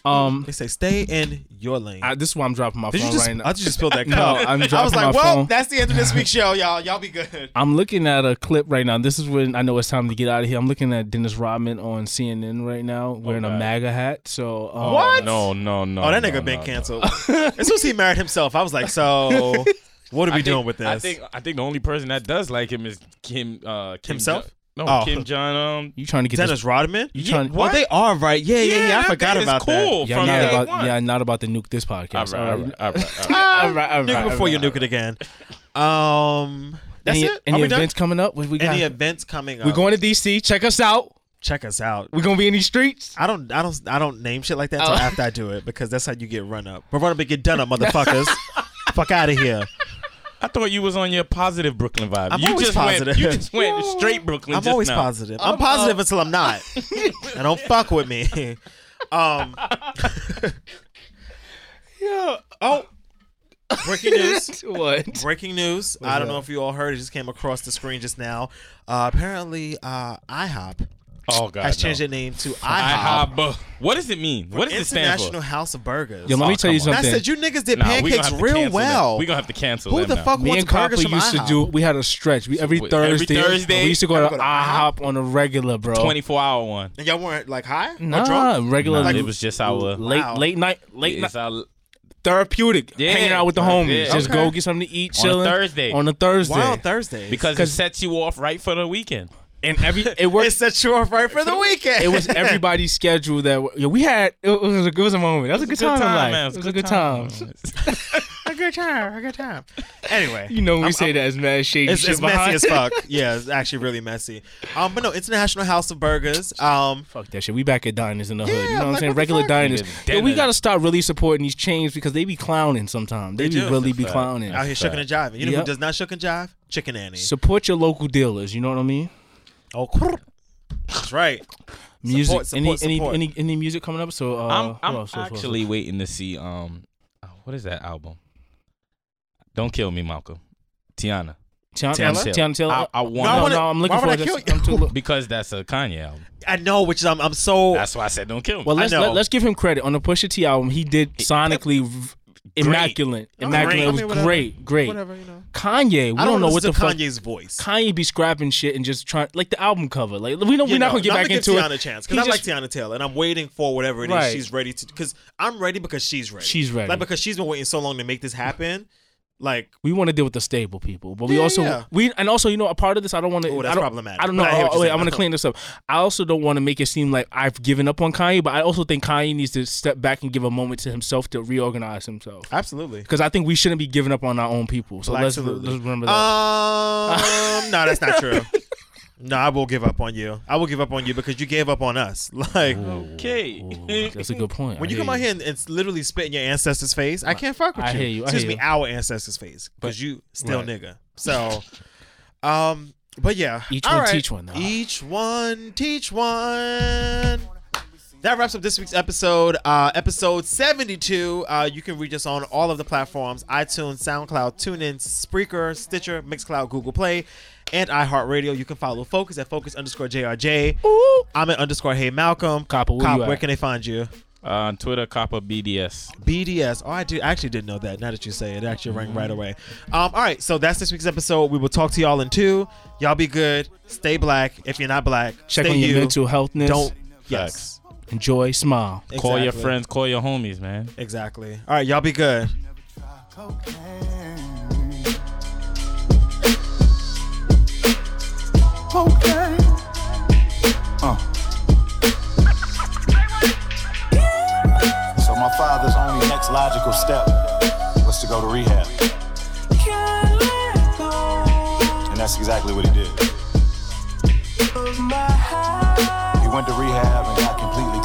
Speaker 5: um,
Speaker 3: They say stay in your lane.
Speaker 5: I, this is why I'm dropping my
Speaker 3: Did
Speaker 5: phone
Speaker 3: you just?
Speaker 5: right now.
Speaker 3: I just spilled that
Speaker 5: No,
Speaker 3: cup.
Speaker 5: I'm
Speaker 3: I was
Speaker 5: dropping
Speaker 3: like,
Speaker 5: my
Speaker 3: well,
Speaker 5: phone.
Speaker 3: that's the end of this week's show, y'all. Y'all be good.
Speaker 5: I'm looking at a clip right now. This is when I know it's time to get out of here. I'm looking at Dennis Rodman on CNN right now wearing a
Speaker 7: God.
Speaker 5: MAGA hat. So um,
Speaker 3: What?
Speaker 7: No, no, no.
Speaker 3: Oh, that
Speaker 7: no,
Speaker 3: nigga been
Speaker 7: no, no.
Speaker 3: canceled. as soon as he married himself, I was like, so what are we
Speaker 7: I
Speaker 3: doing
Speaker 7: think-
Speaker 3: with this?
Speaker 7: I think I think the only person that does like him is Kim. Uh, Kim
Speaker 3: Himself?
Speaker 7: Jo- no,
Speaker 3: Oh.
Speaker 7: Kim Jong. Um,
Speaker 5: You trying to get
Speaker 3: Dennis
Speaker 5: this?
Speaker 3: Rodman.
Speaker 5: You
Speaker 7: yeah,
Speaker 5: trying?
Speaker 7: what?
Speaker 3: Oh, they are right. Yeah, yeah, yeah. I
Speaker 7: that
Speaker 3: forgot
Speaker 7: thing is
Speaker 3: about
Speaker 7: cool
Speaker 3: that.
Speaker 5: Y'all not
Speaker 7: from day
Speaker 5: about.
Speaker 7: one.
Speaker 5: Y'all not about to nuke this
Speaker 7: All
Speaker 5: podcast.
Speaker 7: right, all right, all right, all right.
Speaker 5: all right, all
Speaker 3: Nuke
Speaker 5: right,
Speaker 3: it before you
Speaker 5: all right.
Speaker 3: nuke it again. Um, that's
Speaker 5: any,
Speaker 3: it.
Speaker 5: Any
Speaker 3: are we
Speaker 5: events coming up? What we
Speaker 3: done?
Speaker 5: got?
Speaker 3: Any events coming up?
Speaker 5: We're going to DC. Check us out.
Speaker 3: check us out.
Speaker 5: We're gonna be in these streets.
Speaker 3: I don't, I don't, I don't name shit like that until
Speaker 5: Oh.
Speaker 3: after I do it because that's how you get run up. But run up and get done up, motherfuckers. Fuck out of here.
Speaker 7: I thought you was on your positive Brooklyn vibe.
Speaker 3: I'm
Speaker 7: you
Speaker 3: always
Speaker 7: just
Speaker 3: positive.
Speaker 7: Went, you just went straight Brooklyn.
Speaker 3: I'm
Speaker 7: just
Speaker 3: always
Speaker 7: now.
Speaker 3: positive. I'm, positive until I'm not. and don't fuck with me. um,
Speaker 5: Yeah.
Speaker 3: oh, breaking news.
Speaker 5: what?
Speaker 3: Breaking news. I don't know if you all heard. It just came across the screen just now. Uh, apparently, uh, IHOP
Speaker 7: Oh God,
Speaker 3: has
Speaker 7: no.
Speaker 3: changed their name to IHOP,
Speaker 7: IHOP. What does it mean? What does it stand
Speaker 3: International
Speaker 7: for?
Speaker 3: House of Burgers.
Speaker 5: Yo, let me
Speaker 7: Oh,
Speaker 5: tell you
Speaker 7: come
Speaker 3: and I
Speaker 5: something.
Speaker 3: said, you niggas did
Speaker 7: Nah, we gonna
Speaker 3: pancakes
Speaker 7: have to
Speaker 3: real
Speaker 7: cancel
Speaker 3: well.
Speaker 7: That. We gonna have to cancel
Speaker 3: Who
Speaker 7: them
Speaker 3: the
Speaker 7: now.
Speaker 3: fuck
Speaker 5: me
Speaker 3: wants
Speaker 5: and Copper
Speaker 3: burgers from
Speaker 5: used to
Speaker 3: IHOP?
Speaker 5: do. We had a stretch. We every
Speaker 7: Wait, every
Speaker 5: Thursday.
Speaker 7: Thursday?
Speaker 5: we used to go
Speaker 3: Gotta go
Speaker 5: to
Speaker 3: to
Speaker 5: IHOP on a regular, bro.
Speaker 7: Twenty-four hour one.
Speaker 3: And y'all weren't like high or
Speaker 5: Nah,
Speaker 3: drunk.
Speaker 5: regular.
Speaker 7: Nah,
Speaker 3: Like-
Speaker 7: it was just our
Speaker 5: late
Speaker 3: Wow.
Speaker 5: late night late night
Speaker 7: It's our
Speaker 5: therapeutic.
Speaker 7: Yeah.
Speaker 5: Hanging out with the homies.
Speaker 7: Yeah.
Speaker 5: Just
Speaker 3: Okay.
Speaker 5: go get something to eat.
Speaker 7: On a
Speaker 5: Chilling
Speaker 7: Thursday.
Speaker 5: On a Thursday.
Speaker 3: Wild Thursday.
Speaker 7: because it sets you off right for the weekend.
Speaker 5: and every it
Speaker 3: it
Speaker 5: was
Speaker 3: set you off right for the weekend.
Speaker 5: it was everybody's schedule that yo, we had. It was a it was a moment. That was a good time. in life. It was a good time.
Speaker 3: a good time. A good time. Anyway,
Speaker 5: You know, we
Speaker 3: I'm-
Speaker 5: say that as mad shady
Speaker 3: It's,
Speaker 5: shit
Speaker 3: it's messy
Speaker 5: behind-
Speaker 3: as fuck. Yeah, it's actually really messy. Um, but no, International House of Burgers. Um,
Speaker 5: Fuck that shit. We back at diners in the hood.
Speaker 3: Yeah,
Speaker 5: You know what I'm
Speaker 3: like,
Speaker 5: saying?
Speaker 3: what the
Speaker 5: Regular
Speaker 3: fuck?
Speaker 5: diners.
Speaker 7: Yeah,
Speaker 5: Yo, we
Speaker 7: dinner.
Speaker 5: gotta stop really supporting these chains because they be clowning sometimes. They,
Speaker 3: They
Speaker 5: be
Speaker 3: do.
Speaker 5: really be
Speaker 7: That's a fact.
Speaker 5: clowning.
Speaker 3: out here shucking and jiving. You know
Speaker 5: Yep.
Speaker 3: who does not shuck and jive? Chicken Annie.
Speaker 5: Support your local dealers. You know what I mean?
Speaker 3: Oh, crrr. that's right.
Speaker 5: Music.
Speaker 3: support,
Speaker 5: any,
Speaker 3: support.
Speaker 5: any any any music coming up? So uh,
Speaker 7: I'm,
Speaker 5: what
Speaker 7: I'm
Speaker 5: else, what else, what else?
Speaker 7: actually waiting to see um, uh, what is that album? Don't kill me, Malcolm. Tiana.
Speaker 5: Tiana
Speaker 3: Taylor?
Speaker 5: Taylor. Tiana Taylor.
Speaker 7: I, I want
Speaker 3: No, I
Speaker 5: no,
Speaker 3: wanna-
Speaker 5: no, I'm looking
Speaker 3: why
Speaker 5: for
Speaker 3: would I
Speaker 5: this.
Speaker 3: kill you?
Speaker 5: I'm too look.
Speaker 7: because that's a Kanye album.
Speaker 3: I know, which is, I'm, I'm so.
Speaker 7: That's why I said don't kill me.
Speaker 5: Well,
Speaker 3: I
Speaker 5: let's
Speaker 3: know.
Speaker 5: let, us give him credit on the Pusha T album. He did sonically v- immaculate, immaculate.
Speaker 3: Great.
Speaker 5: It was
Speaker 3: I mean, whatever.
Speaker 5: great, great.
Speaker 3: whatever, you know.
Speaker 5: Kanye, we
Speaker 3: I
Speaker 5: don't know what the
Speaker 3: listen
Speaker 5: fuck.
Speaker 3: to Kanye's voice.
Speaker 5: Kanye be scrapping shit and just trying like the album cover. Like we know
Speaker 3: You
Speaker 5: we're not
Speaker 3: know,
Speaker 5: gonna get
Speaker 3: and
Speaker 5: back
Speaker 3: I'm
Speaker 5: into
Speaker 3: give
Speaker 5: it.
Speaker 3: Tiana a chance
Speaker 5: He
Speaker 3: because I like
Speaker 5: just-
Speaker 3: Tiana Taylor and I'm waiting for whatever it is
Speaker 5: Right.
Speaker 3: she's ready to. Because I'm ready because she's ready.
Speaker 5: She's ready.
Speaker 3: Like because she's been waiting so long to make this happen. Like
Speaker 5: We want to deal with the stable people, but we
Speaker 3: Yeah,
Speaker 5: also
Speaker 3: yeah.
Speaker 5: we and also you know a part of this I don't want to.
Speaker 3: Ooh, that's
Speaker 5: I don't,
Speaker 3: problematic,
Speaker 5: I don't know.
Speaker 3: but I hear what
Speaker 5: oh,
Speaker 3: you're
Speaker 5: wait,
Speaker 3: saying.
Speaker 5: I'm gonna clean this up. I also don't want to make it seem like I've given up on Kanye, but I also think Kanye needs to step back and give a moment to himself to reorganize himself.
Speaker 3: absolutely.
Speaker 5: Because I think we shouldn't be giving up on our own people. So let's,
Speaker 3: Absolutely.
Speaker 5: let's remember that.
Speaker 3: Um, no, that's not true. No, I will give up on you. I will give up on you because you gave up on us. Like
Speaker 7: okay.
Speaker 5: Ooh, that's a good point.
Speaker 3: Um, when
Speaker 5: I
Speaker 3: you
Speaker 5: hear
Speaker 3: come out here and it's literally spit in your ancestors' face, I can't fuck with
Speaker 5: I
Speaker 3: you.
Speaker 5: hear you, I
Speaker 3: Excuse
Speaker 5: hear
Speaker 3: me,
Speaker 5: you.
Speaker 3: our ancestors' face because you still
Speaker 5: Right.
Speaker 3: nigga. So, um, but yeah,
Speaker 5: Each
Speaker 3: All
Speaker 5: one
Speaker 3: right.
Speaker 5: teach one, though.
Speaker 3: Each one teach one. That wraps up this week's episode, uh, episode 72. Uh, you can reach us on all of the platforms iTunes, SoundCloud, TuneIn, Spreaker, Stitcher, Mixcloud, Google Play, and iHeartRadio. You can follow Focus at Focus underscore JRJ. I'm at underscore Hey Malcolm.
Speaker 5: Copper, where
Speaker 3: Cop,
Speaker 5: you at?
Speaker 3: where can they find you?
Speaker 7: Uh, on Twitter, Copper BDS.
Speaker 3: BDS. Oh, I do. I actually didn't know that. Now that you say it, it actually rang right away. Um, all right, so that's this week's episode. We will talk to y'all in two. Y'all be good. Stay black. If you're not black,
Speaker 5: Check
Speaker 3: stay
Speaker 5: on your
Speaker 3: you.
Speaker 5: mental healthness.
Speaker 3: Don't. Yes.
Speaker 7: Facts.
Speaker 5: enjoy, smile.
Speaker 7: Call your
Speaker 3: Exactly.
Speaker 7: friends, call your homies, man.
Speaker 3: Exactly. All right, y'all be good.
Speaker 6: Cocaine. Cocaine. Uh. So my father's only next logical step was to go to rehab,
Speaker 4: Can't let go
Speaker 6: and that's exactly what he did.
Speaker 4: of my heart.
Speaker 6: He went to rehab and got completely